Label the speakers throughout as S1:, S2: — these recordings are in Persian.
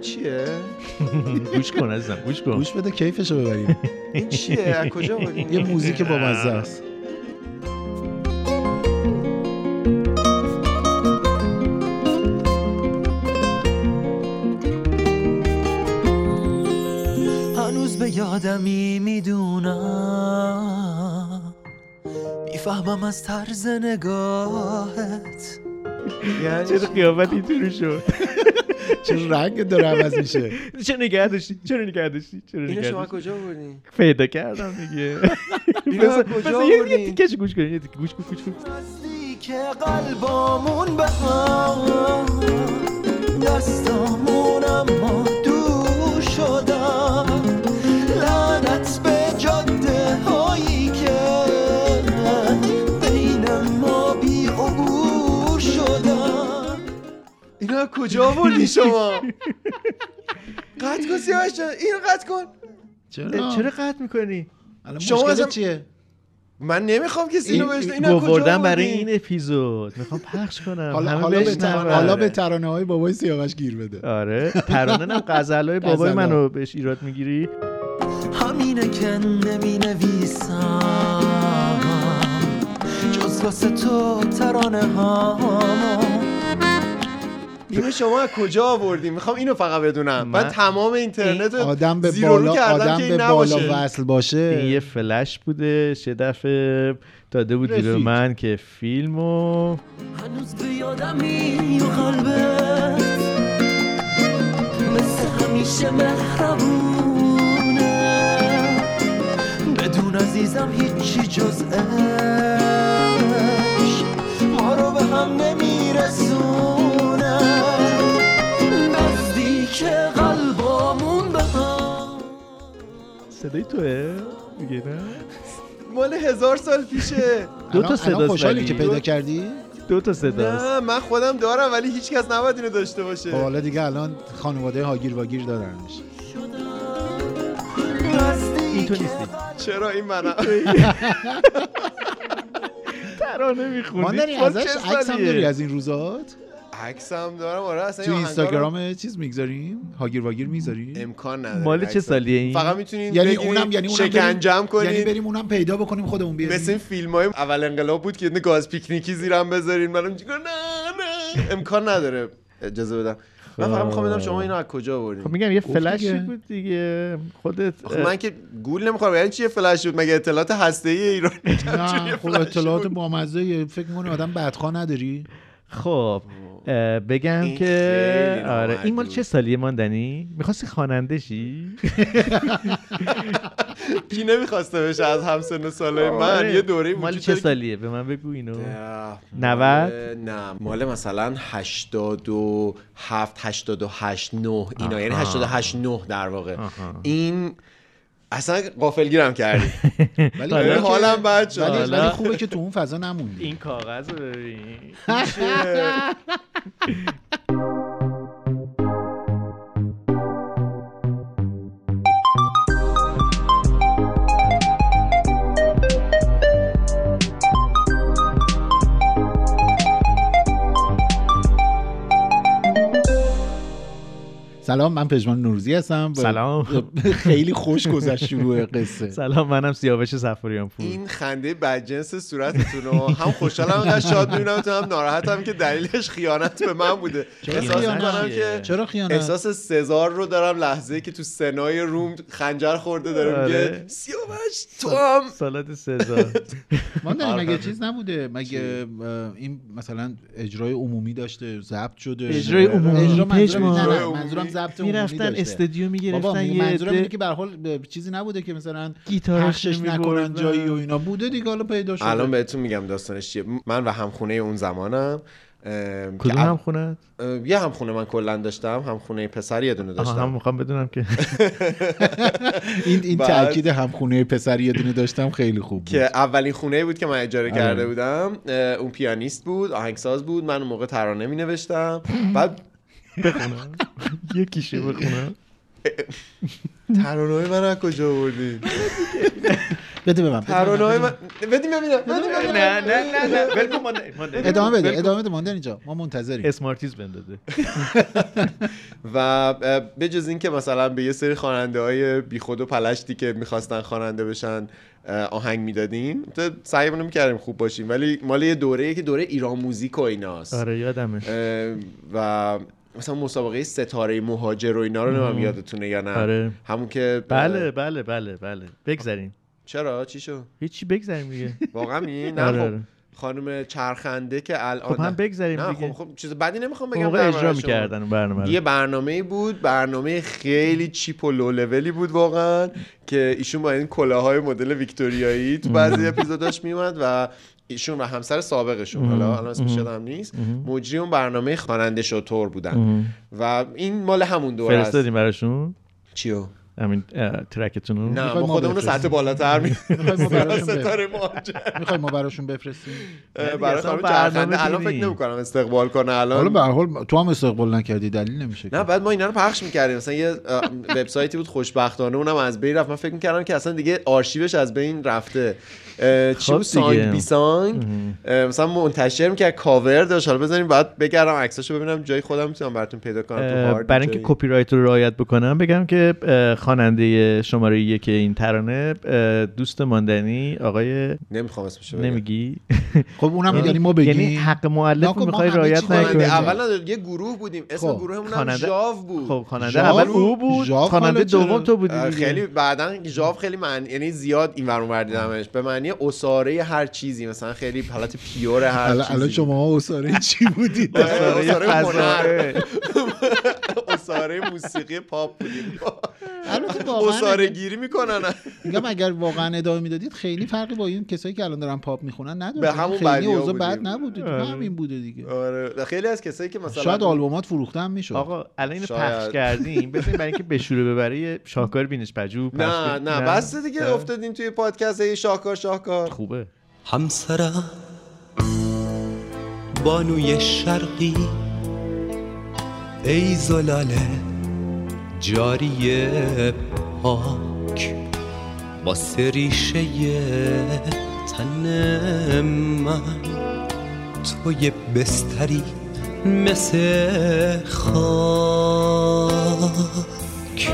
S1: چیه
S2: گوش کن عزیزم گوش کن
S3: گوش بده کیفشو ببریم
S1: این چیه از کجا آوردین
S3: یه موزیک بامزه است
S4: هنوز به یادمی میدونم میفهمم از طرز نگاهت
S1: یعنی
S2: چرا قیافت اینطوری شد
S3: چه رنگ داره عوض میشه
S2: چرا نگه داشتی چرا نگه داشتی چرا
S1: اینو
S2: نگه
S1: شما
S2: داشتی
S1: کجا آوردین
S2: پیدا کردم دیگه
S1: اینو از
S2: بذار-
S1: کجا
S2: بذار یه- یه
S1: آوردین
S2: تیکش گوش کن یه تیکه گوش کن گوش کن
S4: نزدیک قلبامون به هم دستامون اما دور شدم لعنت به جاده هایی که بین ما بی عبور شدم
S1: اینو از کجا آوردین شما قطع کن سیاوش جان اینو قطع کن
S3: چرا
S2: چرا قطع میکنی
S3: الان
S1: شما
S3: مشکلت
S1: اصلا-
S3: چیه
S1: من نمیخوام کسی اینو بهش اینو از کجا
S2: گوردم برای
S1: آوردین؟
S2: این اپیزود میخوام پخش کنم
S3: حالا
S2: همه
S3: حالا به
S2: بشنون.
S3: تر- حالا به ترانه های بابای سیاوش گیر بده
S2: آره ترانه هم غزلای بابای
S3: غزل‌ها.
S2: منو بهش ایراد میگیری
S4: همینه که نمی نویسم جز واسه تو ترانه هامو
S1: اینو شما از کجا آوردین میخوام اینو فقط بدونم
S2: من-
S1: من تمام اینترنت رو
S3: آدم به
S1: زیر و رو
S3: بالا
S1: کردم
S3: آدم
S1: که این
S3: به بالا
S1: نباشه.
S3: وصل
S2: این یه
S3: باشه
S2: فلش بوده چه دفعه داده بودی به
S3: رسید.
S2: من که فیلمو
S4: هنوز به یادمی و قلبت مثل همیشه مهربونه بدون عزیزم هیچی جز عشق ما رو به هم نمیرسونه نزدیک قلبامون به هم
S2: صدای توه میگه نه
S1: مال هزار سال پیشه
S2: دو
S3: الان-
S2: تا
S3: الان
S2: صداست
S3: خوشحالی
S2: ولی.
S3: که پیدا کردی
S2: دو تا صداست
S1: نه من خودم دارم ولی هیچکس نباید اینو داشته
S3: خب
S1: باشه
S3: حالا دیگه الان خانواده هاگیر واگیر دارنش
S2: این تو
S4: نزدیک
S2: نیستی
S1: چرا این منم
S2: ترانه میخونی
S3: ماندنی ازش عکس هم داری از این روزات
S1: عکسم دارم آره اصلا
S3: تو
S1: این آهنگا رو
S3: اینستاگرام چیز میگذاریم هاگیر واگیر میذاریم
S1: امکان نداره
S2: مال چه
S1: عکسم.
S2: سالیه این؟
S1: فقط میتونین
S3: یعنی اونم یعنی اونم
S1: شکنجم
S3: بریم- یعنی
S1: کنین
S3: بریم اونم پیدا بکنیم خودمون بیاریم
S1: مثل این فیلم های اول انقلاب بود که یه دونه گاز پیکنیکی زیرم بذارین منم چیکار نه نه امکان نداره اجازه بدم من فقط میخوام بدم شما اینو از کجا
S2: خب
S1: آوردین
S2: میگم یه
S3: گفت
S2: فلشی
S3: دیگه.
S2: بود دیگه خودت
S1: خب من که گول نمیخوام یعنی چیه فلش بود مگه اطلاعات هسته ای ایران
S3: نه خب اطلاعات بامزه فکر می‌کنی آدم بدخوا نداری
S2: خب اه، بگم
S1: این
S2: که
S1: خیلی
S2: آره این مال
S1: نامردی
S2: چه سالیه ماندنی میخواستی خواننده شی
S1: کی نمیخواسته بشه از همسن و سالای من
S2: آره.
S1: یه دوره
S2: مال
S1: وجود
S2: چه
S1: داره که-
S2: سالیه به من بگو اینو
S1: اه،
S2: نود؟
S1: مال- نه مال مثلا 87 88 9 اینا یعنی 88 9 در واقع
S2: آها.
S1: این اصلا قافلگیرم کردی
S3: ولی
S2: آره.
S3: خوبه که-
S1: حالم بد شد.
S3: ولی-
S2: حالا.
S3: ولی خوبه که تو اون فضا نموندی
S2: این کاغذ رو ببین
S3: سلام من پژمان نوروزی هستم با-
S2: سلام
S3: خب. خیلی خوش گذشت شروع قصه
S2: سلام منم سیاوش سفاریان پور
S1: این خنده بدجنس صورتتون رو هم خوشحالم انقدر شاد میبینم تو هم ناراحتم که دلیلش خیانت به من بوده احساس
S3: خیانت
S1: میکنم
S2: چیه؟
S1: که
S3: چرا خیانت
S1: احساس سزار رو دارم لحظه که تو سنای روم خنجر خورده داره میگه
S2: آره.
S1: سیاوش تو هم
S2: سالاد سزار
S3: ما
S2: آره.
S3: مگه چیز نبوده مگه اه، این مثلا اجرای عمومی داشته ضبط شده
S2: اجرای عمومی،
S3: اجرا منظورم
S2: پژمان.
S3: نه،
S1: اجرای
S3: نه،
S1: عمومی.
S3: منظورم ضبط عمومی
S2: میرفتن
S3: داشته
S2: استودیو
S3: بابا
S2: میگرفتن یه
S3: منظورم اینه
S2: عده
S3: که به هر حال به- چیزی نبوده که مثلا
S2: گیتارش
S3: پخشش نکنن جایی و
S2: آره.
S3: اینا بوده دیگه حالا پیدا شده
S1: الان بهتون میگم داستانش چیه من و همخونه اون زمانم ام،
S2: کدوم
S1: که اب-
S2: هم خوند؟
S1: ام، یه همخونه من کلا داشتم همخونه پسر یه دونه
S2: آها هم
S1: داشتم
S2: میخوام بدونم که
S3: این این
S1: بعد-
S3: تاکید همخونه پسر یه دونه داشتم خیلی خوب بود
S1: که اولین خونه بود که من اجاره
S3: آره.
S1: کرده بودم اه، اون پیانیست بود آهنگساز بود من اون موقع ترانه می نوشتم بعد
S2: بخونم یکیشه بخونم
S1: ترانه من از کجا آوردی
S3: بده به من بده به من.
S1: ترانه‌های من بدیم ببینم بدیم
S2: نه
S1: ببینم
S2: نه نه نه ول کن، ما نه ما نه.
S3: ادامه بده ادامه بده ماندن اینجا ما منتظریم
S2: اسمارتیز بندازه
S1: و اه، بجز اینکه مثلا به یه سری خواننده های بیخود و پلشتی که میخواستن خواننده بشن اه، آهنگ میدادیم تو سعی میکردیم خوب باشیم ولی مال یه دوره که دوره ایران موزیک و ایناست
S2: آره یادمه
S1: اه، و مثلا مسابقه ستاره مهاجر و اینا رو نمیم یادتونه یا نه
S2: آره.
S1: همون که
S2: بله بله بله بله بگذریم
S1: چرا چی شد
S2: هیچی بگذریم دیگه
S1: واقعا می نه
S2: آره،
S1: خب.
S2: آره.
S1: خانم چرخنده که الان
S2: خب هم بگذاریم
S1: نه
S2: دیگه.
S1: خب, خب چیز بدی نمیخوام
S2: اون
S1: بگم
S2: موقع
S1: درباره
S2: اجرا
S1: شما.
S2: میکردن اون برنامه
S1: یه
S2: رو.
S1: برنامه بود برنامه خیلی چیپ و لو لولی بود واقعا که ایشون با این کلاهای مدل ویکتوریایی تو بعضی اپیزوداش میومد و ایشون و همسر سابقشون حالا الان اسمش یادم نیست مجری اون برنامه خواننده شطور بودن و این مال همون دوره است
S2: فرستادیم براشون
S1: چیو
S2: همین اه، ترکتون رو
S1: نه
S3: می‌خوای
S1: ما
S3: ما
S1: خودمون رو
S3: بفرستیم؟
S1: سطح بالاتر می
S3: می‌خوای ما براشون
S1: ستاره مهاجر
S3: میخوای ما براشون بفرستیم
S2: دیگه،
S1: برای
S2: اصلا
S1: خانم
S2: برنامه
S1: چرخنده الان
S2: دینی.
S1: فکر نمی‌کنم استقبال کنه
S3: حالا
S1: الان
S3: به هر حال تو هم استقبال نکردی دلیل نمیشه
S1: نه
S3: که
S1: بعد ما اینا رو پخش میکردیم مثلا یه اه، وبسایتی بود خوشبختانه اونم از بین رفت من فکر میکردم که اصلا دیگه آرشیوش از بین رفته اه، چی
S2: خب
S1: بود سانگ
S2: دیگه.
S1: بی سانگ اه، مثلا منتشر میکرد کاور داشت حالا بزنیم بعد بگردم عکساشو ببینم جای خودم میتونم براتون پیدا کنم تو
S2: اه،
S1: هارد
S2: برای اینکه
S1: جایی.
S2: کپی رایت رو رعایت بکنم بگم که اه، خواننده شماره یک این ترانه اه، دوست ماندنی آقای
S1: نمیخوام اسمشو بگم
S2: نمیگی
S3: خب
S1: آره.
S3: اونم یعنی ما بگیم
S2: یعنی حق مؤلف
S3: نکن، ما
S2: رو میخوای
S3: همه
S2: رعایت
S3: چی خواننده
S1: خواننده
S2: نکنی
S3: اول-
S1: اول نداره، یه گروه بودیم اسم
S3: خب.
S1: گروهمون هم
S2: خواننده-
S1: جاو بود
S2: خب خواننده
S3: ژاو-
S2: اول او بود
S3: ژاو
S2: خواننده
S3: حالا چرا؟
S2: دوم تو بودی
S1: اه،
S2: دیگه
S1: خیلی بعدا ژاو خیلی معنی یعنی زیاد این ور اون ور دیدمش به معنی اساره هر چیزی مثلا خیلی حالت پیور هر
S3: الان
S1: چیزی
S3: الان شما اساره چی بودید
S1: آره،
S2: آره،
S1: آثار
S2: فضائه.
S1: اساره موسیقی پاپ بودیم
S3: البته
S1: اساره
S3: واقعا
S1: گیری میکنن
S3: میگم اگر واقعا ادامه میدادید خیلی فرقی با این کسایی که الان دارن پاپ میخونن نداره
S1: به همون
S3: خیلی
S1: بدیا
S3: اوضاع
S1: بودیم.
S3: بد نبوده دیگه.
S2: آره.
S3: همین بوده دیگه
S1: آره خیلی از کسایی که مثلا
S3: شاید آلبومات فروخته هم میشد
S2: آقا الان اینو
S1: شاید.
S2: پخش کردیم بزنین برای اینکه بشوره ببره یه شاهکار بینش پجو پخش
S1: نه
S2: کنیم.
S1: نه بس دیگه افتادیم توی پادکست هی شاهکار شاهکار
S2: خوبه
S4: همسرم بانوی شرقی ای زلال جاری پاک با سریشه تن من تو یه بستری مثل خاک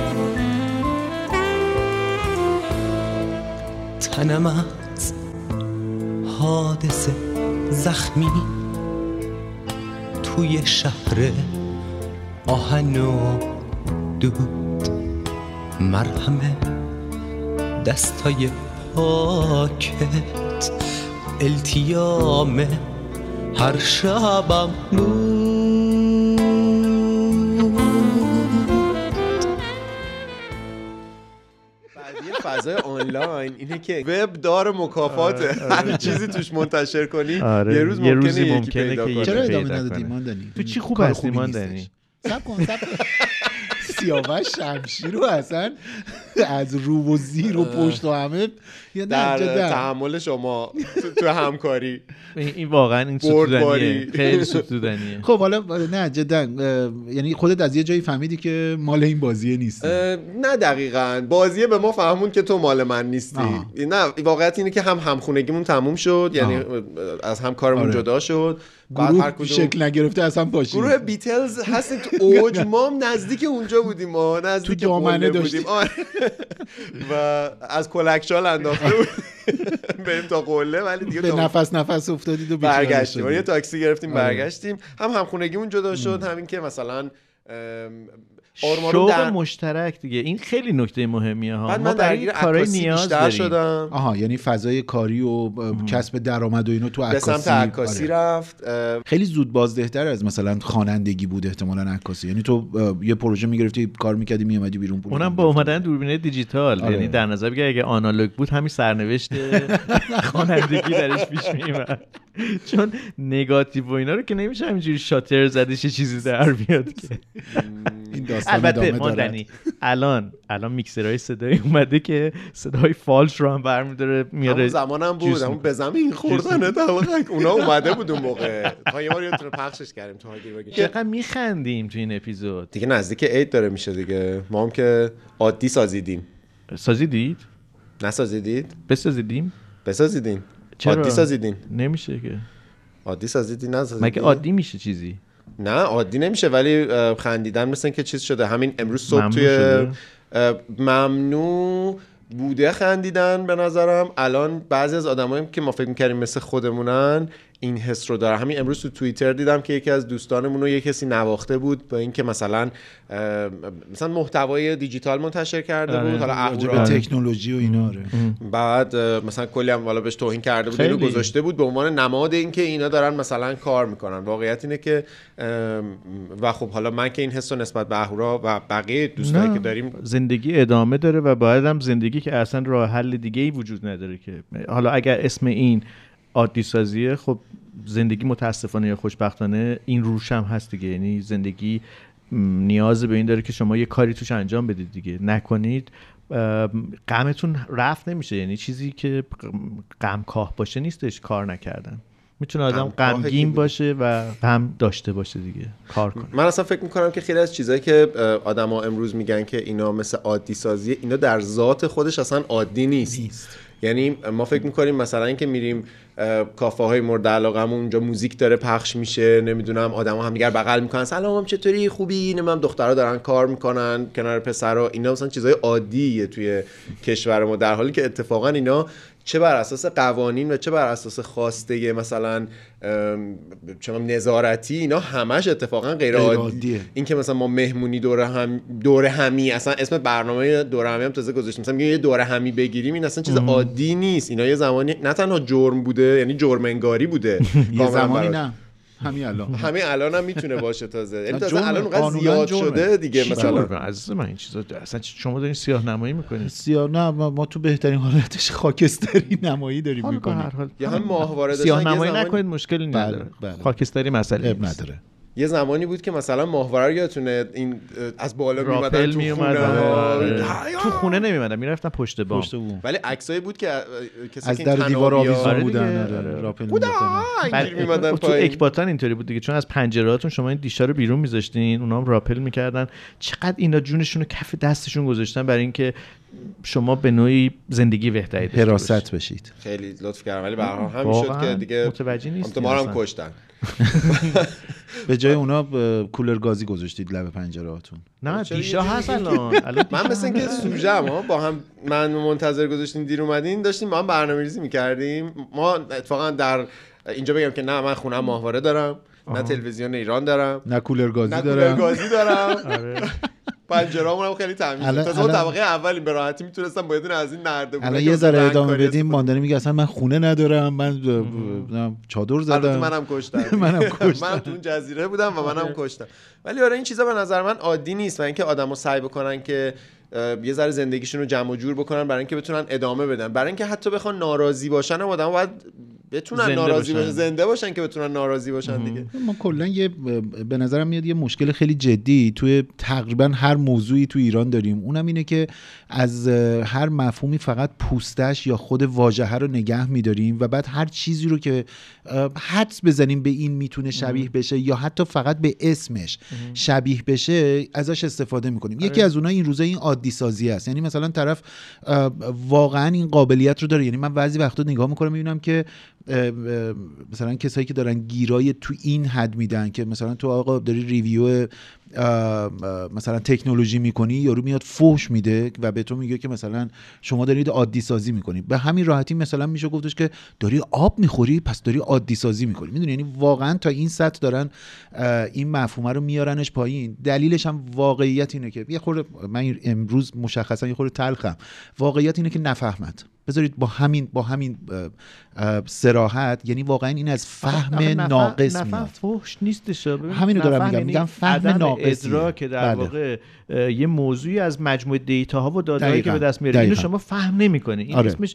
S4: تنم از حادث زخمی توی شهر آهن و دود مرهم دستای پاکت التیام هر شبم بود
S1: بعدی فضای آنلاین اینه که وب دار مکافات هر چیزی توش منتشر کنی
S2: آره،
S1: یه روز
S2: یه روزی
S1: ممکنه یکی
S2: ممکنه
S1: پیدا
S2: که
S1: کنه
S2: یکی-
S3: چرا ادامه
S2: پیدا
S3: ندادی
S2: کنه.
S3: ماندنی
S2: تو چی خوب
S3: کار
S2: هستی
S3: خوبی
S2: ماندنی؟
S3: نیستش. سب کن سب کن سیاوش شمشیر رو اصلا از رو و زیر و پشت و همه یا نه
S1: در
S3: جدا.
S1: تحمل شما تو- تو همکاری
S2: این, این واقعا این
S1: بردباری.
S2: ستودنیه خیلی ستودنیه
S3: خب حالا نه جدا اه، یعنی خودت از یه جایی فهمیدی که مال این بازیه نیست
S1: اه، نه دقیقا بازیه به ما فهمون که تو مال من نیستی
S3: آه.
S1: نه واقعیت اینه که هم همخونگیمون تموم شد یعنی
S3: آه.
S1: اه، از هم کارمون
S3: آره.
S1: جدا شد بعد
S3: گروه
S1: هر کدوم-
S3: شکل نگرفته اصلا پاشید
S1: گروه بیتلز هستیم تو اوج ما هم نزدیک اونجا بودیم ما نزدیک
S3: تو دامنه
S1: قله
S3: داشتیم.
S1: بودیم آره. و از کلکشال انداخته بود بریم تا قله ولی دیگه
S3: به
S1: تا
S3: نفس نفس افتادید و بیچاره
S1: برگشتیم
S3: شدید.
S1: یه تاکسی گرفتیم
S3: آره.
S1: برگشتیم هم همخونگیمون جدا شد همین که مثلا ام، آرمارو
S2: شوق
S1: در-
S2: مشترک دیگه این خیلی نکته مهمیه ها
S1: بعد
S2: ما
S1: من
S2: برای
S1: درگیر
S2: کارهای
S1: عکاسی
S2: نیاز
S1: بیشتر
S2: داریم
S1: شدم
S3: آها یعنی فضای کاری و اه، کسب درآمد و اینو تو
S1: به
S3: عکاسی
S1: سمت عکاسی
S3: آره.
S1: رفت اه،
S3: خیلی زود بازدهتر از مثلا خوانندگی بود احتمالا عکاسی یعنی تو اه، یه پروژه میگرفتی کار میکردی میومدی بیرون پول
S2: اونم با اومدن دوربین دیجیتال
S3: آره.
S2: یعنی در نظر بگیر اگه آنالوگ بود همین سرنوشت خوانندگی درش پیش میومد چون نگاتیو و اینا رو که نمیشه همینجوری شاتر زدش یه چیزی در بیاد که
S3: این داستان
S2: البته
S3: ادامه دارد.
S2: ماندنی الان الان میکسرهای صدایی اومده که صدای فالش رو هم برمیداره
S1: همون
S2: میاره
S1: زمانم بود
S2: جوس
S1: همون
S2: می‌کنه.
S1: به زمین خوردن تلقک اونا اومده بود اون موقع تا یه بار یه دونه پخشش کردیم تو هاگیر واگیر.
S2: چقدر میخندیم تو این اپیزود
S1: دیگه نزدیک عید داره میشه دیگه ما هم که عادی سازیدیم
S2: سازی دید
S1: نسازیدید
S2: بسازیدیم
S1: بسازیدین
S2: چرا؟
S1: عادی سازیدین
S2: نمیشه که
S1: عادی سازیدین نسازیدین
S2: مگه عادی میشه چیزی
S1: نه عادی نمیشه ولی اه، خندیدن مثل اینکه چیز شده همین امروز صبح
S2: ممنوع
S1: توی
S2: شده؟
S1: اه، ممنوع بوده خندیدن به نظرم الان بعضی از آدمایی که ما فکر میکردیم مثل خودمونن این حس رو داره همین امروز تو توییتر دیدم که یکی از دوستانمون رو یه کسی نواخته بود با اینکه مثلا اه، مثلا محتوای دیجیتال منتشر کرده
S2: آره،
S1: بود حالا
S3: راجع
S1: اهورا
S3: به تکنولوژی و اینا آره
S1: بعد اه، مثلا کلی هم والا بهش توهین کرده بود
S2: خیلی.
S1: اینو گذاشته بود به عنوان نماد اینکه اینا دارن مثلا کار میکنن واقعیت اینه که ام، و خب حالا من که این حس رو نسبت به اهورا و بقیه دوستایی
S2: نه.
S1: که داریم
S2: زندگی ادامه داره و باید هم زندگی که اصلا راه حل دیگه ای وجود نداره که حالا اگر اسم این عادی سازیه خب زندگی متاسفانه یا خوشبختانه این روش هم هست دیگه یعنی زندگی م، نیاز به این داره که شما یه کاری توش انجام بدید دیگه نکنید ام، غمتون رفت نمیشه یعنی چیزی که غمکاه باشه نیستش کار نکردن میتونه آدم
S1: غمکاه کی
S2: غمگین
S1: بوده؟
S2: باشه و غم داشته باشه دیگه کار کنه
S1: من اصلا فکر میکنم که خیلی از چیزایی که اه، آدما امروز میگن که اینا مثل عادی سازیه اینا در ذات خودش اصلا عادی نیست, یعنی ما فکر میکنیم مثلا اینکه میریم اه، کافه های مورد علاقمون اونجا موزیک داره پخش میشه نمیدونم آدما همدیگر بغل میکنن سلام چطوری خوبی نمیدونم دخترها دارن کار میکنن کنار پسرا اینا مثلا چیزای عادیه توی کشور ما در حالی که اتفاقا اینا چه بر اساس قوانین و چه بر اساس خواسته مثلا ام، چه می‌دونم نظارتی اینا همش اتفاقا غیر
S3: غیر
S1: عادیه
S3: عادیه.
S1: اینکه مثلا ما مهمونی دوره هم دوره همی اصلا اسم برنامه دوره همی هم تازه گذاشتیم مثلا میگیم یه دوره همی بگیریم این اصلا چیز عادی نیست اینا یه زمانی نه تنها جرم بوده یعنی جرم انگاری بوده
S3: یه
S1: کاملاً
S3: زمانی
S1: برات.
S3: نه همین الان
S1: همه الان هم میتونه باشه تازه یعنی
S3: نه،
S1: تازه
S3: جرمه.
S1: الان اونقدر
S3: قانوناً
S1: زیاد
S3: جرمه.
S1: شده دیگه
S2: چی
S1: مثلا
S2: جور- عزیز من این چیزا اصلا چ- شما دارین سیاه نمایی میکنید
S3: سیاه نه ما ما تو بهترین حالتش خاکستری نمایی داریم
S2: حالا به
S3: میکنیم
S2: هر حال
S1: یا هم ماهواره داشتن،
S2: سیاه
S1: یه
S2: نمایی
S1: زمانی-
S2: نکنید مشکلی نداره
S3: بله، بله.
S2: خاکستری مسئله
S3: اب
S2: نیست
S3: نداره
S1: یه زمانی بود که مثلا ماهواره رو یادتونه این اه، از بالا میومدن
S2: راپل
S1: تو
S2: می
S1: خونه
S3: آره.
S1: ها.
S2: آره. تو خونه نمیمدم میرفتم پشت بام
S3: پشت بوم.
S1: ولی عکسایی بود که اه، کسی
S3: از
S1: که
S3: در
S1: این
S3: دیوار
S1: طنابی ها-
S3: آویزون
S2: آره
S3: بودن
S2: دیگه.
S3: آره راپل می‌انداختن.
S1: بودا
S2: بر-
S1: اینجوری میمدن
S2: آره. تو
S1: پایین
S2: اکباتان اینطوری بود دیگه چون از پنجرهاتون شما این دیشا رو بیرون میذاشتین اونا هم راپل میکردن چقدر اینا جونشون رو کف دستشون گذاشتن برای اینکه شما به نوعی زندگی بهتری داشته باشید.
S3: حراست بشید
S1: خیلی لطف کردم ولی به هر حال همین شد
S2: واقعاً
S1: که دیگه
S2: متوجه نیستیم
S1: البته ما رو هم
S2: اصلا.
S1: کشتن
S3: به جای اونا ب- کولر گازی گذاشتید لب پنجرهاتون
S2: نه
S1: چرا یه
S2: دیشا
S1: جوری
S2: هست
S1: میگی؟
S2: الان الان
S1: من
S2: دیشا
S1: مثل اینکه
S2: هست.
S1: سوژه ما با هم من منتظر گذاشتین دیر اومدین داشتیم با هم برنامه ریزی میکردیم ما اتفاقا در اینجا بگم که نه من خونه ماهواره دارم نه تلویزیون ایران دارم
S3: نه کولر
S1: نه
S3: گازی
S1: کولر
S3: دارم
S1: گازی دارم
S2: آره.
S1: پنجره‌مون هم خیلی تمیزه
S3: الان-
S1: تازه ما
S3: الان-
S1: طبقه اولیم به راحتی میتونستم با یه دونه از این نردبونه
S3: الان
S1: که
S3: یه
S1: مثلا
S3: ذره
S1: رنگ
S3: ادامه
S1: کاری
S3: بدیم
S1: است.
S3: ماندنی میگه اصلا من خونه ندارم من اه، نه، چادر
S1: البته
S3: زدم
S1: منم کشتم
S3: منم کشتم.
S1: منم تو اون جزیره بودم و منم کشتم ولی آره این چیزا به نظر من عادی نیست و اینکه آدما سعی بکنن که اه، یه ذره زندگیشون رو جمع و جور بکنن برای اینکه بتونن ادامه بدن برای اینکه حتی بخوان ناراضی باشن هم آدما باید بتونن
S2: زنده
S1: ناراضی
S2: باشن.
S1: باشن زنده باشن که بتونن ناراضی باشن دیگه
S3: ما کلا یه به نظرم میاد یه مشکل خیلی جدی توی تقریبا هر موضوعی تو ایران داریم اونم اینه که از اه، هر مفهومی فقط پوستش یا خود واژه رو نگه میداریم و بعد هر چیزی رو که اه، حدس بزنیم به این میتونه شبیه بشه یا حتی فقط به اسمش شبیه بشه ازش استفاده میکنیم یکی از اونها این روزه این عادی سازی است یعنی مثلا طرف اه، واقعا این قابلیت رو داره یعنی من بعضی وقتا نگاه میکنم میبینم که اه، اه، مثلا کسایی که دارن گیرای تو این حد میدن که مثلا تو آقا داری ریویو اه، اه، مثلا تکنولوژی میکنی یارو میاد فوش میده و به تو میگه که مثلا شما دارید عادی سازی میکنی به همین راحتی مثلا میشه گفتش که داری آب میخوری پس داری عادی سازی میکنی میدونی یعنی واقعا تا این سطح دارن اه، این مفهومه رو میارنش پایین دلیلش هم واقعیت اینه که یه خورده من این امروز مشخصا یه خورده تلخم واقعیت اینه که نفهمد بذارید با همین با همین اه، اه، سراحت یعنی واقعا این از فهم
S2: آخه نفر-
S3: ناقص
S2: نفر
S3: میاد
S2: فحش نیستش ببین،
S3: همینو دارم
S2: نفر
S3: میگم.
S2: یعنی
S3: میگم فهم
S2: عدم
S3: ناقصیه.
S2: ادراک در
S3: بله.
S2: واقع اه، یه موضوعی از مجموعه دیتا ها و داده هایی که
S3: دقیقاً.
S2: به دست میاره اینو
S3: دقیقاً.
S2: شما فهم نمیکنه این
S3: آره.
S2: اسمش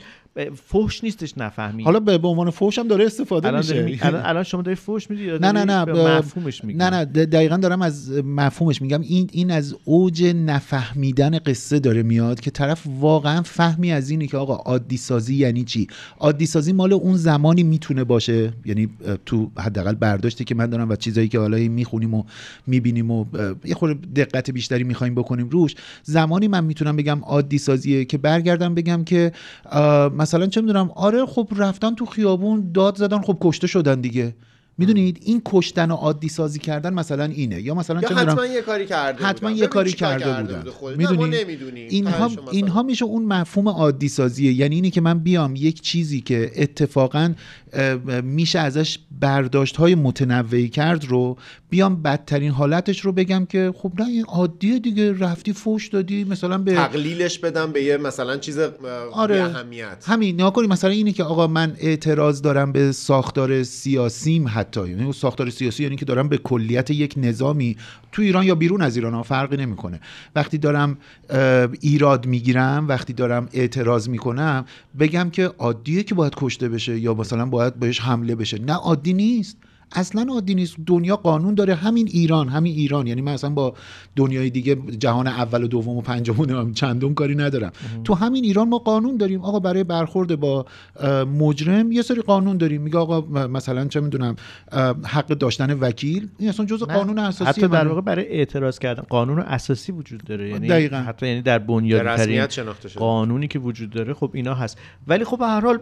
S2: فحش نیستش نفهمی
S3: حالا به به عنوان فوش هم داره استفاده
S2: الان, داری
S3: میشه
S2: می- الان, الان شما داری فحش میدی یا
S3: نه نه
S2: داری
S3: نه
S2: به
S3: ب-
S2: مفهومش میگی
S3: نه نه د- دقیقا دارم از مفهومش میگم این این از اوج نفهمیدن قصه داره میاد که طرف واقعا فهمی از اینه که آقا عادی سازی یعنی چی عادی سازی مال اون زمانی میتونه باشه یعنی اه، تو حداقل برداشتی که من دارم و چیزایی که حالا میخونیم و میبینیم و اه، یه خورده دقت بیشتری میخوایم بکنیم روش زمانی من میتونم بگم عادی سازیه که برگردم بگم که اه، مثلا چه میدونم آره خب رفتن تو خیابون داد زدن خب کشته شدن دیگه میدونید این کشتن و عادی سازی کردن مثلا اینه یا مثلا
S1: یا
S3: چه می‌دونم،
S1: حتما یه کاری کرده بودن.
S3: حتما یه
S1: ببین
S3: کاری
S1: چیکار
S3: کرده بودن.
S1: بوده خودت. نه،
S3: می‌دونی؟
S1: ما نمیدونیم
S3: اینها
S1: تهش مثلا.
S3: اینها میشه اون مفهوم عادی سازیه یعنی اینه که من بیام یک چیزی که اتفاقا اه، میشه ازش برداشت های متنوعی کرد رو بیام بدترین حالتش رو بگم که خب نه این عادیه دیگه رفتی فوش دادی مثلا به
S1: تقلیلش بدم به یه مثلا چیز آره.
S3: آره.
S1: اهمیت
S3: همین نگاه کنی مثلا اینه که آقا من اعتراض دارم به ساختار سیاسیم حتی یعنی اون ساختار سیاسی یعنی که دارم به کلیت یک نظامی تو ایران یا بیرون از ایران ها فرقی نمیکنه وقتی دارم اه، ایراد میگیرم وقتی دارم اعتراض میکنم بگم که عادیه که باید کشته بشه یا مثلا باید بهش حمله بشه نه عادی نیست اصلا عادی نیست دنیا قانون داره همین ایران همین ایران یعنی من اصلا با دنیای دیگه جهان اول و دوم و پنجم و نمی‌دونم چندم کاری ندارم تو همین ایران ما قانون داریم آقا برای برخورد با اه، مجرم یه سری قانون داریم میگه آقا م- مثلا چه میدونم حق داشتن وکیل این اصلا جزء
S2: نه.
S3: قانون اساسی
S2: حتی در
S3: منه.
S2: واقع برای اعتراض کردن قانون اساسی وجود داره یعنی
S3: دقیقاً.
S2: حتی یعنی در
S1: به
S2: بنیادی ترین
S1: رسمیت شناخته شده
S2: قانونی که وجود داره خب اینا هست ولی خب به هر حال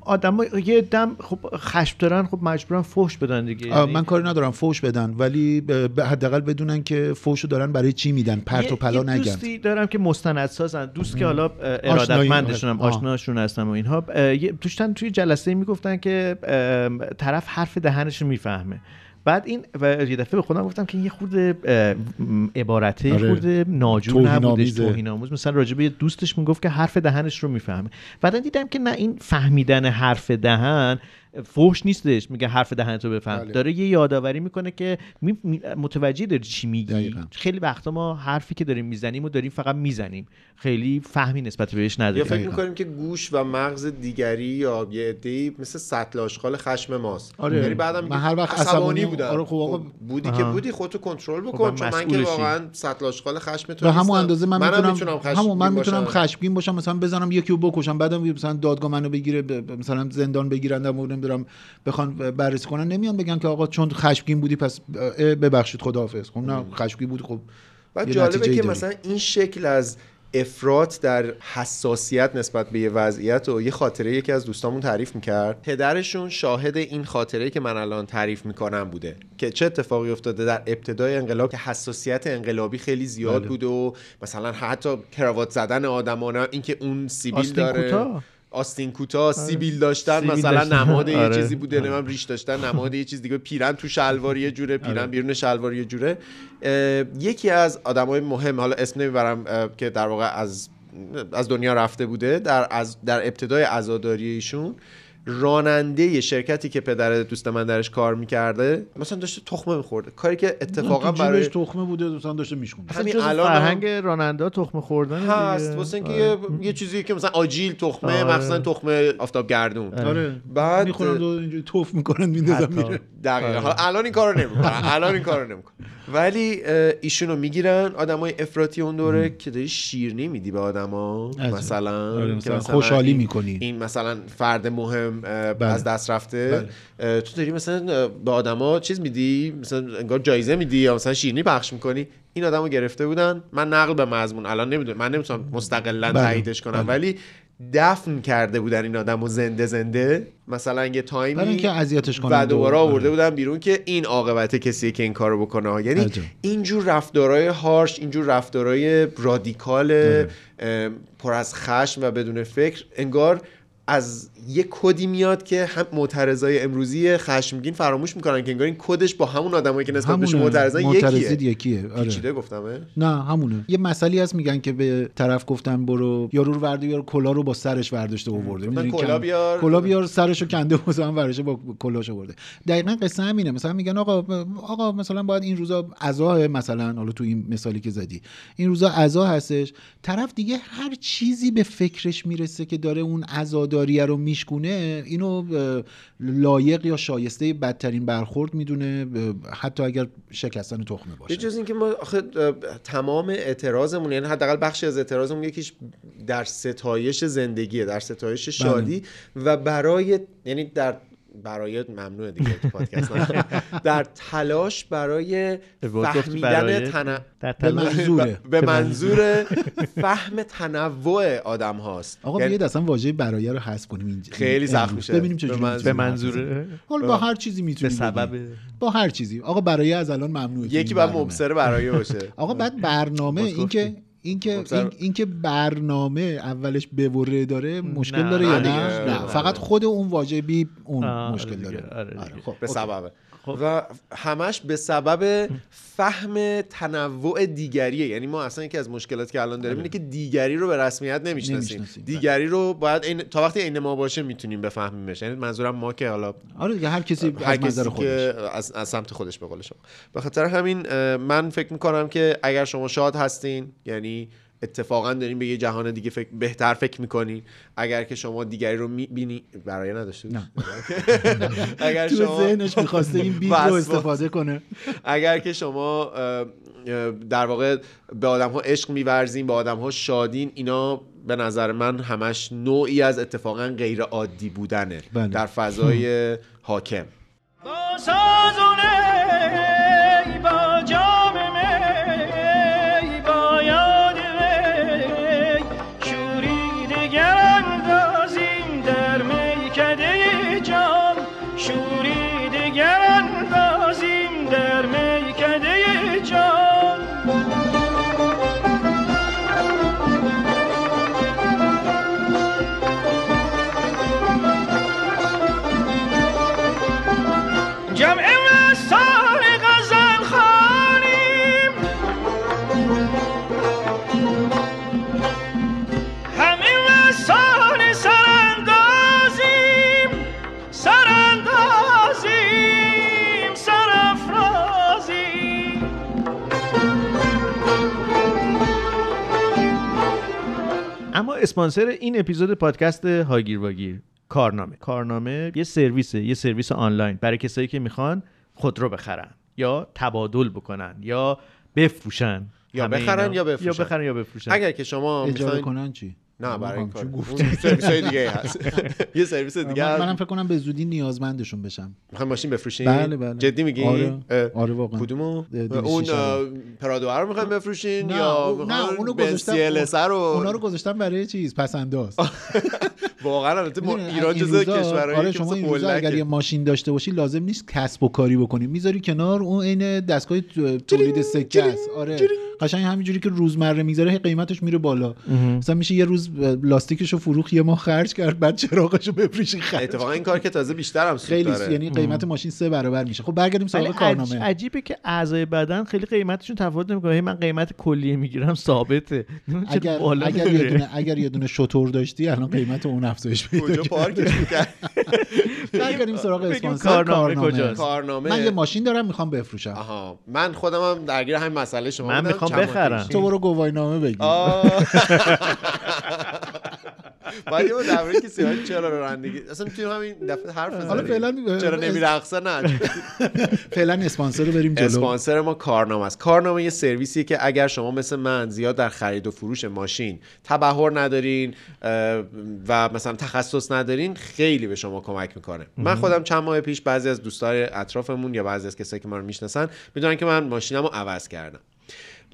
S2: آدم یه دم خب خشم دارن خب مجبورن فحش بدن دیگه
S3: آه،
S2: یعنی
S3: من کاری ندارم فوش بدن ولی ب- ب- حداقل بدونن که فوشو دارن برای چی میدن پرت و
S2: یه-
S3: پلا
S2: یه
S3: نگن
S2: دوستی دارم که مستندسازن دوست که حالا اه،
S3: آشنایی.
S2: ارادتمندشونم
S3: آه.
S2: آشناشون هستم و اینها اه، یه- داشتن توی جلسه میگفتن که ام، طرف حرف دهنش رو میفهمه بعد این و یه دفعه به خودم گفتم که این یه خورده اه، م، عبارته یه
S3: آره.
S2: خورده ناجور
S3: توهین
S2: نبودش
S3: آمیزه.
S2: توهین آموز مثلا راجع به یه دوستش میگفت که حرف دهنش رو میفهمه بعدا دیدم که نه این فهمیدن حرف دهن فوش نیستش میگه حرف دهنت رو بفهم
S3: بله.
S2: داره یه یادآوری میکنه که می- می- متوجه داری چی میگی
S3: دقیقاً.
S2: خیلی وقتا ما حرفی که داریم میزنیم و داریم فقط میزنیم خیلی فهمی نسبت بهش
S1: یا
S2: نداریم
S1: فکر میکنیم که گوش و مغز دیگری یا یه عده‌ای مثل سطل آشغال خشم ماست
S3: آره.
S1: یعنی بعدم
S3: من هر وقت عصبانی-
S1: بودم
S3: آره، خب آقا-
S1: بودی
S2: آها.
S1: که بودی خودتو کنترل
S2: خب،
S1: بکن
S2: من
S1: چون من که
S2: مسئولشی.
S1: واقعا سطل آشغال خشم تو
S3: به همون
S1: نیستم.
S3: اندازه من
S1: منم
S3: میتونم,
S1: میتونم
S3: همون من میتونم
S1: خشم
S3: خشمگین باشم مثلا بزنم یکی رو بکشم بعدم مثلا دادگاه منو بگیره ب- ب- مثلا زندان بگیرندم و نمیدونم بخوان بررسی کنن نمیان بگن که آقا چون خشمگین بودی پس اه، ببخشید خداحافظ خب نه خشمگین بودی خب
S1: و
S3: یه
S1: جالبه
S3: نتیجه‌ای
S1: که
S3: داری.
S1: مثلا این شکل از افراط در حساسیت نسبت به یه وضعیت و یه خاطره یکی از دوستامون تعریف میکرد پدرشون شاهد این خاطره که من الان تعریف میکنم بوده که چه اتفاقی افتاده در ابتدای انقلاب که حساسیت انقلابی خیلی زیاد
S2: بله.
S1: بود و مثلا حتی کراوات زدن آدمانا اینکه اون سیبیل
S2: آستین
S1: داره
S2: کوتاه. آره.
S1: آستین کوتاه سیبیل داشتن
S2: سیبیل
S1: مثلا
S2: داشتن.
S1: نماد یه
S2: آره.
S1: چیزی بوده نمیدونم ریش داشتن نماد یه چیز دیگه پیرن تو شلوار یه جوره
S3: آره.
S1: پیرن بیرون شلوار یه جوره اه، یکی از آدمای مهم حالا اسم نمیبرم اه، که در واقع از از دنیا رفته بوده در از در ابتدای عزاداری ایشون راننده شرکتی که پدر دوست من درش کار میکرده مثلا داشته تخمه میخورده کاری که اتفاقا
S3: تو جیبش
S1: برای
S3: تخمه بوده مثلا داشته میشونه
S2: اصلا
S1: همین
S2: جزء
S1: الان هم-
S2: فرهنگ راننده تخم خوردن
S1: هست واسه اینکه
S3: آره.
S1: یه, یه چیزی که مثلا آجیل تخمه
S2: آره.
S1: مخصوصا تخمه آفتاب گردون
S3: آره
S1: بعد-
S3: میخورن و اینجوری توف میکنن میندازن میره آره.
S1: دقیقا حالا الان این کارو نمیکنن الان این کارو نمیکنن ولی اه، ایشونو میگیرن آدمای افراطی اون دوره که داری شیرنی میدی به آدما
S3: عجب.
S1: مثلا
S3: آره،
S1: که
S3: مثلا خوشحالی
S1: این-
S3: می‌کنی.
S1: این مثلا فرد مهم اه،
S3: بله.
S1: از دست رفته اه، تو داری مثلا اه، به آدما چیز میدی مثلا انگار جایزه میدی یا مثلا شیرنی پخش میکنی این آدمو گرفته بودن من نقل به مضمون الان نمیدونم من نمیتونم مستقلا
S3: بله.
S1: تاییدش کنم ولی دفن کرده بودن این آدمو زنده زنده مثلا یه تایمی
S3: برای اینکه اذیتش کنن
S1: و دوباره
S3: و-
S1: آورده بودن بیرون که این عاقبت کسیه که این کارو بکنه ها. یعنی
S3: عجب.
S1: اینجور رفتارهای هارش اینجور
S3: آره.
S1: رفتارهای رادیکال ام، پر از خشم و بدون فکر انگار از یه کدی میاد که هم معترضای امروزی خشمگین فراموش میکنن که انگار این کدش با همون آدمایی که نسبت بهش
S3: همونه.
S1: معترضن
S3: معترضید
S1: یکیه
S3: یکیه آره.
S1: پیچیده گفتمه
S3: نه همونه یه مسئله هست میگن که به طرف گفتن برو یارو رو ورده یارو کلا رو با سرش برداشته آورده
S1: گفتن
S3: می‌دونی
S1: خب، کلا
S3: کن-
S1: بیار.
S3: کلا بیار سرشو کنده بود هم ورشه با کلاش آورده دقیقا قصه همینه مثلا میگن آقا آقا مثلا باید این روزا عزا مثلا حالا تو این مثالی که زدی این روزا عزا هستش طرف دیگه هر چیزی به فکرش میرسه که داره اون عزاداریه رو میشکونه اینو اه، لایق یا شایسته بدترین برخورد میدونه اه، حتی اگر شکستن تخمه باشه
S1: به جز اینکه ما آخه اه، تمام اعتراضمون یعنی حداقل بخشی از اعتراضمون یکیش در ستایش زندگیه در ستایش
S2: بله.
S1: شادی و برای یعنی در برای ممنوع دیگه تو پادکست نخوام. در تلاش برای
S2: گفت
S1: فهمیدن
S2: برای-
S1: تن...
S2: در
S3: به
S2: تلاش-
S3: منظوره.
S1: به منظور فهم تنوع آدم هاست
S3: آقا
S1: یعنی
S3: بیاید اصلا واژه برایه رو حذف کنیم اینجا
S1: خیلی سخت
S3: امروز.
S1: میشه.
S3: ببینیم چه
S1: به
S3: جوری
S1: منظور-
S2: به
S3: می‌تونیم حرف
S2: منظور
S3: بزنیم. حالا با هر چیزی
S2: به
S3: میتونیم
S2: سبب
S3: با هر چیزی آقا برایه از الان ممنوعه تو
S1: یکی
S3: این
S1: باید
S3: برنامه.
S1: مبصر برای باشه
S3: آقا بعد برنامه
S2: باز گفتی.
S3: اینکه اینکه
S1: مبصر-
S3: این اینکه برنامه اولش بوره داره مشکل
S2: نه،
S3: داره یا
S1: نه
S3: نه
S1: دیگه.
S3: نه فقط خود اون واژه بی اون
S2: آه، آره
S3: مشکل
S2: دیگه،
S3: داره
S2: آره دیگه.
S3: آره، خب
S1: به
S3: اوکی.
S1: سببه و همش به سبب فهم تنوع دیگریه یعنی ما اصلا یکی از مشکلات که الان داریم اینه که دیگری رو به رسمیت نمیشناسیم
S3: بله. نمی‌شناسیم. بله.
S1: دیگری رو باید عین- تا وقتی عین ما باشه میتونیم بفهمیمش یعنی منظورم ما که حالا
S3: آره دیگه هر کسی
S1: هر
S3: از
S1: کسی
S3: نظر خودش
S1: که از, از سمت خودش به قول شما به خاطر همین اه، من فکر میکنم که اگر شما شاد هستین یعنی اتفاقا دارین به یه جهان دیگه فکر بهتر فکر میکنین اگر که شما دیگری رو میبینی برای نداشتی
S3: نه.
S1: اگر
S3: تو
S1: شما
S3: ذهنش میخواسته این بیت
S1: وسواس.
S3: رو استفاده کنه
S1: اگر که شما اه، اه، در واقع به آدم ها عشق میورزین به آدم ها شادین اینا به نظر من همش نوعی از اتفاقا غیر عادی بودنه
S3: بله.
S1: در فضای حاکم
S4: با سازونه ای با جام می با یاد می شوریده گراندازیم در میکده جام شوریده گراندازیم در میکده جام جمع مستان غزل خانیم همه مستان سرندازیم سرندازیم سرافرازیم
S2: اما اسپانسر این اپیزود پادکست هاگیر واگیر کارنامه کارنامه یه سرویسه یه سرویس آنلاین برای کسایی که میخوان خودرو بخرن یا تبادل بکنن یا بفروشن
S1: یا
S2: همه
S1: بخرن یا بفروشن.
S2: یا بخرن یا بفروشن
S1: اگر که شما
S3: اجاره
S1: میخواین
S3: کنن چی
S1: نه برای این کار
S3: چی
S1: اون
S3: گفت؟
S1: سرویس های دیگه هست یه سرویس دیگه
S3: من- منم
S1: هست
S3: فکر کنم به زودی نیازمندشون بشم
S1: میخواین ماشین بفروشین
S3: بله، بله.
S1: جدی میگی
S3: آره.
S1: اه،
S3: آره، واقعا.
S1: کدومو
S3: ده- دویست
S1: اون
S3: شیش آره.
S1: اه، پرادو رو میخواین بفروشین
S3: نه
S1: یا
S3: اون- نه اونو گذاشتم
S1: سر رو
S3: اونا رو گذاشتم برای چیز پس انداز
S1: واقعا البته ما
S3: می‌دونی،
S1: ایران
S3: این
S1: جزو
S3: روزا-
S1: کشورهایی
S3: آره
S1: که
S3: شما
S1: مثل
S3: این روزا
S1: قلکه.
S3: اگر یه ماشین داشته باشی لازم نیست کسب و کاری بکنی میذاری کنار اون عین دستگاه تو- تولید سکه است آره قشنگ همینجوری که روزمره میذاره هی قیمتش میره بالا مثلا میشه یه روز لاستیکشو فروخ یه ماه خرج کرد بعد چراغشو بفروشی خرج
S1: اتفاقا این کار که تازه بیشتر هم سود
S3: خیلی
S1: داره
S3: یعنی قیمت ماشین سه برابر میشه خب برگردیم
S2: ولی
S3: سراغ
S2: عج...
S3: کارنامه
S2: عجیبه که اعضای بدن خیلی قیمتشون تفاوت نمیکنه من قیمت کلیه میگیرم ثابته نمی‌دونم چرا
S3: اگر
S2: بالا
S3: اگر
S2: میره.
S3: یه دونه اگر یه دونه شتر داشتی الان قیمت اون افزایش پیدا
S1: کجا
S3: کرد
S1: پارکش می‌کرد؟
S3: برگردیم سراغ
S2: بگیم
S3: اسپانسر
S2: کارنامه
S3: کارنامه,
S2: کجاست؟
S1: کارنامه
S3: من یه ماشین دارم میخوام بفروشم
S1: آها من خودم هم درگیر همین مسئله شما
S2: من
S1: بودم.
S2: می‌خوام
S1: چند ماه
S2: بخرم.
S1: پیش.
S3: تو برو گواهی نامه بگیر
S1: آه. باید یه دوره که سیاه چرا رانندگی اصلا میتونیم همین دفعه حرف بزنیم
S3: فعلاً-
S1: چرا نمیرقصه نه
S3: فعلا اسپانسر رو بریم جلو
S1: اسپانسر ما کارنامه است کارنامه یه سرویسیه که اگر شما مثل من زیاد در خرید و فروش ماشین تبهر ندارین اه، و مثلا تخصص ندارین خیلی به شما کمک میکنه من خودم چند ماه پیش بعضی از دوستان اطرافمون یا بعضی از کسایی که ما رو میشناسن میدونن که من ماشینم رو عوض کردم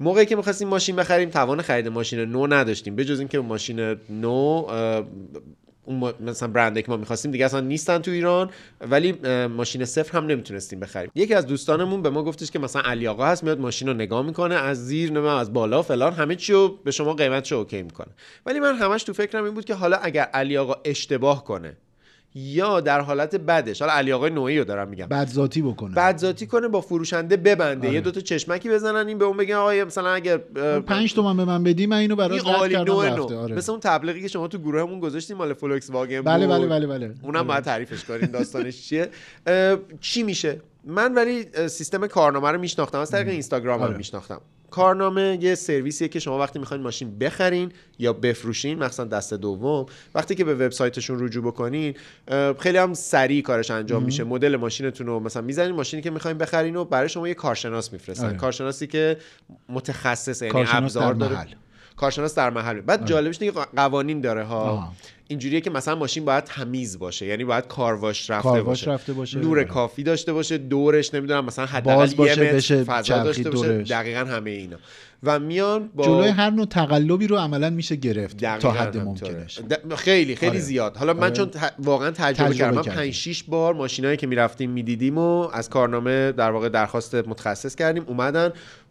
S1: موقعی که میخواستیم ماشین بخریم توان خرید ماشین نو نداشتیم به جز اینکه ماشین نو اه، اون ما- مثلا برنده که ما میخواستیم دیگه اصلا نیستن تو ایران ولی اه، ماشین صفر هم نمیتونستیم بخریم یکی از دوستانمون به ما گفتش که مثلا علی آقا هست میاد ماشین رو نگاه میکنه از زیر نمیدونم از بالا فلان همه چی رو به شما قیمتش رو اوکی میکنه ولی من همش تو فکرم این بود که حالا اگر علی آقا اشتباه کنه یا در حالت بدش حالا علی آقای نوعی رو دارم میگم
S3: بدذاتی بکنه
S1: بدذاتی کنه با فروشنده ببنده
S3: آره.
S1: یه دوتا چشمکی بزنن این به اون بگه آقا مثلا اگر اه،
S3: 5 تومن به من بدی من اینو برات
S1: این
S3: رد
S1: عالی
S3: کردم
S1: نوع
S3: رفته
S1: نوع
S3: آره.
S1: مثل اون تبلیغی که شما تو گروهمون گذاشتیم مال فولکس واگن
S3: بله
S1: بود.
S3: بله بله بله
S1: اونم باید تعریفش کنیم داستانش چیه اه، چی میشه من ولی اه، سیستم کارنامه رو میشناختم از طریق اینستاگرام
S3: آره.
S1: رو میشناختم کارنامه یه سرویسیه که شما وقتی میخواین ماشین بخرین یا بفروشین مخصوصا دست دوم وقتی که به وبسایتشون رجوع بکنین اه، خیلی هم سریع کارش انجام میشه مدل ماشینتون رو مثلا میزنین ماشینی که میخواین بخرین و برای شما یه کارشناس میفرستن
S3: آره.
S1: کارشناسی که متخصص یعنی
S3: کارشناس
S1: ابزار
S3: در
S1: داره
S3: محل.
S1: کارشناس در محل بعد جالبش اینه که قوانین داره ها
S3: آها.
S1: اینجوریه که مثلا ماشین باید تمیز باشه یعنی باید کارواش رفته
S3: کارواش
S1: باشه
S3: رفته باشه. آره.
S1: نور کافی داشته باشه دورش نمیدونم مثلا
S3: باز
S1: حداقل یه
S3: باشه،
S1: متر
S3: بشه
S1: فضا
S3: چرخید
S1: داشته باشه
S3: دورش.
S1: دقیقا همه اینا و میان با
S3: جلوی هر نوع تقلبی رو عملا میشه گرفت
S1: دقیقاً
S3: تا حد
S1: همینطوره.
S3: ممکنش
S1: د- خیلی خیلی
S3: آره.
S1: زیاد حالا من
S3: آره.
S1: چون ت- واقعا تجربه,
S3: تجربه
S1: کردم من
S3: کردی.
S1: 5 6 بار ماشینایی که میرفتیم میدیدیم و از کارنامه در واقع درخواست متخصص کردیم اومدن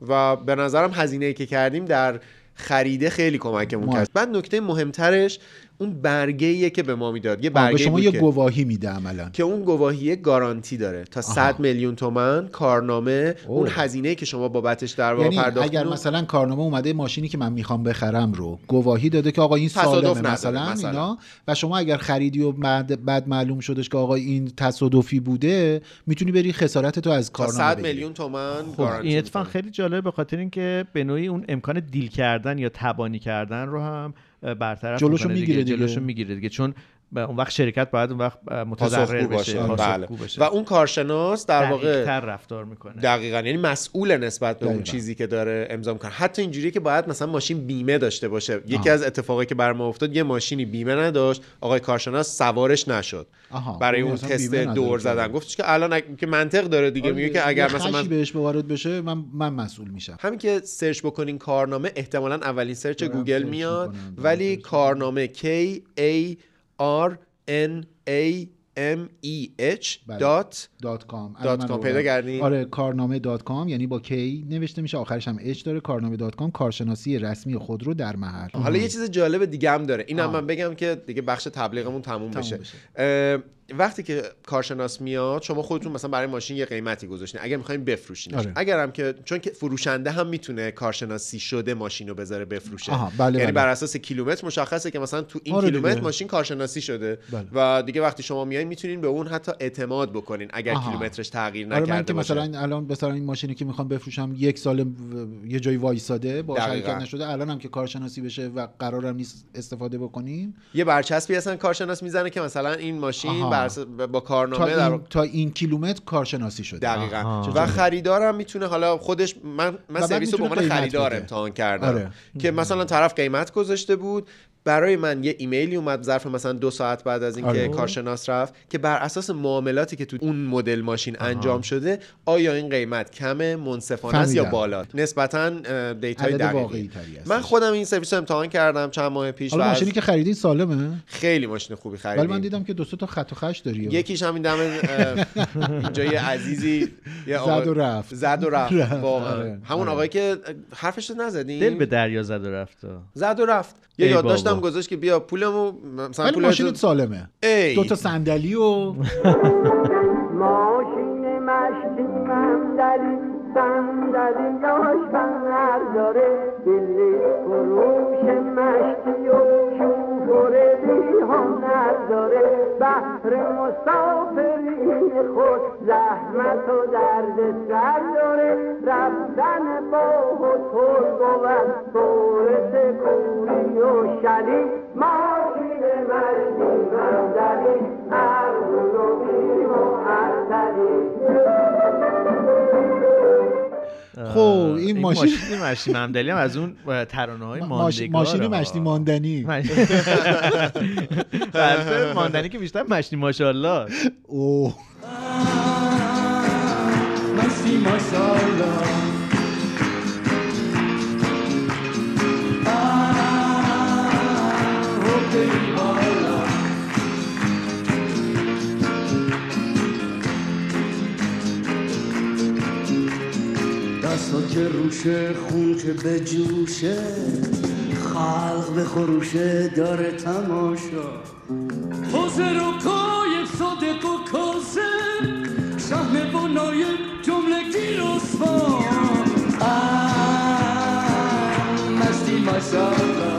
S1: و به نظرم هزینه ای که کردیم در خریده خیلی کمکمون
S3: ما-
S1: کرد بعد نکته مهمترش اون برگه که به ما میداد یه
S3: آه،
S1: برگه
S3: به شما یه
S1: که...
S3: گواهی میده عملا
S1: که اون گواهی گارانتی داره تا 100 میلیون تومن کارنامه
S3: اوه.
S1: اون هزینه که شما بابتش در واقع
S3: یعنی
S1: پرداختین
S3: اگر
S1: رو-
S3: مثلا کارنامه اومده ماشینی که من میخوام بخرم رو گواهی داده که آقا این
S1: تصادف
S3: سالمه
S1: نداره،
S3: مثلا,
S1: مثلا.
S3: اینا و شما اگر خریدی و بعد, بعد معلوم شدش که آقا این تصادفی بوده میتونی بری خسارت تو از
S1: تا
S3: کارنامه
S1: 100
S3: بگیری.
S1: میلیون تومن
S2: خب
S1: گارانتی
S2: این اتفاق
S1: می‌کنه.
S2: خیلی جالبه به خاطر اینکه به نوعی اون امکان دیل کردن یا تبانی کردن رو هم اه، برطرف
S3: جلوشو
S2: می‌کنه
S3: می‌گیره دیگه.
S2: جلوشو میگیره دیگه چون به اون وقت شرکت باید اون وقت اه، متضرر
S1: پاسخگو
S2: بشه
S1: باشه بله.
S2: پاسخگو بشه
S1: و اون کارشناس در واقع
S2: دقیق‌تر رفتار میکنه
S1: دقیقا یعنی مسئول نسبت به اون
S3: دقیقاً.
S1: چیزی که داره امضا میکنه حتی اینجوری که باید مثلا ماشین بیمه داشته باشه یکی از اتفاقایی که بر ما افتاد یه ماشینی بیمه نداشت آقای کارشناس سوارش نشد
S3: آها.
S1: برای
S3: اون
S1: اون
S3: اصلا
S1: تست
S3: بیمه نداره. آره،
S1: دور زدن گفتش که الان اگ- که منطق داره دیگه میگه که
S3: یه
S1: اگر مثلا
S3: خشی
S1: من
S3: بهش وارد بشه من من مسئول میشم
S1: همین که سرچ بکنین کارنامه احتمالا اولین سرچ
S3: دارم
S1: گوگل
S3: سرچ
S1: میاد
S3: می‌کنم، دارم
S1: ولی
S3: سرچ
S1: کارنامه K A R N A M E H
S3: بله.
S1: دات
S3: دات کام
S1: دات کام پیدا کردی؟
S3: آره کارنامه دات کام یعنی با کی نوشته میشه آخرش هم اچ داره کارنامه دات کام کارشناسی رسمی خود رو در محل
S1: حالا یه چیز جالب دیگه هم داره این
S3: آه.
S1: هم من بگم که دیگه بخش تبلیغمون تموم,
S3: تموم
S1: بشه,
S3: بشه.
S1: اه، وقتی که کارشناس میاد شما خودتون مثلا برای ماشین یه قیمتی گذاشتین اگر میخوایم بفروشینش
S3: آره.
S1: اگر هم که چون که فروشنده هم میتونه کارشناسی شده ماشین رو بذاره بفروشه
S3: آها، بله،
S1: یعنی
S3: بله.
S1: بر اساس کیلومتر مشخصه که مثلا تو این
S3: آره دیگه.
S1: کیلومتر ماشین کارشناسی شده
S3: بله.
S1: و دیگه وقتی شما میایین میتونین به اون حتی اعتماد بکنین اگر
S3: آها.
S1: کیلومترش تغییر
S3: آره
S1: نکرده
S3: من که
S1: باشه.
S3: مثلا الان مثلا این ماشینی که میخوام بفروشم یک سال و- یه جایی وایساده با
S1: دقیقاً.
S3: شرکت نشده الان هم که کارشناسی بشه و قرارم نیست استفاده بکنیم
S1: یه برچسبی هستن کارشناس میزنه که مثلا این ماشین
S3: آها.
S1: بر اساس-
S3: تا
S1: با کارنامه در
S3: این, تا این کیلومتر کارشناسی شده
S1: دقیقا
S2: آها. چه
S1: و خریدارم میتونه حالا خودش من من
S3: بعد
S1: سرویس رو به
S3: میتونه
S1: عنوان
S3: قیمت
S1: خریدار
S3: بده.
S1: امتحان کردم
S3: آره.
S1: که مثلا طرف قیمت گذاشته بود برای من یه ایمیلی اومد ظرف مثلا دو ساعت بعد از اینکه
S3: آره.
S1: کارشناس رفت که بر اساس معاملاتی که تو اون مدل ماشین انجام شده آیا این قیمت کمه منصفانه است یا
S3: فهمیدم.
S1: بالا نسبتا دیتای
S3: عدد
S1: دقیقی
S3: واقعی تری هستش.
S1: من خودم این سرویس رو امتحان کردم چند ماه پیش و
S3: حالا
S1: از-
S3: آره، ماشینی که خریدی سالمه
S1: خیلی ماشین خوبی خریدیم
S3: ولی من دیدم که دو سه تا خط و خش داری
S1: یکیش همین دم اه، اینجا یه عزیزی یه آقا-
S3: زد و رفت.
S1: زد و رفت
S3: رفت،
S1: واقعا
S3: آره،
S1: همون
S3: آره.
S1: آقایی که اه، حرفش رو نزدیم
S2: دل به دریا زد و رفت
S1: زد و رفت یه
S2: ای
S1: یادداشتم
S2: بابا.
S1: گذاشت که بیا پولمو مثلا
S3: ولی
S1: پول
S3: ماشینت سالمه
S1: ای.
S3: دو تا صندلی و
S5: ماشین مشتی مندلی بندلی داشت بندر داره دلی فروش مشتی و شوفره بی هنر داره بحر مسافرین خود زحمت و درد سر داره رفتن با هتل بود بورس کوری و شلی ماشین مشتی مندلی ارزون و بیم و معطلی.
S3: خب، این ماشین-
S2: ماشین مشتی ممدلی هم از اون ترانه های
S3: ماش-
S2: ماندگاره
S3: ماشین
S2: ها.
S3: مشتی ماندنی
S2: مش- البته بله. ماندنی که بیشتر مشتی ماشاءالله
S3: اوه
S4: مستی ماشالله آه، اوکی، والا. بسا که روشه خون که بجوشه خلق به خروشه داره تماشا حسر و کای صادق و کاسم شهر و نایب جملگی رسوا آه، مستی ماشاءالله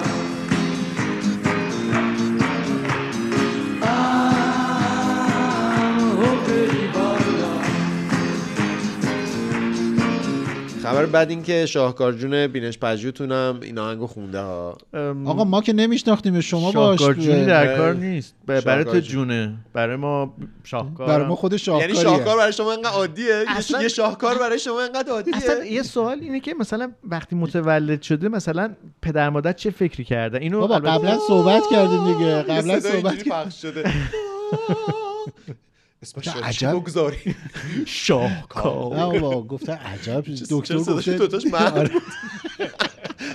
S4: آه، حبی بالا
S1: خبر بعد این که شاهکار جون بینش پژوهتونم این آهنگو خونده ها
S3: آقا ما که نمیشناختیم شما باش
S2: شاهکار جونی در کار نیست ب- برای
S1: شاهکار
S2: تو
S1: جون.
S2: جونه برای ما شاهکار
S3: برای ما خود
S1: یعنی
S3: شاهکاریه
S1: شاهکار برای شما انقدر عادیه یه ش-
S2: اصلا-
S1: یه شاهکار برای شما انقدر
S2: اصلا
S1: عادیه
S2: یه سوال اینه که مثلا وقتی متولد شده مثلا پدر مادر چه فکری کردن اینو
S3: بابا
S2: البته-
S3: قبلا صحبت کردیم دیگه قبلا
S1: یه صدای
S3: صحبت
S1: اینجوری
S3: کردیم
S1: پخش شده اسمش
S3: نه،
S1: شاهکار. چی
S3: عجب.
S1: بگذاری
S2: شاهکار
S3: نه بابا گفتن عجب دکتر
S1: چرا صداش
S3: گفته
S1: دوتاش معلوم؟
S3: آره.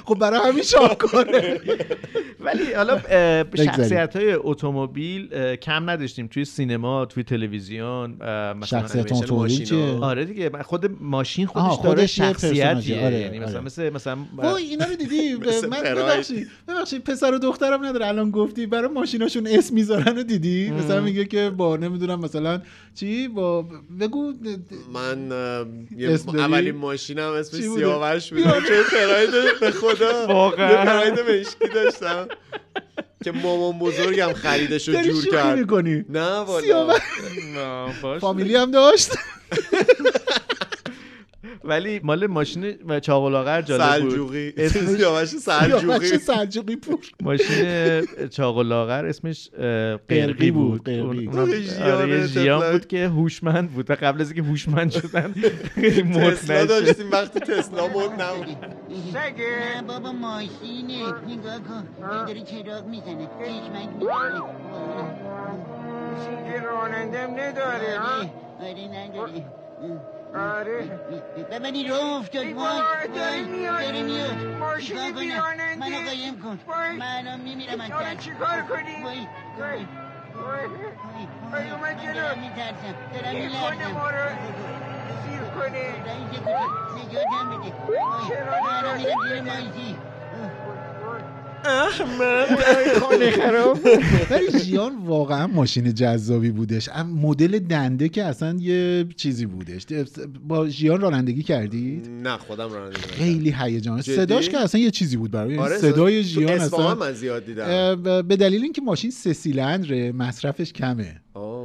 S3: خب برای همین شاهکاره
S2: ولی حالا اه،
S3: بگذاریم.
S2: شخصیت های اتومبیل اه، کم نداشتیم توی سینما توی تلویزیون اه، مثلا
S3: شخصیت
S1: انیمیشن
S3: اتومبیلی چیه
S1: ماشینا.
S2: آره دیگه من- خود ماشین خودش
S3: آها،
S2: داره
S3: خودش یه
S2: شخصیتیه
S3: پرسوناژه. آره،
S2: یعنی مثلا
S3: آره.
S2: مثل مثلا
S3: وای اینا رو دیدی
S1: مثل
S3: من
S1: پراید.
S3: ببخشید ببخشید پسر و دخترم نداره الان گفتی برای ماشیناشون اسم میذارن رو دیدی مثلا میگه که با نمیدونم مثلا چی با بگو
S1: من اه، یه
S3: اسم داری؟
S1: اولین ماشینم اسمش
S3: چی بوده؟
S1: سیاوش بود چه پراید به خدا
S2: واقعا.
S1: یه پراید مشکی داشتم که مامان بزرگم خریدش رو
S3: داری
S1: جور
S3: شوخی
S1: کرد
S3: میکنی
S1: نه والا
S3: سیاوش. فامیلی هم داشت
S2: ولی مال ماشین و چاقلاغر جالب بود
S1: سلجوقی
S2: اسمش-
S1: سیاوش
S3: سیاوش
S1: سلجوقی
S3: سلجوقی پور
S2: ماشین چاقلاغر اسمش اه، قرقی
S3: قرقی بود،
S2: بود
S3: قرقی.
S2: اون- اونم-
S1: آره، ژیان
S2: آره، یه ژیان
S1: طفلک.
S2: بود که هوشمند بود و قبل از اینکه هوشمند شدن خیلی مد
S1: تسلا
S2: نشه
S1: داشتیم وقتی تسلا مد نبود
S6: نه بابا ماشینه نگاه کن این داره چراغ میزنه چشمک میزنه
S7: رانندم نداره ها
S6: آره آره نداره
S7: آره
S6: به منی رفت داد
S7: ای
S6: وای
S7: بابا، داره
S6: وای، داره
S7: میاد.
S6: میاد
S7: ماشین
S6: چیکار کنم؟
S7: بیراننده.
S6: منو قایم کن
S7: وای.
S6: من الان میمیرم از
S7: حالا
S6: درد.
S7: چیکار کنیم؟
S6: وای،
S7: وای،
S6: وای،
S7: وای،
S6: وای،
S7: وای، اومد
S6: من
S7: جلو.
S6: دارم میترسم دارم
S7: این کنه
S6: میلرزم
S7: ما رو سیر کنه
S6: رئیس کجا نجاتم بده وای،
S7: چرا
S6: من الان
S7: نجاتم
S6: میرم زیر
S7: بده؟
S6: ماشین.
S3: ولی ژیان واقعا ماشین جذابی بودش ام- مدل دنده که اصلا یه چیزی بودش با ژیان رانندگی کردید
S1: نه خودم رانندگی نکردم.
S3: خیلی هیجان
S1: جدی؟
S3: صداش که اصلا یه چیزی بود برای
S1: آره،
S3: صدای
S1: تو
S3: ژیان
S1: اصفهان
S3: اصلا
S1: من زیاد دیدم
S3: اه، و به دلیل اینکه ماشین سه سیلندره مصرفش کمه
S1: آه.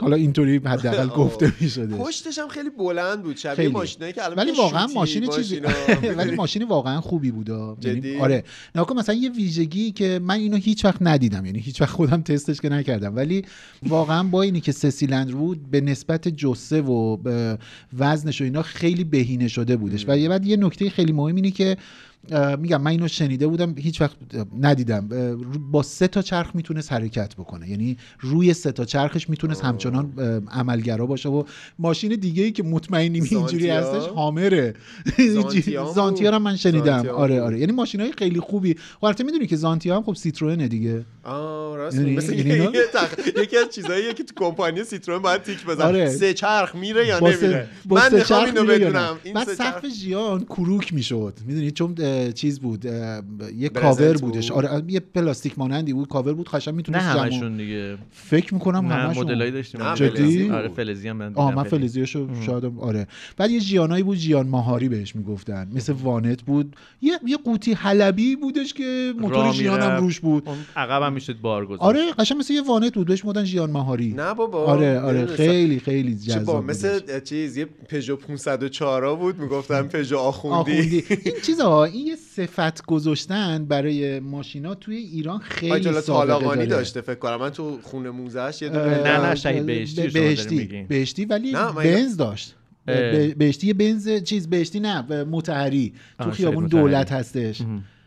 S3: حالا اینطوری حداقل
S1: آه.
S3: گفته میشده
S1: پشتش هم خیلی بلند بود شبیه
S3: خیلی.
S1: ماشینایی که الان
S3: ولی
S1: میشه
S3: واقعا
S1: شوتی
S3: ماشین
S1: باش
S3: چیزی
S1: اینا.
S3: ولی ماشین واقعا خوبی بود
S1: جدی؟
S3: یعنی آره نکن مثلا یه ویژگی که من اینو هیچ وقت ندیدم یعنی هیچ وقت خودم تستش که نکردم ولی واقعا با اینی که سه سیلندر بود به نسبت جسه و ب- وزنش و اینا خیلی بهینه شده بودش و یه بعد یه نکته خیلی مهم اینه که اه، میگم من اینو شنیده بودم هیچ وقت اه، ندیدم اه، رو- با سه تا چرخ میتونست حرکت بکنه یعنی روی سه تا چرخش میتونست همچنان اه، عملگرا باشه و ماشین دیگه ای که مطمئنیم اینجوری
S1: زانتیا؟
S3: هستش هامره
S1: زانتیا هم بود.
S3: زانتیا رو من شنیدم
S1: زانتیا هم
S3: آره
S1: بود.
S3: آره یعنی ماشین های خیلی خوبی خب البته میدونی که زانتیا هم خب سیتروئن دیگه
S1: آه راست
S3: یعنی-
S1: میگی. مثل
S3: یعنی
S1: یه-
S3: اینا؟
S1: یه تخ- یکی از چیزاییه که تو کمپانی سیترون باید تیک بزن
S3: آره.
S1: سه چرخ میره یا
S3: با سه-
S1: نمیره
S3: با
S1: من
S3: سه
S1: میخوام
S3: چرخ
S1: اینو
S3: میره یا نه.
S1: بدونم این
S3: بعد
S1: سه چرخ
S3: سقف ژیان کروک میشد میدونی چون اه، چیز بود اه، یه
S1: برزنت
S3: کاور
S1: بود.
S3: بودش آره یه پلاستیک مانندی بود کاور بود خشم
S2: نه
S3: میتونست جمع
S2: همشون دیگه
S3: فکر میکنم
S2: نه
S3: همشون
S2: مدلایی داشتیم
S1: نه،
S2: جدی؟
S1: فلزی
S2: آره
S1: بود.
S2: فلزی هم من دیدم
S3: آه من فلزیاشو شاید آره بعد یه جیانایی بود جیان ماهاری بهش میگفتن مثل وانت بود یه یه قوطی حلبی بودش که موتور
S2: راه
S3: جیانم
S2: میرفت.
S3: روش بود
S2: اون عقب هم میشد بار گذاشت
S3: آره قشنگ مثل یه وانت بود بهش مدن جیان ماهاری
S1: نه بابا
S3: آره آره
S1: نمی‌دونستم.
S3: خیلی خیلی
S1: چه
S3: جذاب
S1: با
S3: بودش.
S1: مثل چیز یه پژو 504 بود میگفتن پژو آخوندی
S3: آخوندی این چیزها این یه صفت گذاشتن برای ماشینا توی ایران خیلی
S1: آجلا
S3: سابقه
S1: طالاقانی
S3: داره
S1: داشته فکر کنم من تو خونه موزهش یه
S3: اه،
S1: دونه
S2: نه، شهید بهشتی رو شما داریم
S3: بهشتی
S2: میگیم.
S3: بهشتی ولی
S1: نه، من-
S3: بنز داشت
S2: اه.
S3: به- بهشتی یه بنز چیز بهشتی نه متحری
S2: آه،
S3: تو
S2: شهید
S3: خیابون
S2: مطهری.
S3: دولت هستش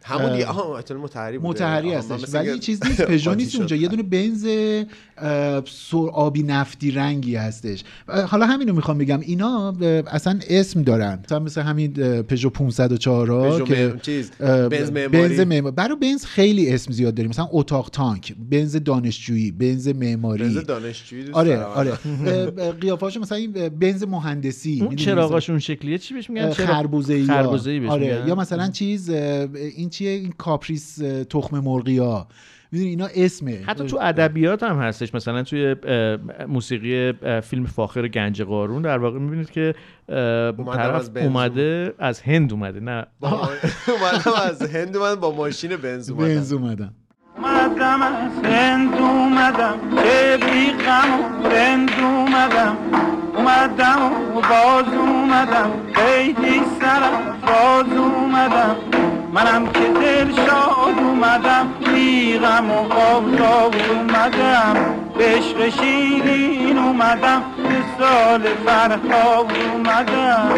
S1: همون دیگه آها احتمال متحری بوده
S3: متحری
S1: آها، من
S3: هستش
S1: مثل
S3: ولی
S1: اینکه
S3: چیز نیست پژو
S1: قاطی
S3: نیست
S1: شد.
S3: اونجا یه دونه بنز اه، سر آبی نفتی رنگی هستش اه، حالا همینو میخوام بگم اینا اه، اصلا اسم دارن مثلا مثل همین اه، پژو 504 ها
S1: پژو
S3: که
S1: مم- چیز
S3: اه،
S1: بنز معماری.
S3: معمار- برای بنز خیلی اسم زیاد داریم مثلا اتاق تانک بنز دانشجویی بنز معماری
S1: بنز دانشجویی دوست
S3: آره
S1: دارم.
S3: آره قیافاشو مثلا این بنز مهندسی
S2: اون
S3: می‌دونی
S2: چراغاش اون شکلیه چی بهش میگن چراغ-
S3: خربوزه
S2: خربوزه‌ای بهش
S3: آره
S2: میگن.
S3: یا مثلا چیز اه، این چیه این کاپریس اه، تخم مرغی ها میدونی اینا اسمه
S2: حتی تو ادبیات هم هستش مثلا توی اه، موسیقی اه، فیلم فاخر گنج قارون در واقع میبینید که اه، طرف
S1: از بنز.
S2: اومده از هند اومده نه
S1: با ما- اومدم از هند من با ماشین بنز اومدم
S3: بنز اومدن
S7: اومدم از هند اومدم به بی غم و رند اومدم اومدم و باز اومدم قیدی سرم باز اومدم منم که دل شاد اومدم بی غم و آفتاب اومدم به عشق شیرین اومدم به سال فرهاب اومدم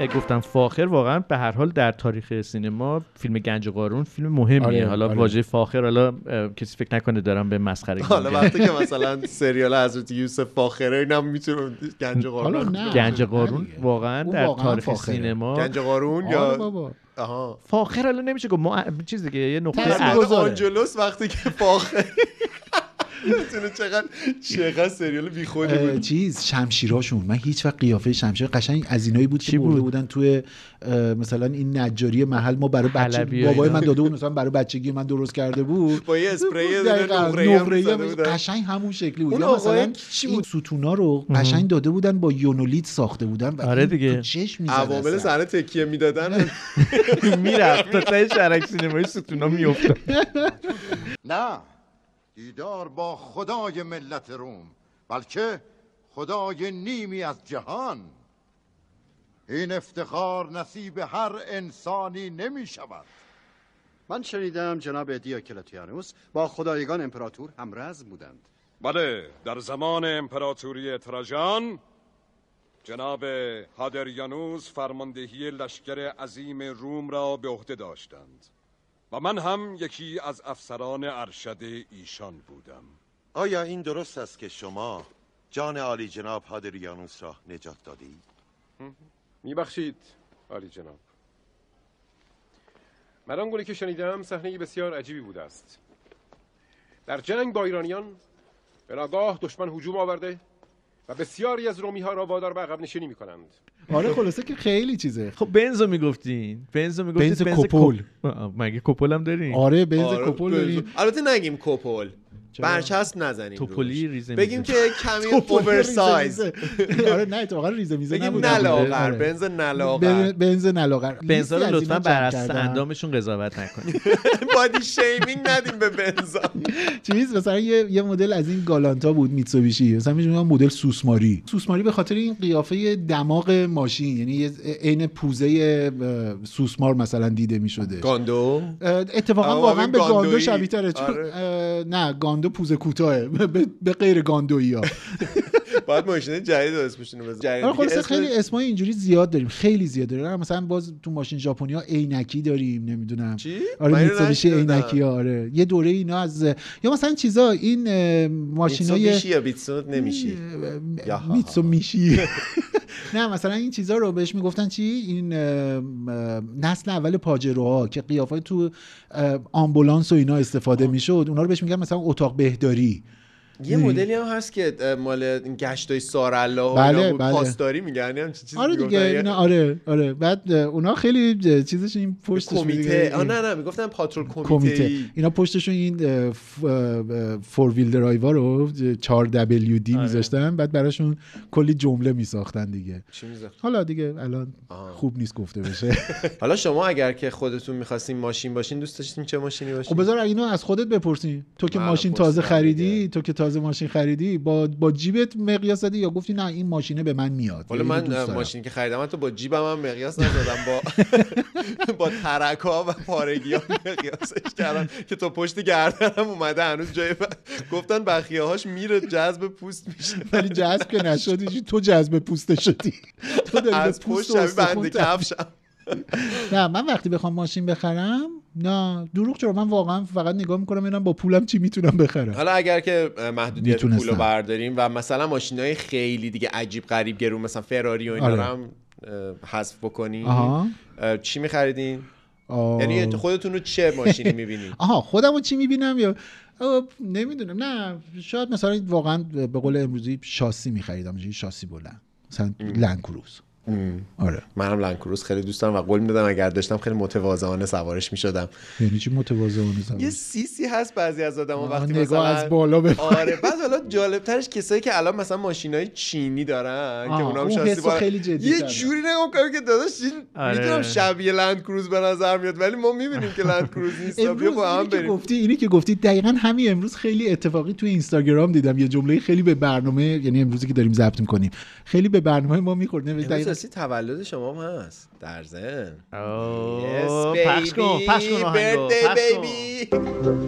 S2: اه، گفتم فاخر واقعا به هر حال در تاریخ سینما فیلم گنج قارون فیلم مهمیه
S3: آره،
S2: حالا
S3: آره.
S2: واژه فاخر حالا اه، کسی فکر نکنه دارم به مسخره
S1: حالا
S2: میگم.
S1: وقتی که مثلا سریال حضرت یوسف فاخره اینم میتونه گنج
S3: حالا
S1: قارون
S3: نه.
S2: گنج
S3: نه
S2: قارون
S3: آره، دیگه.
S2: واقعا
S3: اون
S2: در
S3: واقعا
S2: تاریخ
S3: فاخره.
S2: سینما
S1: گنج قارون
S3: آره
S1: یا
S3: بابا
S1: آها
S2: فاخر حالا نمیشه گفت ما چیز دیگه یه نقطه
S3: تأثیر
S2: عطف.
S3: گذار. گذاره.
S1: آنجلوس وقتی که فاخر میتونه چقدر چقدر سریال بیخودی
S3: اه،
S1: بود
S3: چیز شمشیراشون من هیچ وقت قیافه شمشیر قشنگ از اینایی بود
S2: چی
S3: که برده
S2: بود؟
S3: بودن توی اه، مثلا این نجاری محل ما برای بچه
S2: حلبی و
S3: بابای
S2: اینا.
S3: من داده بود مثلا برای بچگی من درست کرده بود
S1: با یه اسپری یه دونه
S3: دقیقاً،
S1: نقره‌ای هم
S3: نقره‌ای
S1: زده
S3: هم
S1: بودن.
S3: قشنگ همون شکلی بود
S1: اون
S3: یا
S1: آقای
S3: مثلا
S1: چی
S3: این
S1: بود؟
S3: ستونا رو قشنگ داده بودن با یونولیت ساخته بودن و
S2: آره
S3: این
S2: دیگه.
S3: تو چشم می‌زد
S1: عوامل
S3: اصلا.
S1: صحنه تکیه میدادن
S2: میرفت تا تای شرک سینمایی ستونا میافتاد
S8: نه دیدار با خدای ملت روم بلکه خدای نیمی از جهان این افتخار نصیب هر انسانی نمی شود
S9: من شنیدم جناب دیوکلتیانوس با خدایگان امپراتور همرزم بودند
S10: بله در زمان امپراتوری تراجان جناب هادریانوس فرماندهی لشکر عظیم روم را به عهده داشتند و من هم یکی از افسران ارشد ایشان بودم
S8: آیا این درست است که شما جان عالی جناب هادریانوس را نجات دادی؟
S10: میبخشید عالی جناب من آنگونه که شنیدم صحنه بسیار عجیبی بوده است در جنگ با ایرانیان به ناگاه دشمن هجوم آورده و بسیاری از رومی ها را وادار به عقب نشینی می کنند
S3: آره خلاصه که خیلی چیزه
S2: خب بنزو میگفتین بنزو میگفتین
S3: بنز کپول.
S2: مگه کپول هم دارین
S3: آره بنز
S1: آره،
S3: کپل داریم
S1: البته نگیم کپل برچسب نزنیم
S2: توپلی
S1: روش.
S2: ریزه
S1: بگیم
S2: میزه.
S1: که کمی اوورسایز
S3: آره نه اتفاقا ریزه میزه
S1: بگیم
S3: نبود
S1: نلاغر
S3: آره.
S1: بنز نلاغر
S3: بنز نلاغر
S2: بنزا
S3: لیستی
S2: رو لطفا
S3: از اینا جمع
S2: بر اساس
S3: کردم.
S2: اندامشون قضاوت نکنید
S1: بادی شیمینگ ندیم به بنزا
S3: چیز مثلا یه, یه مدل از این گالانتا بود میتسوبیشی مثلا میشه مدل سوسماری سوسماری به خاطر این قیافه دماغ ماشین یعنی یه عین پوزه اه، سوسمار مثلا دیده میشده
S1: گاندو
S3: اتفاقا
S1: آه،
S3: واقعا
S1: همین
S3: به گاندو
S1: گاندویی.
S3: شبیه تره چون
S1: آره.
S3: اه، نه گاندو پوزه کوتاهه به- به غیر گاندویی ها
S1: باید ماشین جدید رو اسمش اینو بزن جدید
S3: آره
S1: دیگه
S3: خلاصه
S1: اسم-
S3: خیلی اسمای اینجوری زیاد داریم خیلی زیاد داریم آره، مثلا باز تو ماشین ژاپنی ها عینکی داریم نمیدونم
S1: چی؟
S3: آره
S1: من اینو
S3: میتسوبیشی
S1: نشنیدم.
S3: عینکی ها، آره یه دوره اینا از یا مثلا چیزا این اه، ماشینای
S1: میتسوبیشی یا بیتسوت نمیشی یاها.
S3: میتسو میشی نه مثلا این چیزا رو بهش میگفتن چی این ام، ام، نسل اول پاجروها که قیافه تو ام، آمبولانس و اینا استفاده میشد اونا رو بهش میگن مثلا اتاق بهداری
S1: یه مدلی هم هست که اه، مال این گشتای سارالله و
S3: بله،
S1: اینا بود.
S3: بله.
S1: پاسداری میگن همین چیزی
S3: آره دیگه
S1: می‌گفتن. یه-
S3: اینا آره آره بعد اه، اونا خیلی اه، چیزش این پشتش
S1: کمیته
S3: می‌گه-
S1: آه نه نه میگفتن پاترول کمیته
S3: کمیته
S1: ای.
S3: اینا پشتشون این اه، ف- اه، فور ویل درایوا رو 4 دبلیو دی
S1: آره.
S3: میذاشتن بعد براشون کلی جمله میساختن دیگه
S1: چی می‌زد؟
S3: حالا دیگه الان خوب نیست گفته بشه
S1: حالا شما اگر که خودتون میخواستین ماشین باشین دوست داشتین چه ماشینی باشین
S3: خب بذار اینو از خودت بپرسیم تو که
S1: من
S3: ماشین
S1: پرسیدم
S3: تازه خریدی
S1: دیگه.
S3: تو که تازه ماشین خریدی با با جیبت مقیاس زدی یا گفتی نه این ماشینه به من میاد یعنی
S1: حالا
S3: اینو دوست
S1: من اه،
S3: دارم.
S1: ماشینی که خریدم حتی با جیبم هم مقیاس نزدم با با ترک ها و پارگی ها مقیاسش کردم که تا پشت گردنم اومده هنوز جای من. گفتن بخیه هاش میره جذب پوست میشه
S3: ولی جذب که نشدی تو جذب پوسته شدی تو داری به
S1: از
S3: پوست
S1: پشت
S3: و
S1: شبیه
S3: استخون
S1: بند
S3: تبدیل-
S1: کفشم
S3: نه من وقتی بخوام ماشین بخرم نه دروغ چرا من واقعا فقط نگاه میکنم ببینم با پولم چی میتونم بخرم
S1: حالا اگر که محدودیت پول رو
S3: میتونستم.
S1: برداریم و مثلا ماشین های خیلی دیگه عجیب غریب گرون مثلا فراری و اینا
S3: آره.
S1: رو هم اه، حذف بکنیم
S3: آها.
S1: اه، چی میخریدین؟
S3: آه.
S1: یعنی خودتون رو چه ماشینی میبینید؟
S3: آها خودم رو چی میبینم یا آه، نمیدونم نه شاید مثلا واقعا به قول امروزی شاسی میخریدم شاسی بلند مثلا لنکروز آره
S1: منم لنکروز خیلی دوست دارم و قول میدادم اگر داشتم خیلی متواضعانه سوارش میشدم
S3: یعنی چی متواضعانه
S1: یه سیسی هست بعضی از آدما
S3: آه،
S1: وقتی
S3: نگاه
S1: مثلا
S3: از بالا به-
S1: آره بعد حالا جالبترش کسایی که الان مثلا ماشینای چینی دارن
S3: آه،
S1: که اونا هم
S3: اون
S1: شاسی
S3: حسو
S1: بالا-
S3: خیلی جدی
S1: یه
S3: دارن.
S1: جوری نگاه می‌کنم که داداش این
S3: آره.
S1: میدونم شبیه لند کروز به نظر میاد ولی ما میبینیم که لند کروز نیست بیا
S3: امروز
S1: با هم
S3: اینی که
S1: بریم
S3: گفتی اینی که گفتی دقیقا همین امروز خیلی اتفاقی توی اینستاگرام دیدم یه جمله خیلی به برنامه یعنی امروزی که داریم ضبط میکنیم خیلی به برنامه ما میخورد نوشت
S1: امروز
S3: دقیقاً
S1: راستی تولد شما هم هست در زن
S2: پخش کن، پخش کن آهنگو، پخش کن.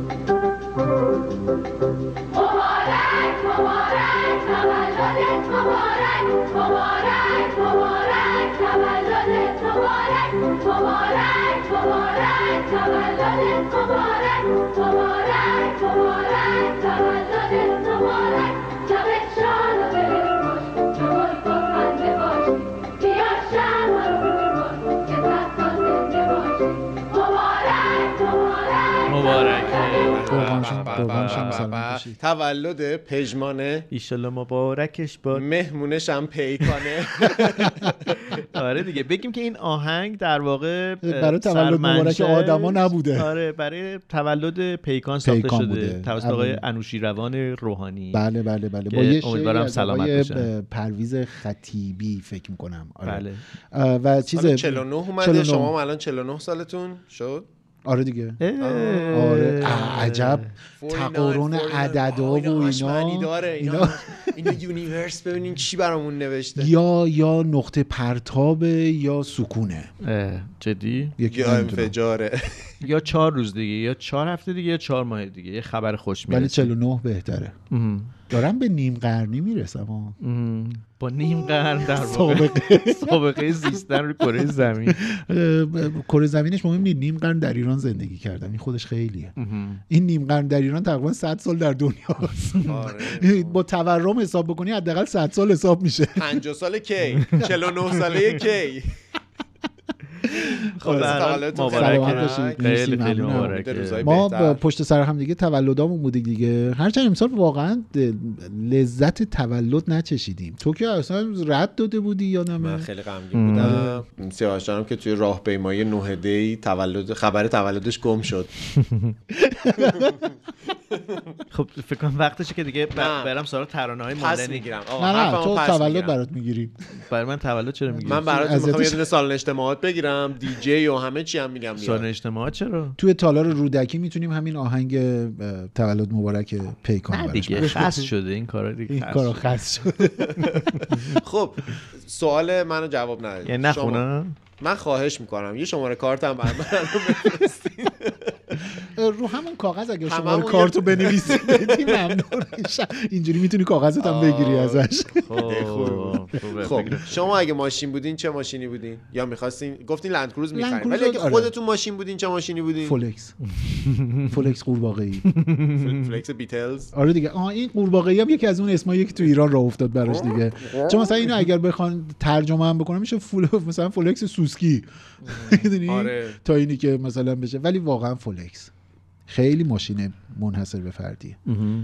S2: مبارک
S1: تولد پژمانه
S2: ایشالله مبارکش با
S1: مهمونش هم پیکانه
S2: آره دیگه بگیم که این آهنگ در واقع اه،
S3: برای تولد مبارک
S2: سرمنشه-
S3: آدما نبوده.
S2: آره برای تولد پیکان ساخته
S3: پیکان
S2: شده
S3: بوده.
S2: توسط آقای
S3: اولین.
S2: انوشیروان روحانی
S3: بله بله بله
S2: که
S3: با یه شعری
S2: امیدوارم
S3: از
S2: سلامت
S3: آقای
S2: باشن.
S3: پرویز خطیبی فکر میکنم آره
S2: بله.
S3: اه، و چیز
S1: سال 49 اومده
S3: 49.
S1: شما هم الان 49 سالتون شد
S3: آره دیگه
S2: اه.
S3: آره اه، عجب
S1: 49,
S3: تقارن
S1: 49.
S3: عددا
S1: آه،
S3: و
S1: اینا هاشمنی
S3: اینا
S1: داره اینا
S3: اینا-
S1: اینا یونیورس ببینین چی برامون نوشته
S3: یا یا نقطه پرتاب یا سکونه
S2: اه، جدی
S3: یکی
S1: یا
S3: نمی‌دونم.
S1: انفجاره
S2: یا چهار روز دیگه یا چهار هفته دیگه یا چهار ماه دیگه یه خبر خوش
S3: ولی
S2: میرسه
S3: 49 بهتره دارم به نیم قرنی میرسم ها
S2: با نیم قرن در واقع
S3: سابقه
S2: سابقه زیستن رو کره زمین
S3: اه، ب- کره زمینش مهم نیست نیم قرن در ایران زندگی کردن این خودش خیلیه این نیم قرن در ایران تقریبا 100 سال در دنیاست
S1: آره.
S3: با تورم حساب بکنی حداقل 100 سال حساب میشه
S1: 50 سال کی 49 ساله کی
S2: خب به هر حال
S1: تولدتون
S2: مبارک.
S1: خیلی
S3: سلامت
S1: مبارک.
S3: باشید.
S2: خیلی
S3: مرسی،
S2: خیلی
S3: ممنونم.
S1: امید
S2: مبارکه
S1: روزای
S3: ما
S1: بهتر.
S3: با پشت سر هم دیگه تولدامون بوده دیگه هرچند امسال واقعا لذت تولد نچشیدیم تو که اصلا رد داده بودی
S1: من
S3: یادمه
S1: خیلی غمگین بودم سیاوش جانم که توی راهپیمایی نه دی تولد خبر تولدش گم شد
S2: خب فکر کنم وقتشه که دیگه ب-
S1: نه.
S2: برم سراغ ترانه های
S1: پس
S2: مادنی
S1: میگیرم آقا
S3: نه نه
S1: حرفمو
S3: تو
S1: پس
S3: تولد
S1: می‌گیرم.
S3: برات میگیری
S2: برای من تولد چرا میگی
S1: من براتون
S3: اذیتش-
S1: میخوام یه دونه سالن اجتماعات بگیرم دی جی و همه چی هم میگم بیاد.
S2: سالن اجتماعات چرا
S3: توی تالار رودکی میتونیم همین آهنگ اه، تولد مبارک پیکان
S2: نه
S3: براش
S2: دیگه
S3: بذاریم.
S2: خاص شده این کارا دیگه
S3: این
S2: خس
S3: کارو
S2: شده.
S3: خست شد
S1: خب سوال منو جواب ندید
S2: یعنی
S1: شما-
S2: نخونم
S1: من خواهش میکنم یه شماره کارتم بر من رو
S3: اه، رو همون کاغذ اگه شما
S1: هممون یه-
S3: کارتو بنویسی بدی ممنون میشم. اینجوری میتونی کاغذت هم بگیری ازش
S2: خب، خوبه،
S1: خب
S2: بگیر.
S1: شما اگه ماشین بودین چه ماشینی بودین یا میخواستین گفتین لند کروز میخرین
S3: لندکروز
S1: ولی اگه
S3: آره.
S1: خودتون ماشین بودین چه ماشینی بودین
S3: فولکس فولکس قورباغه‌ای
S1: فل- فلکس بیتلز
S3: آره دیگه آها این قورباغه‌ای هم یکی از اون اسمایی که تو ایران راه افتاد براش دیگه چون مثلا اینو اگر بخوان ترجمه هم بکنم میشه فول... مثلا فولکس سوسکی میدونی
S1: آره.
S3: تا اینی که مثلا بشه ولی واقعا فولکس خیلی ماشین منحصر به فردیه